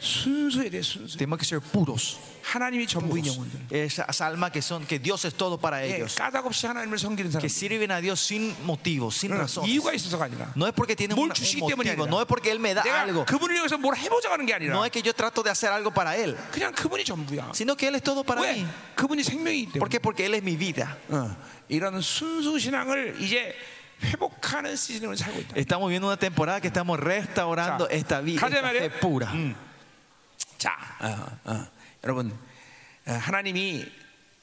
[SPEAKER 1] 순수에 대해 순수.
[SPEAKER 2] Tenemos que ser puros.
[SPEAKER 1] 하나님이 전부인
[SPEAKER 2] puros.
[SPEAKER 1] 영혼들.
[SPEAKER 2] Esas almas que son, que Dios es todo para
[SPEAKER 1] 예,
[SPEAKER 2] ellos.
[SPEAKER 1] 까닭없이 하나님을 섬기는 사람.
[SPEAKER 2] Que sirven a Dios sin motivo, sin razón.
[SPEAKER 1] 이유가 있어서가 아니라.
[SPEAKER 2] No es porque tiene un,
[SPEAKER 1] 뭘
[SPEAKER 2] un
[SPEAKER 1] 주시기 때문이
[SPEAKER 2] motivo,
[SPEAKER 1] 아니라.
[SPEAKER 2] no es porque Él me da
[SPEAKER 1] 내가
[SPEAKER 2] algo,
[SPEAKER 1] 그분을 위해서 뭘 해보자고 하는 게
[SPEAKER 2] no
[SPEAKER 1] 아니라.
[SPEAKER 2] es que yo trato de hacer algo para Él,
[SPEAKER 1] 그냥 그분이 전부야.
[SPEAKER 2] sino que Él es todo para
[SPEAKER 1] 왜?
[SPEAKER 2] mí.
[SPEAKER 1] 그분이 생명이기 때문에.
[SPEAKER 2] ¿Por qué? Porque Él es mi vida.
[SPEAKER 1] 어, 이런 순수 신앙을 이제 회복하는 시즌을 살고 있다.
[SPEAKER 2] Estamos viviendo una temporada que estamos
[SPEAKER 1] 자,
[SPEAKER 2] restaurando esta vida
[SPEAKER 1] 가자,
[SPEAKER 2] esta fe
[SPEAKER 1] 말이에요.
[SPEAKER 2] pura.
[SPEAKER 1] 자, 어, 어, 여러분 어, 하나님이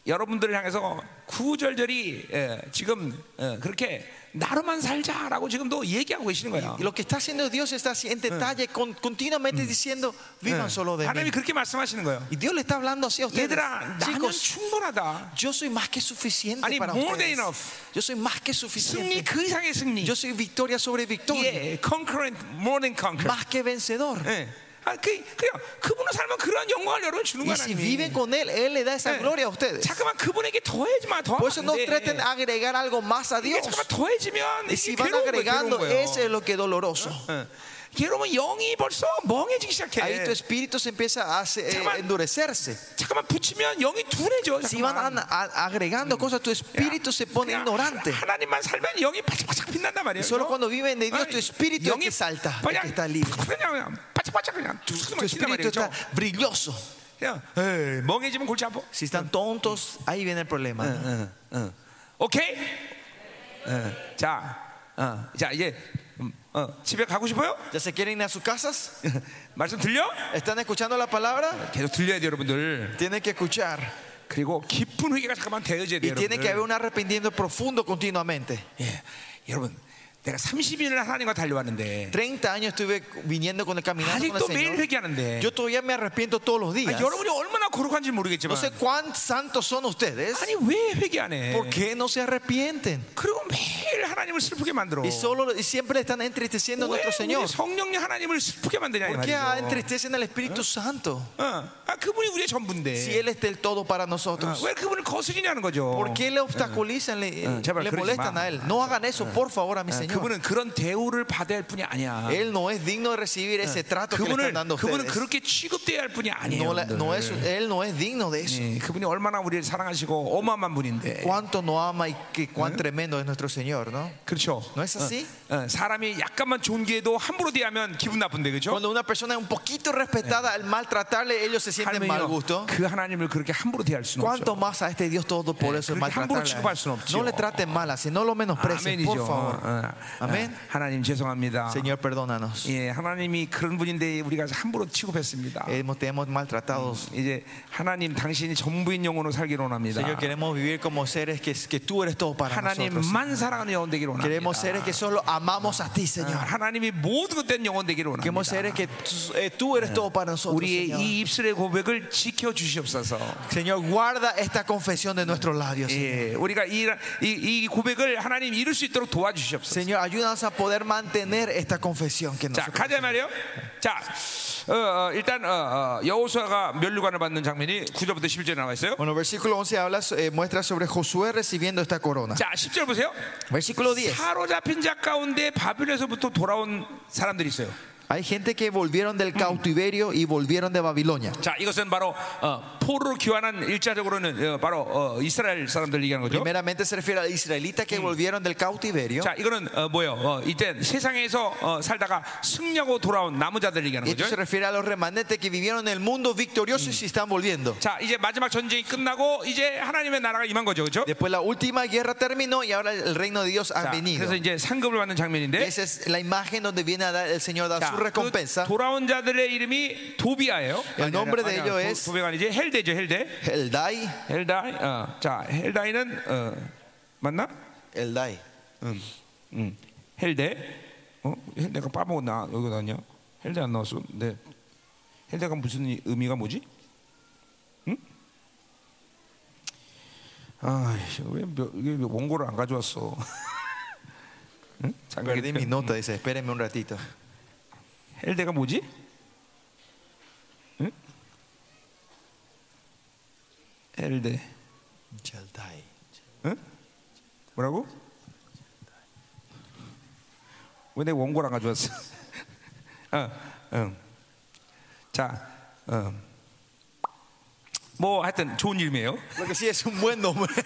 [SPEAKER 1] 여러분들을 향해서 구절절이 예, 지금 어, 그렇게 나로만 살자라고 지금도 얘기하고 계시는 거예요.
[SPEAKER 2] Y lo que está haciendo Dios está así en detalle, con- continuamente diciendo, vivan solo de
[SPEAKER 1] 예. 하나님이
[SPEAKER 2] mí.
[SPEAKER 1] 그렇게 말씀하시는 거예요.
[SPEAKER 2] Y Dios le está hablando así a
[SPEAKER 1] 예,
[SPEAKER 2] ustedes.
[SPEAKER 1] 얘들아, 나는
[SPEAKER 2] Chicos,
[SPEAKER 1] 충분하다.
[SPEAKER 2] yo soy más que suficiente
[SPEAKER 1] 아니,
[SPEAKER 2] para
[SPEAKER 1] more
[SPEAKER 2] ustedes.
[SPEAKER 1] than enough.
[SPEAKER 2] Yo soy más que
[SPEAKER 1] 승리
[SPEAKER 2] suficiente.
[SPEAKER 1] 그 이상의 승리.
[SPEAKER 2] Yo soy victoria sobre victoria.
[SPEAKER 1] 예, conquerant more than conquer.
[SPEAKER 2] Más que vencedor.
[SPEAKER 1] 예. 아, 그 그냥 그분을 살면 그런 영광을 여러분 주는
[SPEAKER 2] Y
[SPEAKER 1] 거야.
[SPEAKER 2] si
[SPEAKER 1] 하나님이.
[SPEAKER 2] viven con Él, Él le da esa
[SPEAKER 1] 예.
[SPEAKER 2] gloria a ustedes.
[SPEAKER 1] 잠깐만 그분에게 더해지 마. 더.
[SPEAKER 2] Por eso no traten de agregar algo más a
[SPEAKER 1] 이게
[SPEAKER 2] Dios.
[SPEAKER 1] 잠깐만 더해지면
[SPEAKER 2] Y
[SPEAKER 1] 이게
[SPEAKER 2] si van
[SPEAKER 1] 괴로운 거예요, 괴로운
[SPEAKER 2] agregando,
[SPEAKER 1] 거예요.
[SPEAKER 2] eso es lo que es doloroso.
[SPEAKER 1] 어. 괴로우면 영이 벌써 멍해지기 시작해.
[SPEAKER 2] Ahí tu espíritu Eh. se empieza a hace- eh,
[SPEAKER 1] Chaman.
[SPEAKER 2] endurecerse.
[SPEAKER 1] 잠깐만 붙이면 영이 둔해져.
[SPEAKER 2] Si van Mm.
[SPEAKER 1] 잠깐만.
[SPEAKER 2] an- a- agregando cosas, tu espíritu se pone
[SPEAKER 1] 그냥
[SPEAKER 2] ignorante.
[SPEAKER 1] 하- 하나님만 살면 영이 바짝바짝 빛난단 말이에요.
[SPEAKER 2] Solo cuando viven de Dios, tu espíritu es el que salta, el que está libre.
[SPEAKER 1] 그냥, 그냥 바짝바짝 그냥 툭툭
[SPEAKER 2] Tu
[SPEAKER 1] 막힌단
[SPEAKER 2] espíritu
[SPEAKER 1] 말이에요.
[SPEAKER 2] está
[SPEAKER 1] 그죠?
[SPEAKER 2] brilloso.
[SPEAKER 1] 그냥 에이, 멍해지면 골치 아파.
[SPEAKER 2] Si están tontos, ahí viene el problema. ¿no?
[SPEAKER 1] 응, 응. 오케이. 응. 자, 어, 자 이제 음, 어, 집에 가고 싶어요?
[SPEAKER 2] ¿Ya se quieren ir a sus casas?
[SPEAKER 1] 말씀 들려?
[SPEAKER 2] ¿Están escuchando la palabra?
[SPEAKER 1] 계속 들려야 돼요, 여러분들.
[SPEAKER 2] Tienen que escuchar.
[SPEAKER 1] 그리고 깊은 회개가 잠깐만 되어져야 돼요,
[SPEAKER 2] Y tiene que haber
[SPEAKER 1] 여러분들.
[SPEAKER 2] un arrepentimiento profundo continuamente.
[SPEAKER 1] 예, 여러분, 내가 30일을 하나님과 달려왔는데
[SPEAKER 2] 30 años estuve viniendo con el caminando con el
[SPEAKER 1] 아직도 매일
[SPEAKER 2] Señor.
[SPEAKER 1] 회개하는데
[SPEAKER 2] Yo todavía me arrepiento todos los
[SPEAKER 1] 아,
[SPEAKER 2] días.
[SPEAKER 1] 여러분이 얼마나 거룩한지
[SPEAKER 2] No
[SPEAKER 1] 모르겠지만
[SPEAKER 2] sé cuán santos son ustedes.
[SPEAKER 1] 아니 왜 회개 안 해?
[SPEAKER 2] ¿Por qué no se arrepienten?
[SPEAKER 1] 그리고 매일 하나님을 슬프게 만들어.
[SPEAKER 2] Y solo y siempre están entristeciendo a
[SPEAKER 1] 왜
[SPEAKER 2] nuestro
[SPEAKER 1] 우리
[SPEAKER 2] Señor.
[SPEAKER 1] 성령님 하나님을 슬프게 만드냐 뭐 이
[SPEAKER 2] ¿Por qué ah,
[SPEAKER 1] 말이죠.
[SPEAKER 2] entristecen al Espíritu Santo?
[SPEAKER 1] 어, 아, 그분이 우리의
[SPEAKER 2] Si
[SPEAKER 1] 전부인데
[SPEAKER 2] Él es del todo para
[SPEAKER 1] 아,
[SPEAKER 2] nosotros.
[SPEAKER 1] 왜 그분을 거스리냐는 거죠.
[SPEAKER 2] ¿Por qué le obstaculizan, le,
[SPEAKER 1] Ah, chaval,
[SPEAKER 2] le
[SPEAKER 1] 그러지
[SPEAKER 2] molestan
[SPEAKER 1] 마.
[SPEAKER 2] a Él? No hagan eso, por favor, a mi
[SPEAKER 1] 아,
[SPEAKER 2] Señor.
[SPEAKER 1] 그분은 그런 대우를 받아야 할 뿐이 아니야.
[SPEAKER 2] Él no es digno de recibir ese trato que le
[SPEAKER 1] 그분을
[SPEAKER 2] están dando a
[SPEAKER 1] 그분은
[SPEAKER 2] ustedes.
[SPEAKER 1] 그렇게 취급돼야 할 뿐이 아니에요.
[SPEAKER 2] No, la- no
[SPEAKER 1] 여러분들.
[SPEAKER 2] es, él no es digno de eso.
[SPEAKER 1] 예, 그분이 얼마나 우리를 사랑하시고 어마어마한 분인데.
[SPEAKER 2] Cuánto nos ama y qué, cuán tremendo es nuestro Señor, ¿no?
[SPEAKER 1] 그렇죠.
[SPEAKER 2] ¿No es así?
[SPEAKER 1] 어, 사람이 약간만 존귀해도 함부로 대하면 기분 나쁜데 그렇죠?
[SPEAKER 2] Cuando una persona es un poquito respetada, al maltratarle, ellos se sienten mal gusto.
[SPEAKER 1] 그 하나님을 그렇게 함부로 대할 수는
[SPEAKER 2] ¿Cuánto
[SPEAKER 1] 없죠.
[SPEAKER 2] más a este Dios Todopoderoso
[SPEAKER 1] Eh,
[SPEAKER 2] es
[SPEAKER 1] 그렇게 함부로
[SPEAKER 2] maltratarle? a
[SPEAKER 1] 취급할
[SPEAKER 2] él?
[SPEAKER 1] 수는 없지요.
[SPEAKER 2] No le traten mal así, no lo menosprecien,
[SPEAKER 1] 아멘이죠.
[SPEAKER 2] por favor.
[SPEAKER 1] 어, 어,
[SPEAKER 2] Amén.
[SPEAKER 1] 어, 하나님 죄송합니다.
[SPEAKER 2] Señor, perdónanos.
[SPEAKER 1] 예, 하나님이 그런 분인데 우리가 함부로 취급했습니다.
[SPEAKER 2] Hemos, te hemos maltratado.
[SPEAKER 1] 이제 하나님 당신이 전부인 영혼으로 살기로 합니다.
[SPEAKER 2] Señor, queremos vivir como seres que, que tú eres todo para nosotros.
[SPEAKER 1] 하나님만 사랑하는 영혼 되기를
[SPEAKER 2] Queremos
[SPEAKER 1] 원합니다.
[SPEAKER 2] seres que solo amamos a ti, Señor.
[SPEAKER 1] 하나님이 모든 것 된 영혼 되기를
[SPEAKER 2] Queremos seres
[SPEAKER 1] 원합니다.
[SPEAKER 2] que tú, eh, tú eres todo para nosotros,
[SPEAKER 1] 우리의
[SPEAKER 2] Señor.
[SPEAKER 1] 이 입술의 고백을 지켜 주시옵소서.
[SPEAKER 2] Señor, guarda esta confesión de nuestros labios. Señor.
[SPEAKER 1] 예, 우리가 이, 이, 이 고백을 하나님 이룰 수 있도록 도와주시옵소서.
[SPEAKER 2] Señor, ayúdanos a poder mantener esta confesión
[SPEAKER 1] 자,
[SPEAKER 2] que nosotros.
[SPEAKER 1] 가자 말이요. 자, 어, 어, 일단 어, 어, 여호수아가 면류관을 받는 장면이 9절부터 10절에 나와 있어요.
[SPEAKER 2] Bueno, versículo 11 habla, eh, muestra sobre Josué recibiendo esta corona.
[SPEAKER 1] 자, 10절 보세요.
[SPEAKER 2] Versículo 10.
[SPEAKER 1] 사로잡힌 자 가운데 바빌에서부터 돌아온 사람들이 있어요.
[SPEAKER 2] Hay gente que volvieron del cautiverio y volvieron de Babilonia.
[SPEAKER 1] 자, 이것은 바로 어, 포로로 귀환한 일차적으로는 어, 바로 어, 이스라엘 사람들 얘기하는 거죠.
[SPEAKER 2] Primeramente se refiere a israelitas que volvieron del cautiverio.
[SPEAKER 1] 자, 이거는 어, 뭐예요? 어, 이때 세상에서 어, 살다가 승리하고 돌아온 나무자들
[SPEAKER 2] Y
[SPEAKER 1] 얘기하는
[SPEAKER 2] esto se
[SPEAKER 1] 거죠.
[SPEAKER 2] refiere a los remanentes que vivieron en el mundo victorioso y se están volviendo.
[SPEAKER 1] 자, 이제 마지막 전쟁이 끝나고 이제 하나님의 나라가 임한 거죠, 그렇죠?
[SPEAKER 2] Después la última guerra terminó y ahora el reino de Dios ha
[SPEAKER 1] 자,
[SPEAKER 2] venido.
[SPEAKER 1] 그래서 이제 상급을 받는 장면인데,
[SPEAKER 2] Esa es la imagen donde viene a dar el Señor a dar
[SPEAKER 1] 자,
[SPEAKER 2] su
[SPEAKER 1] 그
[SPEAKER 2] recompensa.
[SPEAKER 1] 돌아온 자들의 이름이 도비아예요.
[SPEAKER 2] El nombre de ellos
[SPEAKER 1] 도-
[SPEAKER 2] es-
[SPEAKER 1] 도비아가 이제 헬데죠, 헬데.
[SPEAKER 2] El Dai,
[SPEAKER 1] 헬다이, 어, 자, 헬다이는 어, 맞나?
[SPEAKER 2] el Dai.
[SPEAKER 1] 음, 헬데. 어, 헬데가 빠먹었나? 여기 다녀. 헬데 안 나왔어. 네. 헬데가 무슨 이- 의미가 뭐지? 응? 아, 왜 몇- 이게 왜 원고를 안 가져왔어? 응? 잠깐
[SPEAKER 2] Perdí mi nota, dice, espérenme un ratito.
[SPEAKER 1] 헬데가 뭐지? 응? 헬데.
[SPEAKER 2] El Dai.
[SPEAKER 1] 응? 뭐라고? 왜 내 원고를 안 가져왔어? 어, 응. 자, 어. 뭐 하여튼 좋은 이름이에요.
[SPEAKER 2] Lo que sí es un buen nombre.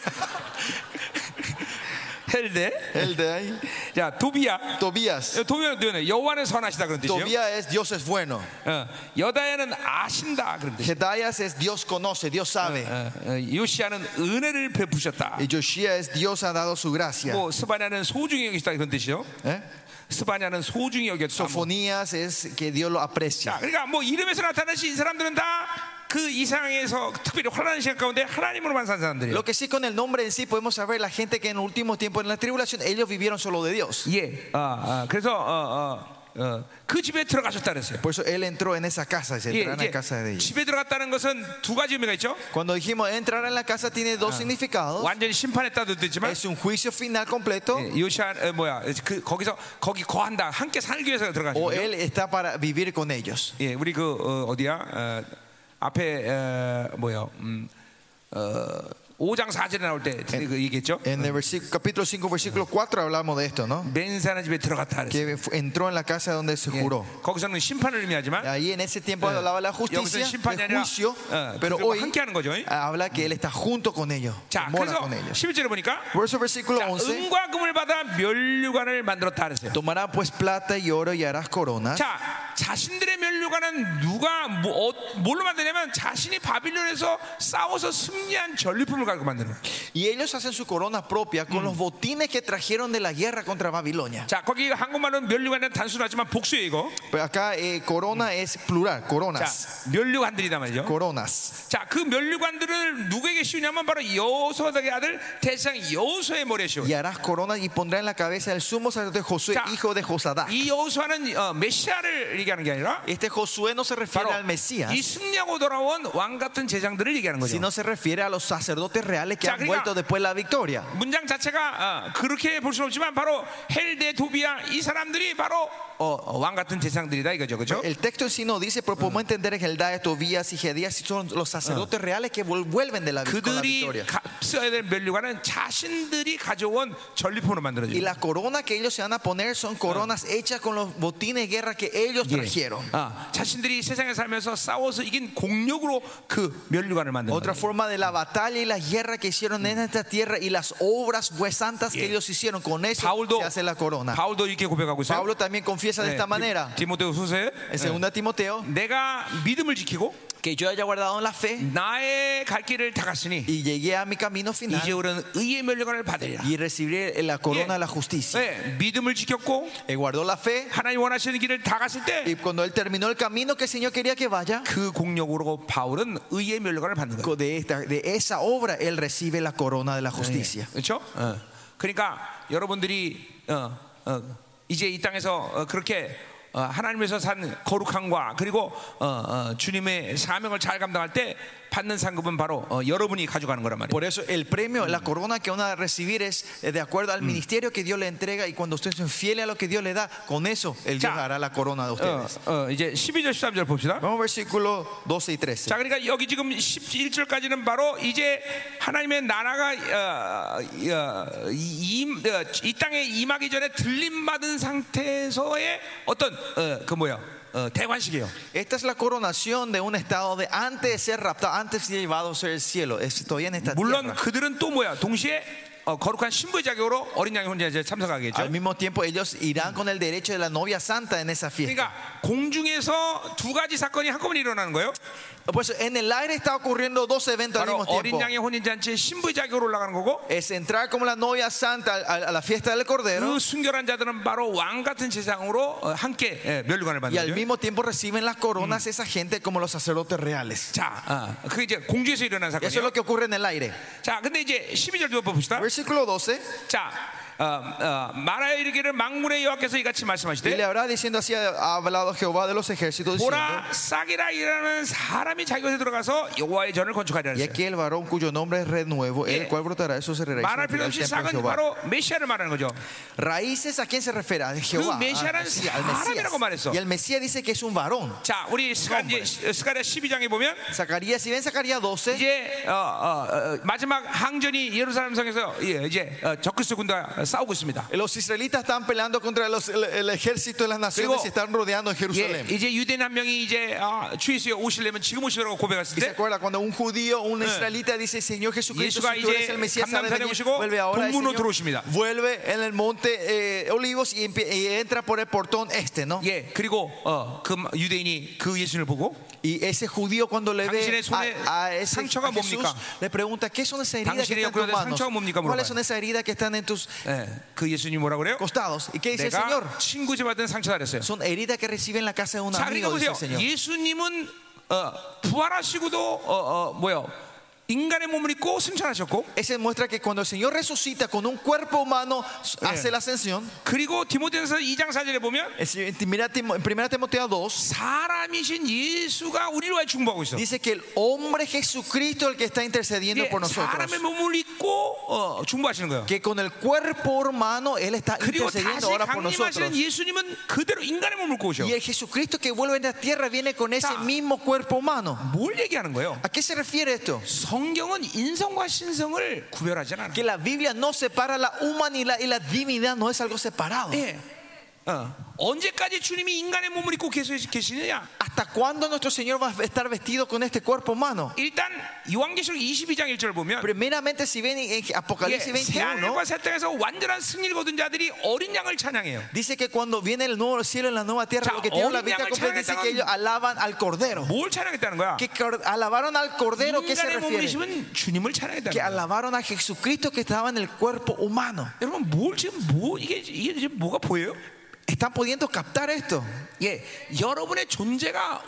[SPEAKER 1] 헬데.
[SPEAKER 2] El Dai.
[SPEAKER 1] 자, 도비야. 어,
[SPEAKER 2] Tobías.
[SPEAKER 1] 도비야 되네. 여호와는 선하시다 그런 뜻이에요.
[SPEAKER 2] Tobías es Dios es bueno.
[SPEAKER 1] 어, 여다야는 아신다 그런 뜻이에요.
[SPEAKER 2] Gedayas es Dios conoce, Dios sabe.
[SPEAKER 1] 어, 어, 요시아는 은혜를 베푸셨다.
[SPEAKER 2] Y Yoshia es Dios ha dado su gracia.
[SPEAKER 1] 뭐 스바냐는 소중히 여기시다 그런 뜻이요.
[SPEAKER 2] ¿Eh?
[SPEAKER 1] 스바냐는 소중히 여겼다. 뭐.
[SPEAKER 2] Sofonías es que Dios lo
[SPEAKER 1] 자,
[SPEAKER 2] aprecia.
[SPEAKER 1] 그러니까 뭐 이름에서 나타나신 이 사람들은 다 그 이상에서 특별히 환란의 시간 가운데 하나님으로만 산 사람들이에요.
[SPEAKER 2] Lo que sí con el nombre en sí podemos saber la gente que en el último tiempo en la tribulación ellos vivieron solo de Dios.
[SPEAKER 1] 예. 아, 아, 그래서 어, 어, 어, 그 집에 들어가셨다 그랬어요.
[SPEAKER 2] Por eso él entró en esa casa, dice,
[SPEAKER 1] 예,
[SPEAKER 2] entraron en la casa de
[SPEAKER 1] 이제
[SPEAKER 2] ellos.
[SPEAKER 1] 집에 들어갔다는 것은 두 가지 의미가 있죠.
[SPEAKER 2] Cuando dijimos entrar en la casa tiene dos significados.
[SPEAKER 1] 완전히 심판했다도 뜻지만
[SPEAKER 2] Es un juicio final completo
[SPEAKER 1] 예, 요시아 어, 뭐야 그 거기서 거기 거한다 함께 살기 위해서 들어가신
[SPEAKER 2] o
[SPEAKER 1] 거죠.
[SPEAKER 2] él está para vivir con ellos.
[SPEAKER 1] 예, 우리 그 어, 디야 앞에 어, 뭐야 음, 어, 5장 4절에 나올 때 그 얘기했죠.
[SPEAKER 2] En el versículo, capítulo 5, versículo 4 hablamos de esto, ¿no?
[SPEAKER 1] 맹세하는 집에 들어갔다 그랬어요.
[SPEAKER 2] Que fu- entró en la casa donde se
[SPEAKER 1] 예,
[SPEAKER 2] juró.
[SPEAKER 1] 거기서는 심판을 의미하지만
[SPEAKER 2] Ahí en ese tiempo hablaba de la
[SPEAKER 1] 여기서는
[SPEAKER 2] justicia,
[SPEAKER 1] 심판이
[SPEAKER 2] de
[SPEAKER 1] 아니라
[SPEAKER 2] juicio,
[SPEAKER 1] 어,
[SPEAKER 2] pero
[SPEAKER 1] 그들과
[SPEAKER 2] hoy
[SPEAKER 1] 함께하는 거죠.
[SPEAKER 2] habla que él está junto con ellos,
[SPEAKER 1] 자,
[SPEAKER 2] mora
[SPEAKER 1] 그래서
[SPEAKER 2] con ellos.
[SPEAKER 1] 11절에 보니까
[SPEAKER 2] Por eso versículo
[SPEAKER 1] 자,
[SPEAKER 2] 11,
[SPEAKER 1] 은과 금을 받아 면류관을 만들었다 그랬어요.
[SPEAKER 2] tomará pues plata y oro y harás coronas.
[SPEAKER 1] 자, 자신들의 면류관은 누가 뭐, 어, 뭘로 만드냐면 자신이 바빌론에서 싸워서 승리한 전리품을 가지고 만드는 거예요.
[SPEAKER 2] Y ellos hacen su corona propia con los botines que trajeron de la guerra contra Babilonia.
[SPEAKER 1] 자, 거기 한국말로는 면류관은 단순하지만 복수예요, 이거.
[SPEAKER 2] Pero acá eh, corona es plural,
[SPEAKER 1] 자,
[SPEAKER 2] coronas.
[SPEAKER 1] 면류관들이다 말이죠.
[SPEAKER 2] Coronas.
[SPEAKER 1] 자, 그 면류관들을 누구에게 씌우냐면 바로 여호수아의 아들 대상 여호수의 머리에 씌워요.
[SPEAKER 2] Y harás coronas y pondrá en la cabeza el sumo sacerdote Josué,
[SPEAKER 1] Ya.
[SPEAKER 2] hijo de Josadá.
[SPEAKER 1] 이 여호수아는 어, 메시아를 얘기하는 게 아니라
[SPEAKER 2] Este Josué no se refiere
[SPEAKER 1] 바로
[SPEAKER 2] al Mesías,
[SPEAKER 1] 이 승리하고 돌아온 왕 같은 제장들을 얘기하는 거죠.
[SPEAKER 2] sino se refiere a los sacerdotes reales que
[SPEAKER 1] Ya,
[SPEAKER 2] han
[SPEAKER 1] 그러니까-
[SPEAKER 2] vuelto después de la victoria.
[SPEAKER 1] 문장 자체가 어, 그렇게 볼 수는 없지만 바로 헬데 도비야 이 사람들이 바로 어, 어, 왕 같은 제상들이다 이거죠, 그렇죠?
[SPEAKER 2] El texto en sí no dice, pero podemos entender que el Daes, Tobías y Gedías son los sacerdotes reales que vol- vuelven de la, vi- con la
[SPEAKER 1] 그들이
[SPEAKER 2] victoria.
[SPEAKER 1] 가, 써야 될 면류관은 자신들이 가져온 전리품으로
[SPEAKER 2] Y
[SPEAKER 1] 만들어져요.
[SPEAKER 2] la corona que ellos se van a poner son coronas hechas con los botines de guerra que ellos
[SPEAKER 1] 예.
[SPEAKER 2] trajeron.
[SPEAKER 1] 아, 자신들이 세상에 살면서 싸워서 이긴 공력으로 그 면류관을 만드는
[SPEAKER 2] Otra
[SPEAKER 1] 거예요.
[SPEAKER 2] forma de la batalla y la guerra que hicieron en esta tierra y las obras pues, santas que
[SPEAKER 1] Yeah.
[SPEAKER 2] ellos hicieron con eso
[SPEAKER 1] 바울도
[SPEAKER 2] se hace la corona.
[SPEAKER 1] 바울도 이렇게 고백하고 있어요.
[SPEAKER 2] Pablo también confiesa
[SPEAKER 1] 네,
[SPEAKER 2] de esta manera
[SPEAKER 1] 디- 디모데후서에
[SPEAKER 2] en 2 Timoteo
[SPEAKER 1] 내가 믿음을 지키고
[SPEAKER 2] que yo haya guardado en la fe
[SPEAKER 1] 나의 갈 길을 다 갔으니
[SPEAKER 2] y llegué a mi camino
[SPEAKER 1] 이제
[SPEAKER 2] final
[SPEAKER 1] 우리는 의의 면류관을 받으리라.
[SPEAKER 2] y recibiré la
[SPEAKER 1] Yeah.
[SPEAKER 2] corona de la justicia.
[SPEAKER 1] 네, 믿음을 지켰고
[SPEAKER 2] Él guardó la fe
[SPEAKER 1] 하나님 원하시는 길을 다 갔을
[SPEAKER 2] Y cuando él terminó el camino que el Señor quería que
[SPEAKER 1] 때
[SPEAKER 2] vaya,
[SPEAKER 1] 그 공력으로 바울은 의의 면류관을 받는 거예요.
[SPEAKER 2] de, esta, de esa obra él recibe la corona de la justicia.
[SPEAKER 1] 그렇죠? 그러니까 여러분들이 어, 어, 이제 이 땅에서 어, 그렇게 어, 하나님에서 산 거룩함과 그리고 어, 어, 주님의 사명을 잘 감당할 때 받는 상급은 바로 어, 여러분이 가져가는 거란 말이에요.
[SPEAKER 2] Por eso el premio, la corona que van a recibir es eh, de acuerdo al ministerio que Dios le entrega y cuando ustedes son fieles a lo que Dios le da, con eso el Dios
[SPEAKER 1] Ya.
[SPEAKER 2] dará la corona de
[SPEAKER 1] 어,
[SPEAKER 2] ustedes.
[SPEAKER 1] 어, 이제 12절 13절 봅시다.
[SPEAKER 2] Vamos al versículo 12 y
[SPEAKER 1] 자,
[SPEAKER 2] 13.
[SPEAKER 1] 그러니까 여기 지금 11절까지는 바로 이제 하나님의 나라가 어, 어, 이, 임- 어, 이 땅에 임하기 전에 들림받은 상태에서의 어떤 어, 그 뭐야 어, 대관식이에요.
[SPEAKER 2] Esta es la coronación de un estado de antes de ser raptado, antes de ser llevado hacia el cielo. Es todavía en esta
[SPEAKER 1] 물론
[SPEAKER 2] tierra.
[SPEAKER 1] 그들은 또 뭐야 동시에 어, 거룩한 신부의 자격으로 어린 양의 혼자 이제
[SPEAKER 2] Al
[SPEAKER 1] 참석하겠죠.
[SPEAKER 2] mismo tiempo, ellos irán con el derecho de la novia santa en esa fiesta.
[SPEAKER 1] 그러니까 공중에서 두 가지 사건이 한꺼번에 일어나는 거예요.
[SPEAKER 2] Pues en el aire está ocurriendo dos eventos al
[SPEAKER 1] 바로
[SPEAKER 2] mismo
[SPEAKER 1] 어린
[SPEAKER 2] tiempo.
[SPEAKER 1] 양의 혼인 잔치에 신부의 자격으로 올라가는 거고
[SPEAKER 2] Es entrar como la novia santa a, a la fiesta del cordero
[SPEAKER 1] 그 순결한 자들은 바로 왕 같은 세상으로 어, 함께 예, 멸류관을
[SPEAKER 2] y al
[SPEAKER 1] 받는 거죠.
[SPEAKER 2] mismo tiempo reciben las coronas esa gente como los sacerdotes reales.
[SPEAKER 1] 자, 어, 그게 이제 공중에서 일어난
[SPEAKER 2] Eso es
[SPEAKER 1] 사건이에요.
[SPEAKER 2] lo que ocurre en el aire.
[SPEAKER 1] 자, 근데 이제 12절도 봅시다.
[SPEAKER 2] Versículo 12.
[SPEAKER 1] 자, 어, 어, 말하여 이르기를 망군의 여호와께서 이같이
[SPEAKER 2] Y le
[SPEAKER 1] 말씀하시되
[SPEAKER 2] habrá diciendo así, ha hablado Jehová de los ejércitos diciendo.
[SPEAKER 1] 보라 사기라이라는 사람이 자기 곳에 들어가서 여호와의 전을 건축하리라
[SPEAKER 2] Y
[SPEAKER 1] 했어요.
[SPEAKER 2] aquí el varón cuyo nombre es renuevo,
[SPEAKER 1] 예.
[SPEAKER 2] el cual brotará de sus raíces
[SPEAKER 1] 말할 필요
[SPEAKER 2] del
[SPEAKER 1] 없이
[SPEAKER 2] templo de
[SPEAKER 1] 싹은
[SPEAKER 2] Jehová.
[SPEAKER 1] 바로 메시아를 말하는 거죠.
[SPEAKER 2] Raíces, ¿a quién se refiere? A
[SPEAKER 1] 그
[SPEAKER 2] Jehová.
[SPEAKER 1] 메시아라는
[SPEAKER 2] al Mesías, al Mesías.
[SPEAKER 1] 사람이라고 말했어.
[SPEAKER 2] Y el Mesías dice que es un varón.
[SPEAKER 1] 자, 우리 스가, 이제 스가랴 12장에 보면
[SPEAKER 2] Zacarías, si ven Zacarías 12,
[SPEAKER 1] 이제 어, 어, 어, 마지막 항전이 예루살렘 성에서 예, 이제 어, 적그리스도 군대와 싸우고 있습니다.
[SPEAKER 2] los israelitas están peleando contra los- el, el ejército de las naciones
[SPEAKER 1] Luego-
[SPEAKER 2] y están rodeando
[SPEAKER 1] 예,
[SPEAKER 2] Jerusalén.
[SPEAKER 1] 이제 유대인 한 명이 이제 아, 주 예수에 오시려면 지금 오시라고 고백했을
[SPEAKER 2] Y se
[SPEAKER 1] 때
[SPEAKER 2] acuerda cuando un judío, un israelita Eh. dice, Señor Jesucristo,
[SPEAKER 1] Yeshu가
[SPEAKER 2] si tú eres
[SPEAKER 1] 이제
[SPEAKER 2] el Mesías,
[SPEAKER 1] 감남산에
[SPEAKER 2] sabes venir".
[SPEAKER 1] 오시고
[SPEAKER 2] vuelve ahora el
[SPEAKER 1] 동문으로
[SPEAKER 2] Señor,
[SPEAKER 1] 들어오십니다.
[SPEAKER 2] vuelve en el monte eh, Olivos y, empie- y entra por el portón este, ¿no?
[SPEAKER 1] 예, 그리고 어, 그 유대인이 그 예수를 보고
[SPEAKER 2] Y ese judío cuando le ve
[SPEAKER 1] 당신의 손에
[SPEAKER 2] a, a ese
[SPEAKER 1] 상처가
[SPEAKER 2] a Jesús,
[SPEAKER 1] 뭡니까?
[SPEAKER 2] le pregunta, ¿qué son esas heridas que
[SPEAKER 1] 당신의
[SPEAKER 2] están en tus
[SPEAKER 1] 옆구리에
[SPEAKER 2] manos?
[SPEAKER 1] 상처가 뭡니까? 물어봐요.
[SPEAKER 2] ¿Cuáles son esas heridas que están en tus
[SPEAKER 1] 예, 그 예수님 뭐라 그래요?
[SPEAKER 2] costados? ¿Y qué dice el Señor?
[SPEAKER 1] 내가 친구 집 받은 상처 다랬어요.
[SPEAKER 2] Son heridas que recibe en la casa de un
[SPEAKER 1] 자, 그러니까
[SPEAKER 2] amigo, dice
[SPEAKER 1] 보세요.
[SPEAKER 2] el Señor.
[SPEAKER 1] 예수님은 어, 부활하시고도 어, 어, 뭐요? 인간의 몸을 입고 승천하셨고
[SPEAKER 2] Ese muestra que cuando el Señor resucita con un cuerpo humano, hace la ascensión.
[SPEAKER 1] 그리고 디모데전서 2장 4절에 보면
[SPEAKER 2] Es- Mira, Timo- en 1 Timoteo 2
[SPEAKER 1] 사람이신 예수가 우리를 위해 중보하고 있어.
[SPEAKER 2] dice que el hombre Jesucristo es el que está intercediendo
[SPEAKER 1] 이게
[SPEAKER 2] por nosotros.
[SPEAKER 1] 사람의 몸을 입고 어, 중보하시는 거예요.
[SPEAKER 2] Que con el cuerpo humano Él está
[SPEAKER 1] 그리고
[SPEAKER 2] intercediendo
[SPEAKER 1] 다시
[SPEAKER 2] ahora por
[SPEAKER 1] 강림하시는 예.
[SPEAKER 2] nosotros.
[SPEAKER 1] 예수님은 그대로 인간의 몸을 입고 오셔.
[SPEAKER 2] Y el Jesucristo que vuelve en la tierra viene con ese
[SPEAKER 1] 자.
[SPEAKER 2] mismo cuerpo humano.
[SPEAKER 1] 뭘 얘기하는 거예요?
[SPEAKER 2] ¿A qué se refiere esto?
[SPEAKER 1] 성경은 인성과 신성을 구별하지 않아.
[SPEAKER 2] Que la Biblia no separa la humanidad y la divinidad no es algo separado.
[SPEAKER 1] 예. 어. 언제까지 주님이 인간의 몸을 입고 계속 계시느냐?
[SPEAKER 2] ¿Hasta cuándo nuestro Señor va a estar vestido con este cuerpo humano?
[SPEAKER 1] 일단 요한계시록 22장 1절 보면
[SPEAKER 2] Primeramente, si ven en
[SPEAKER 1] 예,
[SPEAKER 2] Apocalipsis
[SPEAKER 1] 새
[SPEAKER 2] 21,
[SPEAKER 1] 하늘과 새 땅에서 완전한 승리를 거둔 자들이 어린 양을 찬양해요.
[SPEAKER 2] dice que cuando viene el nuevo cielo y la nueva tierra,
[SPEAKER 1] 자,
[SPEAKER 2] lo que tiene la
[SPEAKER 1] 어린
[SPEAKER 2] vista
[SPEAKER 1] 양을
[SPEAKER 2] completa dice
[SPEAKER 1] 찬양했다는
[SPEAKER 2] que ellos alaban al cordero.
[SPEAKER 1] 뭘 찬양했다는 거야?
[SPEAKER 2] Que cor- alabaron al cordero, ¿qué se
[SPEAKER 1] 인간의
[SPEAKER 2] refiere?
[SPEAKER 1] 몸이시면 주님을 찬양했다는
[SPEAKER 2] Que
[SPEAKER 1] 거야.
[SPEAKER 2] alabaron a Jesucristo que estaba en el cuerpo humano.
[SPEAKER 1] 여러분 뭘 지금 뭐 이게 이게 지금 뭐가 보여요?
[SPEAKER 2] ¿Están pudiendo captar esto?
[SPEAKER 1] 예, 여러분의 존재가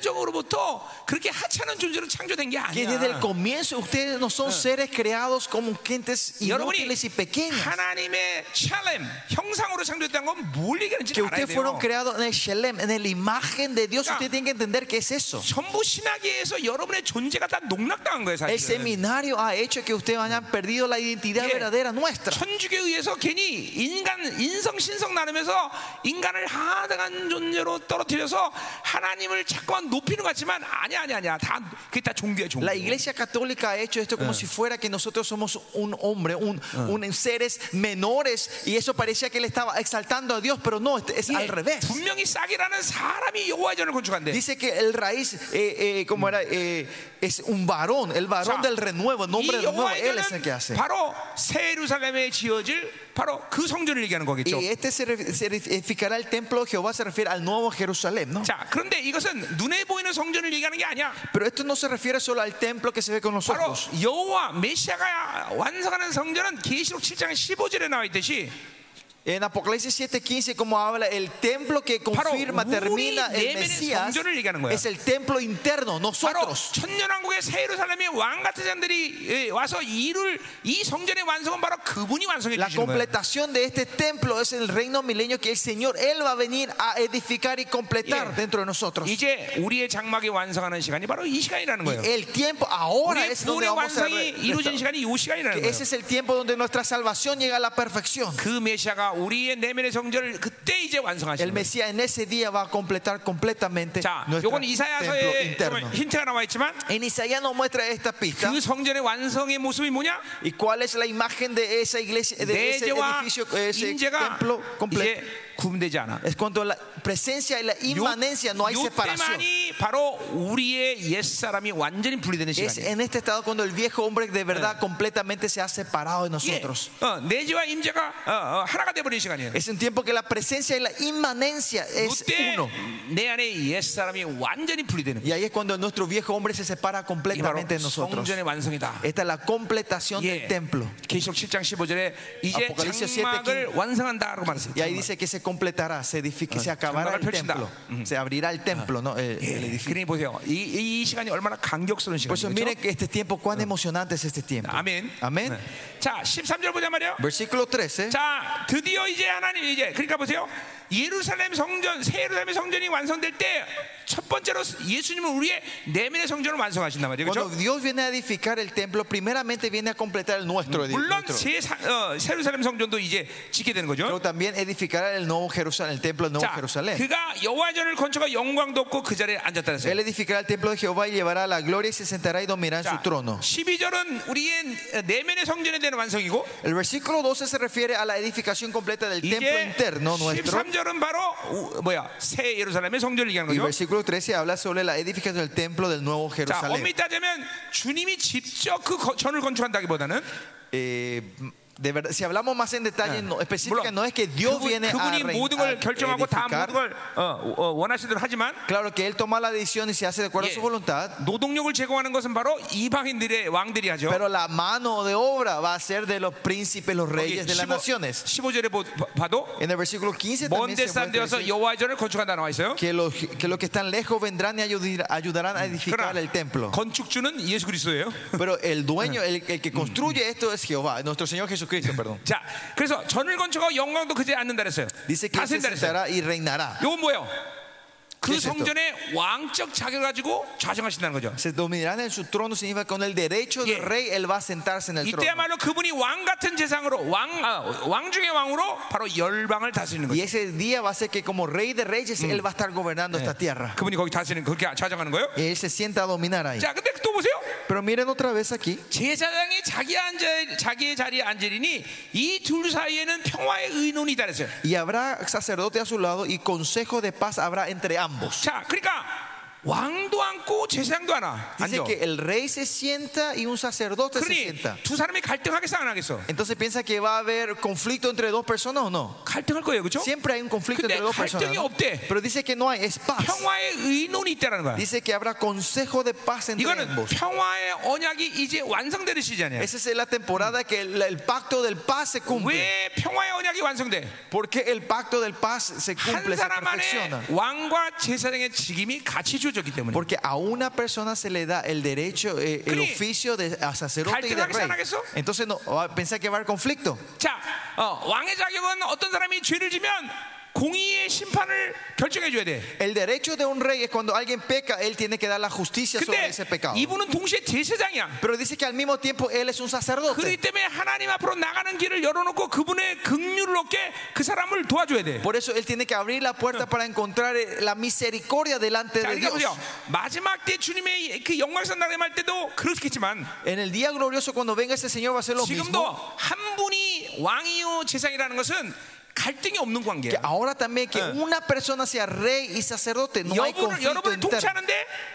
[SPEAKER 1] 원래적으로부터 그렇게 하찮은 존재로 창조된 게
[SPEAKER 2] Que desde el
[SPEAKER 1] 아니야.
[SPEAKER 2] comienzo ustedes no son seres creados como gentes
[SPEAKER 1] 여러분이
[SPEAKER 2] inútiles y pequeños.
[SPEAKER 1] 하나님의 샬렘 형상으로 창조됐다는 건 뭘 얘기하는지
[SPEAKER 2] Que
[SPEAKER 1] 알아야
[SPEAKER 2] ustedes fueron
[SPEAKER 1] 돼요.
[SPEAKER 2] creados en el Shelem, en la imagen de Dios.
[SPEAKER 1] Ya.
[SPEAKER 2] Ustedes tienen que entender qué es eso.
[SPEAKER 1] 전부 신학에서 여러분의 존재가 다 농락당한 거예요, 사실은.
[SPEAKER 2] El seminario ha hecho que ustedes hayan perdido la identidad
[SPEAKER 1] Yeah.
[SPEAKER 2] verdadera nuestra.
[SPEAKER 1] 천주교에 의해서 괜히 인간 인성 신성 나누면서 인간을 하등한 존재로 떨어뜨려서 하나님을 자꾸만 높이는 것 같지만 아니야 아니야 아니야 다 그게 다 종교의 종교.
[SPEAKER 2] La iglesia católica ha hecho esto como si fuera que nosotros somos un hombre, un, un seres menores, y eso parecía que le estaba exaltando a Dios, pero no, este es
[SPEAKER 1] 예,
[SPEAKER 2] es al revés.
[SPEAKER 1] 분명히 싹이라는 사람이 여호와의 전을 건축한대.
[SPEAKER 2] Dice que el raíz, eh, eh, como era, eh, es un varón, el varón
[SPEAKER 1] 자,
[SPEAKER 2] del renuevo, el nombre
[SPEAKER 1] 이
[SPEAKER 2] del renuevo, él
[SPEAKER 1] 여호와의
[SPEAKER 2] es el que hace.
[SPEAKER 1] 전은 바로 새 예루살렘에 지어질 바로 그 성전을 얘기하는 거겠죠.
[SPEAKER 2] Y este se re- se edificará el templo de Jehová, se refiere al nuevo Jerusalén, ¿no?
[SPEAKER 1] 자, 그런데 이것은 눈에 보이는 성전을 얘기하는 게 아니야.
[SPEAKER 2] Pero esto no se refiere solo al templo que se ve con
[SPEAKER 1] 바로
[SPEAKER 2] nosotros.
[SPEAKER 1] 여호와 메시아가 완성하는 성전은 계시록 7장 15절에 나와 있듯이
[SPEAKER 2] En Apocalipsis 7:15, como habla, el templo que
[SPEAKER 1] 바로
[SPEAKER 2] confirma,
[SPEAKER 1] 우리
[SPEAKER 2] termina el
[SPEAKER 1] 내면의
[SPEAKER 2] Mesías,
[SPEAKER 1] 성전을 얘기하는 거야.
[SPEAKER 2] es el templo
[SPEAKER 1] 바로
[SPEAKER 2] interno, nosotros.
[SPEAKER 1] 천년왕국의 새 예루살렘의 왕 같은 자들이 예, 와서 이를 이 성전의 완성은 바로 그분이 완성해
[SPEAKER 2] La
[SPEAKER 1] 주시는 거예요.
[SPEAKER 2] completación de este templo es el reino milenio que el Señor, Él va a venir a edificar y completar
[SPEAKER 1] Yeah.
[SPEAKER 2] dentro de nosotros. Y
[SPEAKER 1] 이제 우리의 장막이 완성하는 시간이 바로 이 시간이라는 거예요.
[SPEAKER 2] el tiempo ahora
[SPEAKER 1] 우리의
[SPEAKER 2] es donde
[SPEAKER 1] 구원의
[SPEAKER 2] vamos a
[SPEAKER 1] 완성이
[SPEAKER 2] re-
[SPEAKER 1] 이루어진
[SPEAKER 2] restaurar.
[SPEAKER 1] 시간이 이 시간이라는
[SPEAKER 2] Que
[SPEAKER 1] 거예요.
[SPEAKER 2] Ese es el tiempo donde nuestra salvación llega a la perfección.
[SPEAKER 1] 그 메시아가 우리의 내면의 성전을 그때 이제
[SPEAKER 2] El
[SPEAKER 1] 완성하시는 거예요.
[SPEAKER 2] Mesías en ese día va a completar completamente
[SPEAKER 1] 자,
[SPEAKER 2] nuestro
[SPEAKER 1] 요건
[SPEAKER 2] templo
[SPEAKER 1] 이사야서에 좀
[SPEAKER 2] interno.
[SPEAKER 1] 힌트가 나와 있지만
[SPEAKER 2] En Isaías nos muestra esta pista.
[SPEAKER 1] 그 성전의 완성의 모습이 뭐냐?
[SPEAKER 2] ¿Y cuál es la imagen de esa iglesia, de ese
[SPEAKER 1] 내재와
[SPEAKER 2] edificio, ese
[SPEAKER 1] 인재가
[SPEAKER 2] templo completo?
[SPEAKER 1] 이제 구분되지 않아.
[SPEAKER 2] Es cuando la presencia y la inmanencia no hay separación.
[SPEAKER 1] 이때만이 바로 우리의 옛 사람이 완전히 분리되는
[SPEAKER 2] Es
[SPEAKER 1] 시간이에요.
[SPEAKER 2] en este estado cuando el viejo hombre de verdad completamente se ha separado de
[SPEAKER 1] 예,
[SPEAKER 2] nosotros.
[SPEAKER 1] 어, 내지와 임재가 어, 어, 하나가 되버린 시간이에요.
[SPEAKER 2] Es un tiempo que la presencia y la inmanencia es
[SPEAKER 1] 이때
[SPEAKER 2] uno.
[SPEAKER 1] 내 안에 옛 sa람이 완전히 분리되는
[SPEAKER 2] Y ahí es cuando nuestro viejo hombre se separa
[SPEAKER 1] 이게 바로
[SPEAKER 2] completamente de nosotros.
[SPEAKER 1] 성전의 완성이다.
[SPEAKER 2] Esta es la completación
[SPEAKER 1] 예.
[SPEAKER 2] del templo.
[SPEAKER 1] 계시록 7장 15절에 이제
[SPEAKER 2] 아포칼립스 7,
[SPEAKER 1] 장막을 완성한다라고 말했어요.
[SPEAKER 2] Y ahí dice que se completará, se edifica, se acabará el
[SPEAKER 1] Chamar al
[SPEAKER 2] templo, se abrirá el templo, ¿no? Eh, el
[SPEAKER 1] 예,
[SPEAKER 2] edificio.
[SPEAKER 1] 그러니 보세요. 이, 이, 이 시간이 얼마나 강격스러운
[SPEAKER 2] Por eso
[SPEAKER 1] 시간이죠. 그렇죠?
[SPEAKER 2] miren que este tiempo, cuán emocionante es este tiempo.
[SPEAKER 1] 아멘.
[SPEAKER 2] Amén.
[SPEAKER 1] 네. 자, 13절 보자 말이요.
[SPEAKER 2] Versículo 13.
[SPEAKER 1] 자, 드디어 이제 하나님 이제 그러니까 보세요. 예루살렘 성전, 새 예루살렘 성전이 완성될 때 첫 번째로 예수님은 우리의 내면의 성전을 완성하신단 말이에요.
[SPEAKER 2] Cuando
[SPEAKER 1] 그렇죠?
[SPEAKER 2] Dios viene a edificar el templo, primeramente viene a completar el nuestro. edi-
[SPEAKER 1] 물론
[SPEAKER 2] nuestro.
[SPEAKER 1] 새, 사- 어, 새 예루살렘 성전도 이제 짓게 되는 거죠.
[SPEAKER 2] Pero también edificará el nuevo Jerusalén, el templo del nuevo
[SPEAKER 1] 자,
[SPEAKER 2] Jerusalén.
[SPEAKER 1] 그가 여호와전을 건축하 영광도 없고 그 자리에 앉았다 했어요.
[SPEAKER 2] Él edificará el templo de Jehová y llevará la gloria y se sentará y dominará en su trono.
[SPEAKER 1] 12절은 우리의 내면의 성전에 대한 완성이고
[SPEAKER 2] El versículo 12 se refiere a la edificación completa del templo
[SPEAKER 1] 이제
[SPEAKER 2] interno nuestro.
[SPEAKER 1] 13절은 바로 우- 뭐야 새 예루살렘의 성전을 얘기하는
[SPEAKER 2] Y el
[SPEAKER 1] 거죠.
[SPEAKER 2] versículo 13 habla sobre la edificación del templo del nuevo
[SPEAKER 1] 자, 엄밀히
[SPEAKER 2] Jerusalén.
[SPEAKER 1] 따지면 주님이 직접 그 거- 전을 건축한다기보다는
[SPEAKER 2] Eh, de verdad, si hablamos más en detalle, no, específica,
[SPEAKER 1] 물론
[SPEAKER 2] no es que Dios viene a,
[SPEAKER 1] 그분이
[SPEAKER 2] rein-
[SPEAKER 1] 모든
[SPEAKER 2] a
[SPEAKER 1] 걸 결정하고 다
[SPEAKER 2] edificar.
[SPEAKER 1] 모든 걸 어, 어, 원하시도록 하지만
[SPEAKER 2] Claro que Él toma la decisión y se hace de acuerdo
[SPEAKER 1] 예,
[SPEAKER 2] a su voluntad.
[SPEAKER 1] 노동력을 제공하는 것은 바로 이방인들의 왕들이 하죠.
[SPEAKER 2] Pero la mano de obra va a ser de los príncipes, los
[SPEAKER 1] 거기
[SPEAKER 2] reyes de las
[SPEAKER 1] 15
[SPEAKER 2] naciones.
[SPEAKER 1] 15절에 보, 봐- 봐도
[SPEAKER 2] En el versículo 15
[SPEAKER 1] 먼
[SPEAKER 2] también se
[SPEAKER 1] 데산 되어서
[SPEAKER 2] muestra dice
[SPEAKER 1] 여호와의 전을 건축한다 나와 있어요.
[SPEAKER 2] que los que, los que están lejos vendrán y ayudir- ayudarán a edificar el templo.
[SPEAKER 1] 건축주는 예수 그리스도예요.
[SPEAKER 2] Pero el dueño, el, el que construye esto es Jehová, nuestro Señor Jesucristo, perdón.
[SPEAKER 1] 자, 그래서 전을 건축하고 영광도 그제 앉는다 그랬어요.
[SPEAKER 2] Dice que él se
[SPEAKER 1] 다스린다 그랬어요.
[SPEAKER 2] sentará y reinará.
[SPEAKER 1] 요건 뭐예요? 그
[SPEAKER 2] 그래서 네 또-
[SPEAKER 1] 성전의 왕적 자격을 가지고 좌정하신다는 거죠.
[SPEAKER 2] Se dominarán en su trono, significa con el derecho del
[SPEAKER 1] Yeah.
[SPEAKER 2] rey, él va a sentarse en el trono.
[SPEAKER 1] 이때야말로 그분이 왕 같은 재상으로 왕, 아, 왕 중의 왕으로 바로 열방을 다스리는
[SPEAKER 2] Y
[SPEAKER 1] 거죠.
[SPEAKER 2] ese día va a ser que como rey de reyes, él va a estar gobernando esta tierra.
[SPEAKER 1] 그분이 거기 다스리는 그렇게 좌정하는 거예요.
[SPEAKER 2] Y él se sienta a dominar ahí.
[SPEAKER 1] 자, 근데 또 보세요.
[SPEAKER 2] Pero miren otra vez aquí.
[SPEAKER 1] 제사장이 자기 앉아, 자기의 자리에 앉으리니 이 둘 사이에는 평화의 의논이 있다 그랬어요.
[SPEAKER 2] Y habrá sacerdote a su lado y consejo de paz habrá entre ambos.
[SPEAKER 1] 자, 그러니까 왕도 앉고 제사장도 하나
[SPEAKER 2] Dice
[SPEAKER 1] 앉아.
[SPEAKER 2] que el rey se sienta y un sacerdote se
[SPEAKER 1] 그러니
[SPEAKER 2] sienta.
[SPEAKER 1] 두 사람이 갈등하겠어 안 하겠어?
[SPEAKER 2] Entonces piensa que va a haber conflicto entre dos personas o no.
[SPEAKER 1] 갈등할 거예요, 그렇죠?
[SPEAKER 2] Siempre hay un conflicto
[SPEAKER 1] 근데
[SPEAKER 2] entre dos personas.
[SPEAKER 1] 갈등이
[SPEAKER 2] ¿no?
[SPEAKER 1] 없대.
[SPEAKER 2] Pero dice que no hay, es paz.
[SPEAKER 1] 평화의 의논이 있다라는 거야.
[SPEAKER 2] Dice que habrá consejo de paz entre
[SPEAKER 1] 이거는
[SPEAKER 2] ambos.
[SPEAKER 1] 평화의 언약이 이제 완성되는 시즌이야.
[SPEAKER 2] Esa es la temporada que el, el pacto del paz se cumple.
[SPEAKER 1] 왜 평화의 언약이 완성돼?
[SPEAKER 2] Porque el pacto del paz se
[SPEAKER 1] 한
[SPEAKER 2] cumple, se
[SPEAKER 1] 사람 안에
[SPEAKER 2] perfecciona.
[SPEAKER 1] 왕과 제사장의 직임이 같이 주어졌기 때문에.
[SPEAKER 2] Porque a una persona se le da el derecho, eh, el
[SPEAKER 1] 그러니
[SPEAKER 2] oficio de a sacerdote y de
[SPEAKER 1] 갈등하기
[SPEAKER 2] rey.
[SPEAKER 1] 시작하겠어?
[SPEAKER 2] Entonces no, va a pensar que va a haber conflicto.
[SPEAKER 1] 자, 어, 왕의 자격은 어떤 사람이 죄를 지면 공의의 심판을 결정해 줘야 돼.
[SPEAKER 2] El derecho de un rey es cuando alguien peca, él tiene que dar la justicia sobre
[SPEAKER 1] 근데
[SPEAKER 2] ese pecado.
[SPEAKER 1] 이분은 동시에 제사장이야.
[SPEAKER 2] Pero dice que al mismo tiempo él es un
[SPEAKER 1] 그렇기
[SPEAKER 2] sacerdote.
[SPEAKER 1] 때문에 하나님 앞으로 나가는 길을 열어놓고 그분의 긍휼을 얻게 그 사람을 도와줘야 돼.
[SPEAKER 2] Por eso él tiene que abrir la puerta para encontrar eh, la misericordia delante
[SPEAKER 1] 자,
[SPEAKER 2] de
[SPEAKER 1] 그러니까
[SPEAKER 2] Dios.
[SPEAKER 1] 보세요. 마지막 때 주님의 그 영광선 나름 할 때도 그렇겠지만
[SPEAKER 2] En el día glorioso, cuando venga ese Señor, va a ser lo
[SPEAKER 1] 지금도
[SPEAKER 2] mismo.
[SPEAKER 1] 한 분이 왕이요 제사장이라는 것은 갈등이 없는
[SPEAKER 2] Que
[SPEAKER 1] 관계야.
[SPEAKER 2] ahora también que una persona sea rey y sacerdote,
[SPEAKER 1] 아,
[SPEAKER 2] no hay
[SPEAKER 1] 여러분을,
[SPEAKER 2] conflicto
[SPEAKER 1] 여러분을
[SPEAKER 2] interno.
[SPEAKER 1] 통치하는데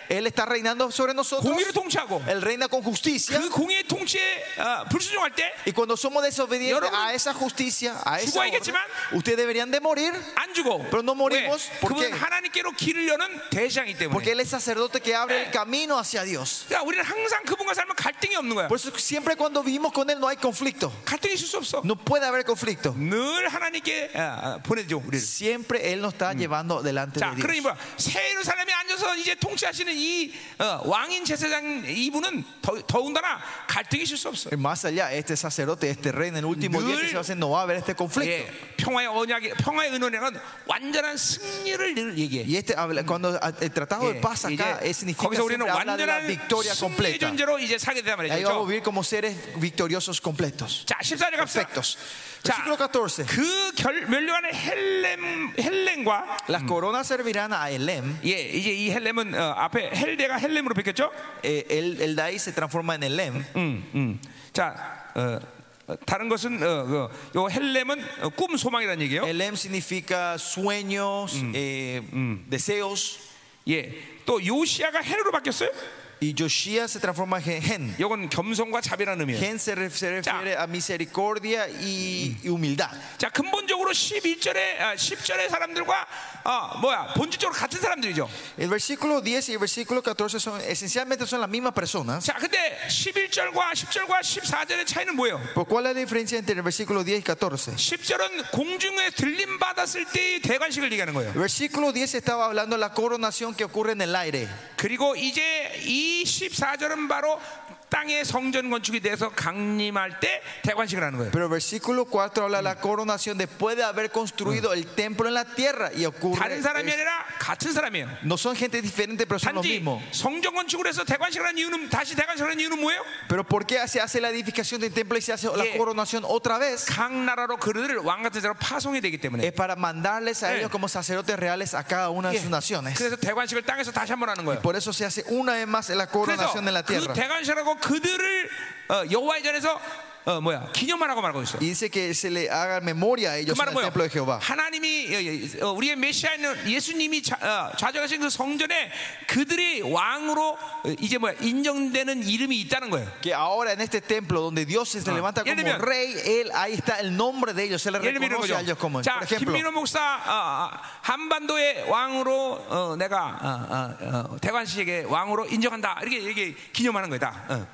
[SPEAKER 2] Él está reinando sobre nosotros.
[SPEAKER 1] 공의로 통치하고
[SPEAKER 2] Él reina con justicia.
[SPEAKER 1] 그 공의의 통치에 어, 불순종할 때 안
[SPEAKER 2] Y cuando somos desobedientes
[SPEAKER 1] 여러분,
[SPEAKER 2] a esa justicia, a esa orden,
[SPEAKER 1] 죽어야겠지만,
[SPEAKER 2] ustedes deberían de morir
[SPEAKER 1] 주고
[SPEAKER 2] Pero no morimos,
[SPEAKER 1] 왜?
[SPEAKER 2] ¿por qué?
[SPEAKER 1] 그분은 하나님께로 길을 여는 대장이기
[SPEAKER 2] porque
[SPEAKER 1] 때문에
[SPEAKER 2] Él es sacerdote que abre el camino hacia Dios.
[SPEAKER 1] 그러니까 우리는 항상 그분과 살면 갈등이 없는 거야
[SPEAKER 2] Por eso siempre cuando vivimos con Él no hay conflicto.
[SPEAKER 1] 갈등이 있을 수 없어
[SPEAKER 2] No puede haber conflicto.
[SPEAKER 1] 늘 하나님께 함께 어, 어, 보내죠 우리를.
[SPEAKER 2] Siempre Él nos está llevando delante
[SPEAKER 1] 자,
[SPEAKER 2] de Dios.
[SPEAKER 1] 그러니까 새 예루살렘에 앉아서 이제 통치하시는 이 어, 왕인 제사장 이분은 더, 더군다나 갈등이 있을 수 없어요.
[SPEAKER 2] Y Más allá, este sacerdote, este rey en el último día que
[SPEAKER 1] 늘-
[SPEAKER 2] se va a hacer, no va a haber este conflicto.
[SPEAKER 1] 예, 평화의 언약이 평화의 은원이라는 완전한 승리를 늘 얘기해.
[SPEAKER 2] Y este habla- cuando ah, el tratado de
[SPEAKER 1] 예,
[SPEAKER 2] paz acá eh,
[SPEAKER 1] 이제
[SPEAKER 2] significa
[SPEAKER 1] 거기서 우리는
[SPEAKER 2] siempre habla de la
[SPEAKER 1] 완전한
[SPEAKER 2] victoria
[SPEAKER 1] 승리
[SPEAKER 2] completa.
[SPEAKER 1] 존재로 이제 살게 되단
[SPEAKER 2] Y ahí vamos a
[SPEAKER 1] 말이죠.
[SPEAKER 2] vivir como seres victoriosos completos,
[SPEAKER 1] 자, 14절 갑시다.
[SPEAKER 2] perfectos.
[SPEAKER 1] 자,
[SPEAKER 2] Versículo 14.
[SPEAKER 1] 그 결, 멸류관의 헬렘 헬렘과
[SPEAKER 2] Las coronas servirán a Elem.
[SPEAKER 1] 예, 이제 이 헬렘은 어, 앞에 헬데가 헬렘으로 바뀌었죠?
[SPEAKER 2] Eh, el, el Dai se transforma en Elem.
[SPEAKER 1] 음, 음. 자, 어, 어, 다른 것은 어, 그, 요 헬렘은 어, 꿈 소망이라는 얘기예요.
[SPEAKER 2] Elem significa sueños, eh, deseos.
[SPEAKER 1] 예. 또 요시아가 헬로 바뀌었어요?
[SPEAKER 2] Y Yoshia se transforma en Gen.
[SPEAKER 1] 요건 겸손과 자비라는 의미예요.
[SPEAKER 2] Gen se, re- se refiere a misericordia y, y humildad.
[SPEAKER 1] 자, 근본적으로 11절에 10절의 아, 사람들과 어, 뭐야? 본질적으로 같은 사람들이죠.
[SPEAKER 2] El versículo 10 y el versículo 14 son esencialmente son las mismas personas.
[SPEAKER 1] 자, 근데 11절과 10절과 14절의 차이는 뭐예요?
[SPEAKER 2] ¿Por Pues, cuál es la diferencia entre el versículo 10 y 14?
[SPEAKER 1] 10절은 공중에 들림 받았을 때의 대관식을 얘기하는 거예요.
[SPEAKER 2] El versículo 10 estaba hablando de la coronación que ocurre en el aire.
[SPEAKER 1] 그리고 이제 이 14절은 바로 땅의 성전 건축이 돼서 강림할 때 대관식을 하는 거예요.
[SPEAKER 2] Pero el versículo 4 habla de la coronación después de haber construido el templo en la tierra y ocurre.
[SPEAKER 1] 다른 사람이
[SPEAKER 2] es-
[SPEAKER 1] 아니라 같은 사람이에요.
[SPEAKER 2] no son gente diferente, pero son los
[SPEAKER 1] 단지
[SPEAKER 2] mismos.
[SPEAKER 1] 성전 건축을 해서 대관식을 하는 이유는 다시 대관식을 하는 이유는 뭐예요?
[SPEAKER 2] Pero ¿por qué se hace la edificación del templo y se hace la
[SPEAKER 1] Yeah.
[SPEAKER 2] coronación otra vez?
[SPEAKER 1] 각 나라로 그들을 왕 같은 자로 파송이 되기 때문에.
[SPEAKER 2] Es para mandarles a
[SPEAKER 1] Yeah.
[SPEAKER 2] ellos como sacerdotes reales a cada una de
[SPEAKER 1] 예.
[SPEAKER 2] sus naciones.
[SPEAKER 1] 그래서 대관식을 땅에서 다시 한 번 하는 거예요.
[SPEAKER 2] Por eso se hace una vez más la
[SPEAKER 1] 그래서
[SPEAKER 2] coronación en la
[SPEAKER 1] 그
[SPEAKER 2] tierra.
[SPEAKER 1] 대관식하고 그들을 어, 여호와의 전에서 어, 뭐야 기념만 하고 말고 있어.
[SPEAKER 2] Y dice que se le haga memoria a
[SPEAKER 1] 그
[SPEAKER 2] ellos en
[SPEAKER 1] 말은
[SPEAKER 2] el
[SPEAKER 1] 뭐예요?
[SPEAKER 2] templo de Jehová.
[SPEAKER 1] 하나님이 어, 어, 우리의 메시아는 예수님이 좌, 어, 좌정하신 그 성전에 그들이 왕으로 어, 이제 뭐야 인정되는 이름이 있다는 거예요.
[SPEAKER 2] Que ahora en este templo donde Dios se levanta
[SPEAKER 1] 예를
[SPEAKER 2] como
[SPEAKER 1] 들면-
[SPEAKER 2] rey, él, ahí está el nombre de ellos, se le
[SPEAKER 1] 예를 들면
[SPEAKER 2] reconoce a ellos como.
[SPEAKER 1] 거죠.
[SPEAKER 2] Por
[SPEAKER 1] 자,
[SPEAKER 2] ejemplo,
[SPEAKER 1] 김민호 목사 어, 어, 한반도의 왕으로 어, 내가 어, 어, 어, 대관식에게 왕으로 인정한다. 이렇게 이렇게 기념하는 거다. 어.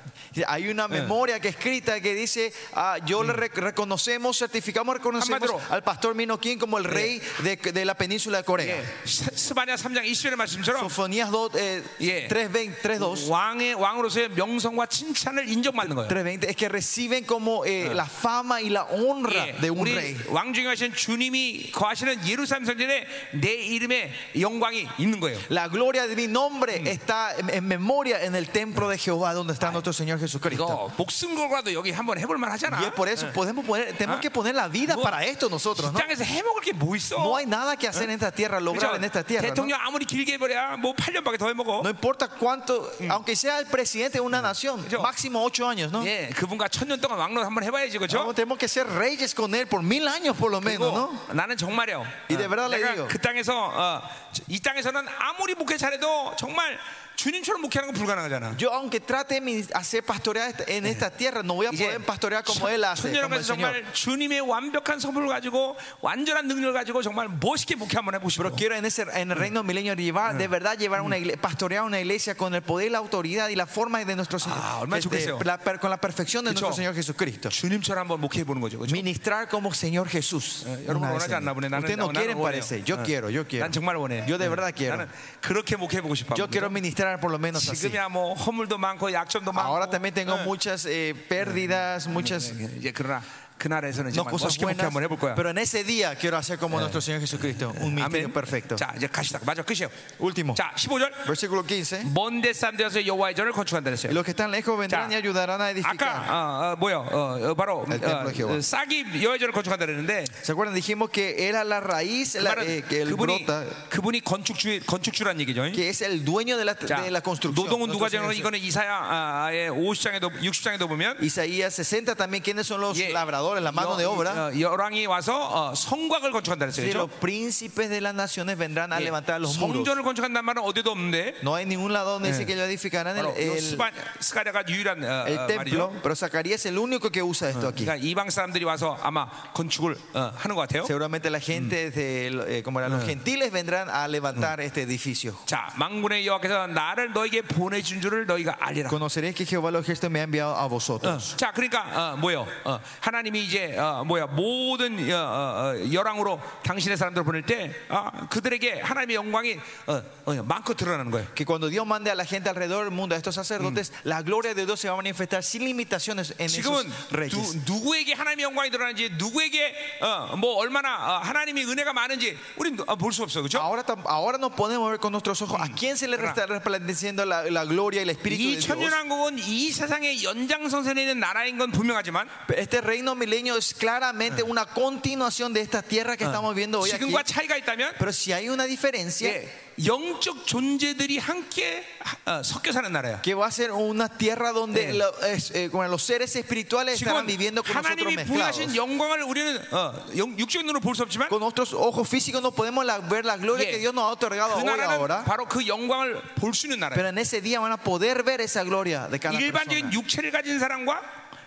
[SPEAKER 2] hay una memoria que escrita que dice, ah, yo le rec- reconocemos, certificamos, reconocemos
[SPEAKER 1] 한마디로-
[SPEAKER 2] al pastor Minoquín como el rey de, de la península de Corea.
[SPEAKER 1] 스- 스바냐 3장 20절의 말씀처럼
[SPEAKER 2] Sofonías 2, eh,
[SPEAKER 1] Yeah.
[SPEAKER 2] 3.20, 3.2,
[SPEAKER 1] 왕의 왕으로서의 명성과 칭찬을 인정받는 거예요.
[SPEAKER 2] 3.20, es que reciben como eh, la fama y la honra
[SPEAKER 1] 예,
[SPEAKER 2] de un
[SPEAKER 1] 우리
[SPEAKER 2] rey.
[SPEAKER 1] 왕 중에 하신 주님이 거하시는 예루살렘 성전에 내 이름의 영광이 있는 거예요.
[SPEAKER 2] La gloria de mi nombre está en, en memoria en el templo de Jehová donde está nuestro Señor Jesucristo.
[SPEAKER 1] 이거 목숨 걸고라도 여기 한번 해볼 만하잖아.
[SPEAKER 2] Y es por eso podemos poner, tenemos que poner la vida
[SPEAKER 1] Bueno.
[SPEAKER 2] para esto nosotros, ¿no?
[SPEAKER 1] 땅에서 해먹을 게 뭐 있어?
[SPEAKER 2] No hay nada que hacer en esta tierra, lograr
[SPEAKER 1] 그죠?
[SPEAKER 2] en esta tierra. ¿no?
[SPEAKER 1] 대통령 아무리 길게 해버려 뭐 8년밖에 더 해먹어.
[SPEAKER 2] No importa cuánto, aunque sea el presidente de una nación,
[SPEAKER 1] Yo-
[SPEAKER 2] máximo ocho años, ¿no?
[SPEAKER 1] 예, 그분과 천년 동안 왕로 한번 해봐야지 그죠?
[SPEAKER 2] Vamos, tenemos que ser reyes con él por mil años por lo menos,
[SPEAKER 1] 그리고
[SPEAKER 2] ¿no?
[SPEAKER 1] 어, 나는 정말요.
[SPEAKER 2] 이 대별아
[SPEAKER 1] 내가
[SPEAKER 2] 레디오.
[SPEAKER 1] 그 땅에서 어, 이 땅에서는 아무리 목회 잘해도 정말 주님처럼 목회하는 건 불가능하잖아.
[SPEAKER 2] Yo aunque trate de hacer pastorear en esta tierra, no voy a
[SPEAKER 1] 이제
[SPEAKER 2] poder pastorear como él
[SPEAKER 1] 네,
[SPEAKER 2] hace, como el
[SPEAKER 1] 천년왕에서
[SPEAKER 2] Señor.
[SPEAKER 1] 정말 주님의 완벽한 선물을 가지고 완전한 능력을 가지고 정말 멋있게 목회 한번 해보시고
[SPEAKER 2] Pero quiero en, ese, en el reino milenio llevar, de verdad llevar una iglesia, pastorear una iglesia con el poder, la autoridad y la forma de nuestro Señor.
[SPEAKER 1] Ah, 얼마나
[SPEAKER 2] Este,
[SPEAKER 1] 좋겠어요.
[SPEAKER 2] la per- con la perfección de
[SPEAKER 1] 그쵸?
[SPEAKER 2] nuestro Señor Jesucristo.
[SPEAKER 1] 주님처럼 한번 목회해 보는 거죠. 그렇죠?
[SPEAKER 2] Ministrar como Señor Jesús.
[SPEAKER 1] 여러분
[SPEAKER 2] Una vez,
[SPEAKER 1] 원하지 않나 보네.
[SPEAKER 2] Señor.
[SPEAKER 1] 나는
[SPEAKER 2] Ustedes no
[SPEAKER 1] 나는
[SPEAKER 2] quieren
[SPEAKER 1] 원해요.
[SPEAKER 2] parece. Yo
[SPEAKER 1] 어.
[SPEAKER 2] quiero, yo quiero.
[SPEAKER 1] 난 정말 원해.
[SPEAKER 2] Yo de verdad quiero.
[SPEAKER 1] 나는 그렇게 목회해 보고 싶어.
[SPEAKER 2] Yo quiero ministrar por lo menos así.
[SPEAKER 1] 지금이야 뭐 허물도 많고 약점도 많고.
[SPEAKER 2] Ahora también tengo muchas eh, pérdidas, muchas
[SPEAKER 1] 이제 그러나 그날에서는 이제
[SPEAKER 2] no cosas
[SPEAKER 1] 멋있게 목회
[SPEAKER 2] buenas,
[SPEAKER 1] 한번 해볼 거야.
[SPEAKER 2] pero en Eh. ese día quiero hacer como nuestro Señor Jesucristo, un ministerio
[SPEAKER 1] 아멘.
[SPEAKER 2] perfecto.
[SPEAKER 1] 자 이제 가시다. 맞아 끝이에요.
[SPEAKER 2] Último,
[SPEAKER 1] 자 15절.
[SPEAKER 2] versículo 15.
[SPEAKER 1] 먼데 산 데서 여호와의 전을 건축한다 그랬어요.
[SPEAKER 2] Los que están lejos vendrán
[SPEAKER 1] Ya.
[SPEAKER 2] y ayudarán a edificar.
[SPEAKER 1] 아까 어, 어, 뭐요? 어, 어, 바로
[SPEAKER 2] El templo de Jehová.
[SPEAKER 1] 어, 싹이 여호와의 전을 건축한다 그랬는데
[SPEAKER 2] ¿Se acuerdan? Dijimos que era la raíz, la,
[SPEAKER 1] 그
[SPEAKER 2] eh,
[SPEAKER 1] 말은
[SPEAKER 2] que el
[SPEAKER 1] 그분이
[SPEAKER 2] brota,
[SPEAKER 1] 그분이 건축주 건축주란 얘기죠.
[SPEAKER 2] que es el dueño de la,
[SPEAKER 1] 자,
[SPEAKER 2] de la construcción.
[SPEAKER 1] 노동은 누가
[SPEAKER 2] Nuestro Señor
[SPEAKER 1] 정하는
[SPEAKER 2] Jesús.
[SPEAKER 1] 이거는 이사야의 50장에도 60장에도 보면
[SPEAKER 2] Isaías 60 también, ¿quiénes son los
[SPEAKER 1] 예,
[SPEAKER 2] labradores, la mano de obra?
[SPEAKER 1] 여- 어, 열왕이 와서 어, 성곽을 건축한다
[SPEAKER 2] Sí,
[SPEAKER 1] 그랬어요.
[SPEAKER 2] los
[SPEAKER 1] 그렇죠?
[SPEAKER 2] príncipes de las naciones vendrán a
[SPEAKER 1] 예,
[SPEAKER 2] levantar los muros.
[SPEAKER 1] 성전을 건축한다는 말은 어디도 없는데
[SPEAKER 2] No hay ningún lado donde dice que ellos edificarán el,
[SPEAKER 1] 바로 요
[SPEAKER 2] el-
[SPEAKER 1] 스바, 스가랴가 유일한 어,
[SPEAKER 2] el
[SPEAKER 1] 어,
[SPEAKER 2] templo,
[SPEAKER 1] 말이죠.
[SPEAKER 2] pero Zacarías es el único que usa esto aquí.
[SPEAKER 1] 그러니까 이방 사람들이 와서 아마 건축을 어, 하는 것 같아요.
[SPEAKER 2] Seguramente la gente, de, eh, como eran los gentiles, vendrán a levantar este edificio.
[SPEAKER 1] 자, 망군의 여호와께서 나를 너에게 보내준 줄을 너희가 알리라.
[SPEAKER 2] Conoceréis que Jehová los ejércitos me ha enviado a vosotros.
[SPEAKER 1] 자, 그러니까 어, 뭐요? 어, 하나님이 하나님이 이제 어, 뭐야 모든 어, 어, 어, 열왕으로 당신의 사람들 을 보낼 때 아, 그들에게 하나님의 영광이 어, 어, 많고 드러나는 거예요.
[SPEAKER 2] Que cuando Dios mande a la gente alrededor del mundo, a estos sacerdotes, la gloria de Dios se va a manifestar sin limitaciones en
[SPEAKER 1] 지금은
[SPEAKER 2] esos reyes.
[SPEAKER 1] 누, 구에게 하나님의 영광이 드러나는지 누구에게 어, 뭐 얼마나 어, 하나님의 은혜가 많은지 우리는 볼 수 없어 그렇죠?
[SPEAKER 2] Ahora, tam- ahora no podemos ver con nuestros ojos a quién se le está resplandeciendo la, la gloria y el Espíritu
[SPEAKER 1] 이
[SPEAKER 2] de Dios.
[SPEAKER 1] 천년왕국은 이 세상의 연장선상에 있는 나라인 건 분명하지만
[SPEAKER 2] Este reino milenio es claramente una continuación de esta tierra que estamos viendo hoy aquí.
[SPEAKER 1] 지금과 차이가 있다면
[SPEAKER 2] Pero si hay una diferencia,
[SPEAKER 1] 예, 영적 존재들이 함께 어, 섞여 사는 나라야.
[SPEAKER 2] que va a ser una tierra donde
[SPEAKER 1] Eh.
[SPEAKER 2] lo- es, eh, bueno, los seres espirituales estarán
[SPEAKER 1] 지금
[SPEAKER 2] viviendo con nosotros
[SPEAKER 1] 하나님이
[SPEAKER 2] mezclados.
[SPEAKER 1] 부여하신 영광을 우리는 어, 영- 육적인 눈으로 볼 수 없지만
[SPEAKER 2] Con nuestros ojos físicos no podemos la- ver la gloria
[SPEAKER 1] 예,
[SPEAKER 2] que Dios nos ha otorgado
[SPEAKER 1] 그
[SPEAKER 2] hoy
[SPEAKER 1] 나라는
[SPEAKER 2] ahora,
[SPEAKER 1] 바로 그 영광을 볼 수 있는 나라야.
[SPEAKER 2] pero en ese día van a poder ver esa gloria de cada persona.
[SPEAKER 1] 일반적인 육체를 가진 사람과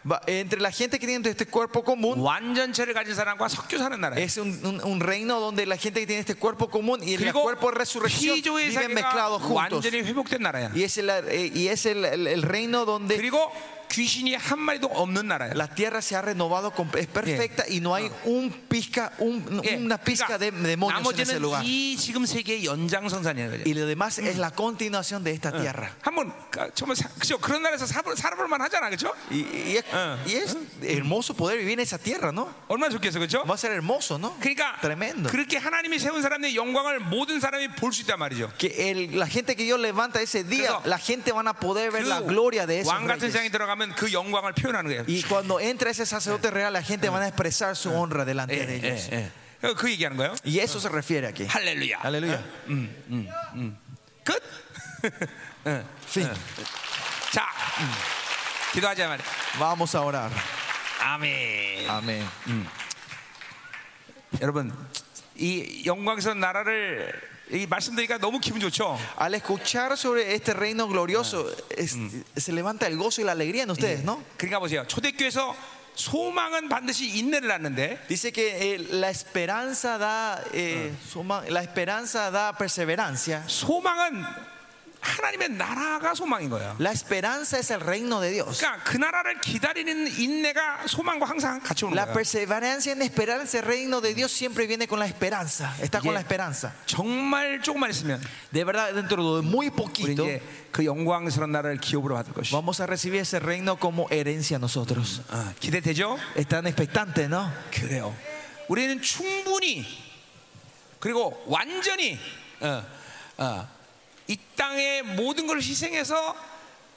[SPEAKER 2] Va- entre la gente que tiene este cuerpo común
[SPEAKER 1] 완전체를 가진 사람과 섞여 사는 나라예요.
[SPEAKER 2] es un, un- un reino donde la gente que tiene este cuerpo común y el
[SPEAKER 1] 그리고
[SPEAKER 2] cuerpo de resurrección
[SPEAKER 1] 피조의
[SPEAKER 2] viven
[SPEAKER 1] 세계가
[SPEAKER 2] mezclados juntos.
[SPEAKER 1] 완전히 회복된 나라야.
[SPEAKER 2] Y es, el, eh, y es el, el- el reino donde
[SPEAKER 1] 그리고 귀신이 한 마리도 없는 나라야.
[SPEAKER 2] la tierra se ha renovado, com- es perfecta y no hay
[SPEAKER 1] Ah.
[SPEAKER 2] un pizca, un-
[SPEAKER 1] 예,
[SPEAKER 2] una pizca de demonios en ese
[SPEAKER 1] 나머지는
[SPEAKER 2] lugar.
[SPEAKER 1] 이 지금 세계의 연장선상이야.
[SPEAKER 2] Y lo demás es la continuación de
[SPEAKER 1] Ah.
[SPEAKER 2] esta tierra.
[SPEAKER 1] 한번 가- 정말 사- 그죠? 그런 나라에서 살아볼, 살아볼 만하잖아, 그죠?
[SPEAKER 2] Y, y es,
[SPEAKER 1] Ah.
[SPEAKER 2] y es hermoso poder vivir en esa tierra, ¿no?
[SPEAKER 1] 얼마나 좋겠어, 그죠?
[SPEAKER 2] Va a ser hermoso, ¿no?
[SPEAKER 1] 그러니까
[SPEAKER 2] Tremendo.
[SPEAKER 1] 그렇게 하나님이 세운 사람의 영광을 모든 사람이 볼 수 있단 말이죠.
[SPEAKER 2] Que el- la gente que Dios levanta ese
[SPEAKER 1] 그래서
[SPEAKER 2] día, la gente van a poder ver la gloria de esos
[SPEAKER 1] 그 그왕 같은
[SPEAKER 2] reyes.
[SPEAKER 1] 장에 들어가면 그 영광을 표현하는 거예요.
[SPEAKER 2] Y cuando entra ese sacerdote real, la gente van a expresar su honra delante de ellos.
[SPEAKER 1] 예, 예. 그 얘기하는 거예요.
[SPEAKER 2] Y eso se refiere aquí. Eh,
[SPEAKER 1] 할렐루야.
[SPEAKER 2] Aleluya.
[SPEAKER 1] 끝. 예.
[SPEAKER 2] Fin.
[SPEAKER 1] 자, 음. 기도하자 말이야.
[SPEAKER 2] Vamos a orar.
[SPEAKER 1] 아멘.
[SPEAKER 2] Amén.
[SPEAKER 1] 여러분, 이 영광에서 나라를 이 말씀드리니까 너무 기분 좋죠.
[SPEAKER 2] Al escuchar sobre este reino glorioso, es- se levanta el gozo y la alegría en ustedes, ¿no?
[SPEAKER 1] 그러니까 보세요. 초대교회에서 소망은 반드시 인내를 낳는데
[SPEAKER 2] Dice que eh, la esperanza da eh, suma- la esperanza da perseverancia.
[SPEAKER 1] 소망은 하나님의 나라가 소망인 거예요.
[SPEAKER 2] La esperanza es el reino de Dios.
[SPEAKER 1] 그러니까 그 나라를 기다리는 인내가 소망과 항상 같이 오는
[SPEAKER 2] La
[SPEAKER 1] 거예요.
[SPEAKER 2] perseverancia en esperar ese reino de Dios siempre viene con la esperanza. Está con la esperanza.
[SPEAKER 1] 정말 조금만 있으면
[SPEAKER 2] De verdad, dentro de muy
[SPEAKER 1] 우리
[SPEAKER 2] poquito
[SPEAKER 1] 이제 그 영광스러운 나라를 기업으로 받을 것이.
[SPEAKER 2] vamos a recibir ese reino como herencia nosotros.
[SPEAKER 1] 어, 기대되죠?
[SPEAKER 2] Están expectantes, ¿no?
[SPEAKER 1] 그래요. 우리는 충분히 그리고 완전히 어, 어, 이 땅의 모든 걸 희생해서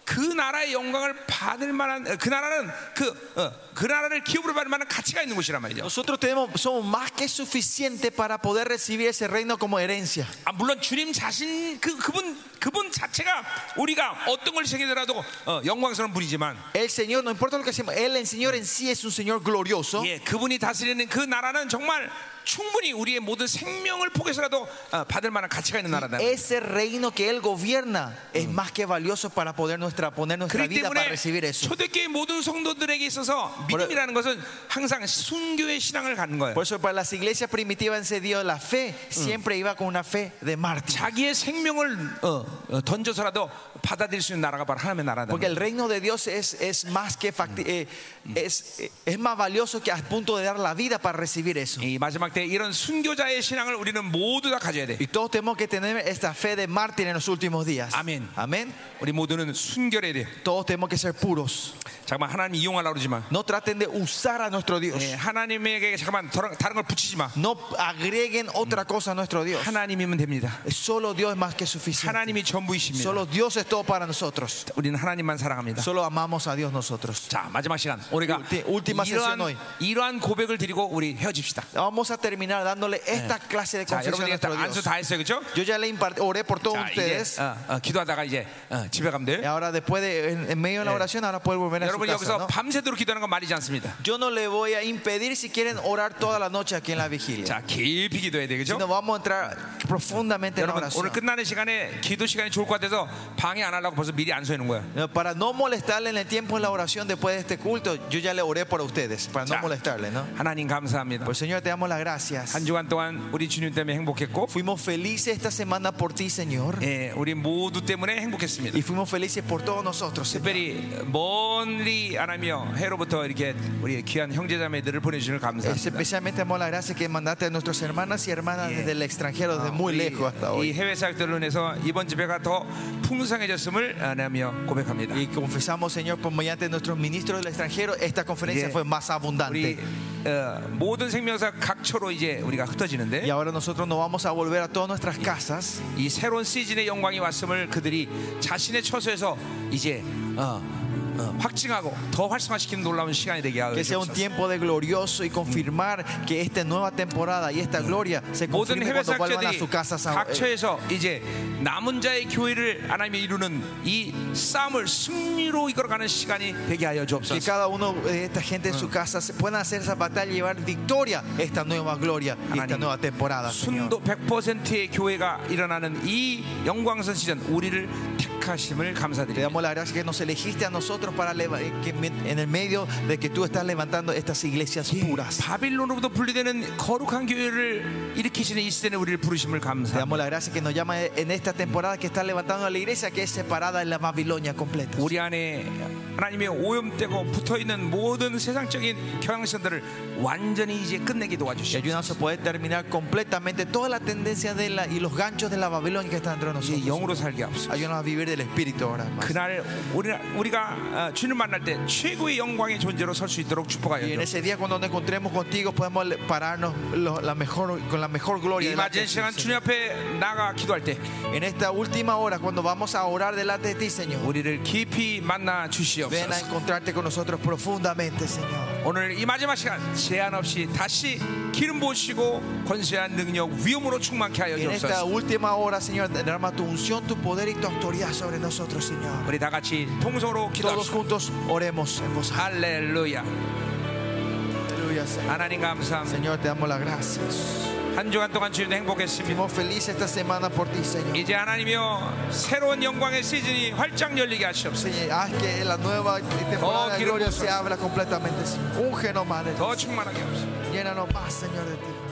[SPEAKER 1] 그 나라의 영광을 받을 만한 어, 그 나라는 그그 나라를 기업으로 받을 만한 가치가 있는 곳이란 말이죠.
[SPEAKER 2] Nosotros tenemos, somos más que suficiente para poder recibir ese reino como herencia.
[SPEAKER 1] 아, 물론 주님 자신 그 그분 그분 자체가 우리가 어떤 걸 희생해더라도 어, 영광스러운 분이지만
[SPEAKER 2] El Señor, no importa lo que hacemos, Él, el Señor en sí es un Señor glorioso.
[SPEAKER 1] 예, 그분이 다스리는 그 나라는 정말 충분히 우리의 모든 생명을 포기해서라도 어, 받을 만한 가치가 있는 나라다.
[SPEAKER 2] Ese reino que Él gobierna es más que valioso para poder nuestra, poner nuestra
[SPEAKER 1] 그렇기
[SPEAKER 2] vida para
[SPEAKER 1] 때문에
[SPEAKER 2] recibir eso.
[SPEAKER 1] 초대교회 모든 성도들에게 있어서 믿음이라는 것은 항상 순교의 신앙을 갖는 거예요.
[SPEAKER 2] Por eso para las iglesias primitivas en ese día la fe siempre iba con una fe de mártir.
[SPEAKER 1] 자기의 생명을 어, 어, 던져서라도 받아들일 수 있는 나라가 바로 하나님의 나라다.
[SPEAKER 2] Porque el reino de Dios es, es más que facti- eh, es, eh, es más valioso que a punto de dar la vida para recibir eso.
[SPEAKER 1] 이 마지막 때 이런 순교자의 신앙을 우리는 모두 다 가져야 돼.
[SPEAKER 2] Y todos tenemos que tener esta fe de mártir en los últimos días.
[SPEAKER 1] Amén.
[SPEAKER 2] Amén.
[SPEAKER 1] 우리 모두는 순결해야 돼.
[SPEAKER 2] Todos tenemos que ser puros.
[SPEAKER 1] 잠깐만 하나님 이용하려고 그러지만 예,
[SPEAKER 2] No traten de usar a nuestro Dios.
[SPEAKER 1] Eh, 하나님에게 잠깐만 더- 다른 걸 붙이지 마.
[SPEAKER 2] No agreguen otra cosa a nuestro Dios.
[SPEAKER 1] 하나님이면 됩니다.
[SPEAKER 2] Solo Dios es más que suficiente.
[SPEAKER 1] 하나님이 전부이십니다.
[SPEAKER 2] Solo Dios es todo para nosotros.
[SPEAKER 1] 우리는 하나님만 사랑합니다.
[SPEAKER 2] Solo amamos a Dios nosotros.
[SPEAKER 1] 자 마지막 시간 우리가
[SPEAKER 2] Ulti- última sesión hoy.
[SPEAKER 1] 이러한, 이러한 고백을 드리고 우리 헤어집시다.
[SPEAKER 2] Vamos a terminar dándole esta clase de
[SPEAKER 1] 자
[SPEAKER 2] confesión a
[SPEAKER 1] 여러분들
[SPEAKER 2] nuestro
[SPEAKER 1] 안수
[SPEAKER 2] Dios.
[SPEAKER 1] 다 했어요, 그렇죠?
[SPEAKER 2] Yo ya le impart- oré por todos
[SPEAKER 1] 자, 이제
[SPEAKER 2] ustedes.
[SPEAKER 1] 어, 어, 기도하다가 이제 어, 집에 가면
[SPEAKER 2] Y
[SPEAKER 1] 돼요.
[SPEAKER 2] ahora después de en, en medio de la oración ahora pueden volver a su
[SPEAKER 1] 여러분
[SPEAKER 2] casa.
[SPEAKER 1] 여기서
[SPEAKER 2] ¿no?
[SPEAKER 1] 밤새도록 기도하는 건 말이지 않습니다.
[SPEAKER 2] Yo no le voy a impedir si quieren orar toda la noche aquí en la vigilia.
[SPEAKER 1] 자 깊이 기도해야 되겠죠?
[SPEAKER 2] Sino vamos a entrar profundamente en la
[SPEAKER 1] 여러분 오늘
[SPEAKER 2] oración.
[SPEAKER 1] 끝나는 시간에 기도 시간이 좋을 것 같아서 방해 안 하려고 벌써 미리 안수해 놓은 거야.
[SPEAKER 2] Para no molestarle en el tiempo de la oración después de este culto, yo ya le oré por ustedes, para no
[SPEAKER 1] Ya.
[SPEAKER 2] molestarle, ¿no?
[SPEAKER 1] 하나님 감사합니다.
[SPEAKER 2] Pues Señor, te damos las gracias.
[SPEAKER 1] 한 주간 동안 우리 주님 때문에 행복했고,
[SPEAKER 2] Fuimos felices esta semana por ti, Señor.
[SPEAKER 1] 예, 우리 모두 때문에 행복했습니다.
[SPEAKER 2] Y fuimos felices por todos nosotros, Señor.
[SPEAKER 1] 특별히 먼 멀리 안 하며 해로부터 이렇게 우리 귀한 형제자매들을 보내주시는 감사합니다.
[SPEAKER 2] Especialmente damos la gracia que mandaste a nuestras hermanas y hermanas desde el extranjero, desde
[SPEAKER 1] 뭐
[SPEAKER 2] muy lejos hasta
[SPEAKER 1] 이, 이
[SPEAKER 2] hoy.
[SPEAKER 1] 해외 사역들로 인해서 이번 집회가 더 풍성해졌음을 안하며 고백합니다.
[SPEAKER 2] Y confesamos, Señor, por mediante nuestros ministros del extranjero, esta conferencia
[SPEAKER 1] Yeah.
[SPEAKER 2] fue más
[SPEAKER 1] 우리
[SPEAKER 2] abundante.
[SPEAKER 1] 어, 모든 생명사 각처로 이제 우리가
[SPEAKER 2] Y
[SPEAKER 1] 흩어지는데
[SPEAKER 2] ahora nosotros nos vamos a volver a todas nuestras casas.
[SPEAKER 1] 이 새로운 시즌의 영광이 왔음을 그들이 자신의 처소에서 이제 어, 어, 확증하고 더 활성화시키는 놀라운 시간이 되게
[SPEAKER 2] Que sea un
[SPEAKER 1] 하옵소서.
[SPEAKER 2] tiempo de glorioso y confirmar que esta nueva temporada y esta gloria se
[SPEAKER 1] 모든
[SPEAKER 2] confirme
[SPEAKER 1] 해외
[SPEAKER 2] cuando vuelvan a
[SPEAKER 1] 사역자들이
[SPEAKER 2] sus casas. a-
[SPEAKER 1] 각처에서 이제 남은 자의 교회를 하나님이 이루는 이 싸움을 승리로 이끌어가는 시간이 되게 하여
[SPEAKER 2] Eh, Que
[SPEAKER 1] 주옵소서.
[SPEAKER 2] cada uno de esta gente en su casa se puedan hacer esa batalla y llevar victoria esta nueva gloria y esta
[SPEAKER 1] 하나님,
[SPEAKER 2] nueva temporada. Señor.
[SPEAKER 1] 순도 100%의 교회가 일어나는 이 영광선 시즌 우리를 택하심을
[SPEAKER 2] Te
[SPEAKER 1] 감사드립니다.
[SPEAKER 2] damos la gracia que nos elegiste a nosotros para leva- eh, que me- en el medio de que tú estás levantando estas iglesias puras.
[SPEAKER 1] 바빌론으로부터 분리되는 거룩한 교회를 일으키시는 이 시대는 우리를 부르심을
[SPEAKER 2] Te
[SPEAKER 1] 감사합니다.
[SPEAKER 2] damos la gracia que nos llama en esta temporada que estás levantando a la iglesia que es separada de la Babilonia completa.
[SPEAKER 1] 우리 안에 하나님의 오염되고 붙어 있는 모든 세상적인 경향성들을 완전히 이제 끝내기
[SPEAKER 2] Y
[SPEAKER 1] 도와주시옵소서.
[SPEAKER 2] ayúdanos a poder terminar completamente toda la tendencia de la, y los ganchos de la Babilonia que están dentro de
[SPEAKER 1] 이제
[SPEAKER 2] nosotros.
[SPEAKER 1] 영으로 살게 하옵소서.
[SPEAKER 2] Ayúdanos a vivir del Espíritu ahora más.
[SPEAKER 1] 그날 우리, 우리가 어, 주님 만날 때 최고의 영광의 존재로 설 수 있도록
[SPEAKER 2] Y en
[SPEAKER 1] 축복하여 주옵소서.
[SPEAKER 2] ese día cuando nos encontremos contigo podemos le- pararnos lo- la mejor, con la mejor
[SPEAKER 1] 이
[SPEAKER 2] gloria.
[SPEAKER 1] 맞은
[SPEAKER 2] delante de ti,
[SPEAKER 1] 시간 주님
[SPEAKER 2] Señor.
[SPEAKER 1] 앞에 나가 기도할 때
[SPEAKER 2] En esta última hora cuando vamos a orar delante de ti, Señor.
[SPEAKER 1] 우리를 깊이 만나
[SPEAKER 2] Ven a
[SPEAKER 1] 주시옵소서.
[SPEAKER 2] encontrarte con nosotros profundamente, Señor.
[SPEAKER 1] 오늘 이 마지막 시간 제한 없이 다시 기름 부으시고 권세한 능력 위험으로 충만케 하여
[SPEAKER 2] Y en esta
[SPEAKER 1] 주옵소서.
[SPEAKER 2] última hora, Señor, derrama tu unción, tu poder y tu autoridad sobre nosotros, Señor.
[SPEAKER 1] 우리 다 같이 통성으로 기도합시다.
[SPEAKER 2] Todos juntos oremos en voz alta.
[SPEAKER 1] 할렐루야.
[SPEAKER 2] Aleluya, Señor.
[SPEAKER 1] 하나님 감사합니다.
[SPEAKER 2] Señor, te damos las gracias.
[SPEAKER 1] 한 주간 동안 주님도 행복했습니다.
[SPEAKER 2] Fuimos felices esta semana por ti, Señor.
[SPEAKER 1] 이제 하나님이여 새로운 영광의 시즌이 활짝 열리게 하시옵소서.
[SPEAKER 2] Señor, haz que la nueva temporada de gloria se abra completamente, Señor. Úngenos, Madre.
[SPEAKER 1] 더 충만하게 하옵소서.
[SPEAKER 2] Llénanos más, Señor, de ti.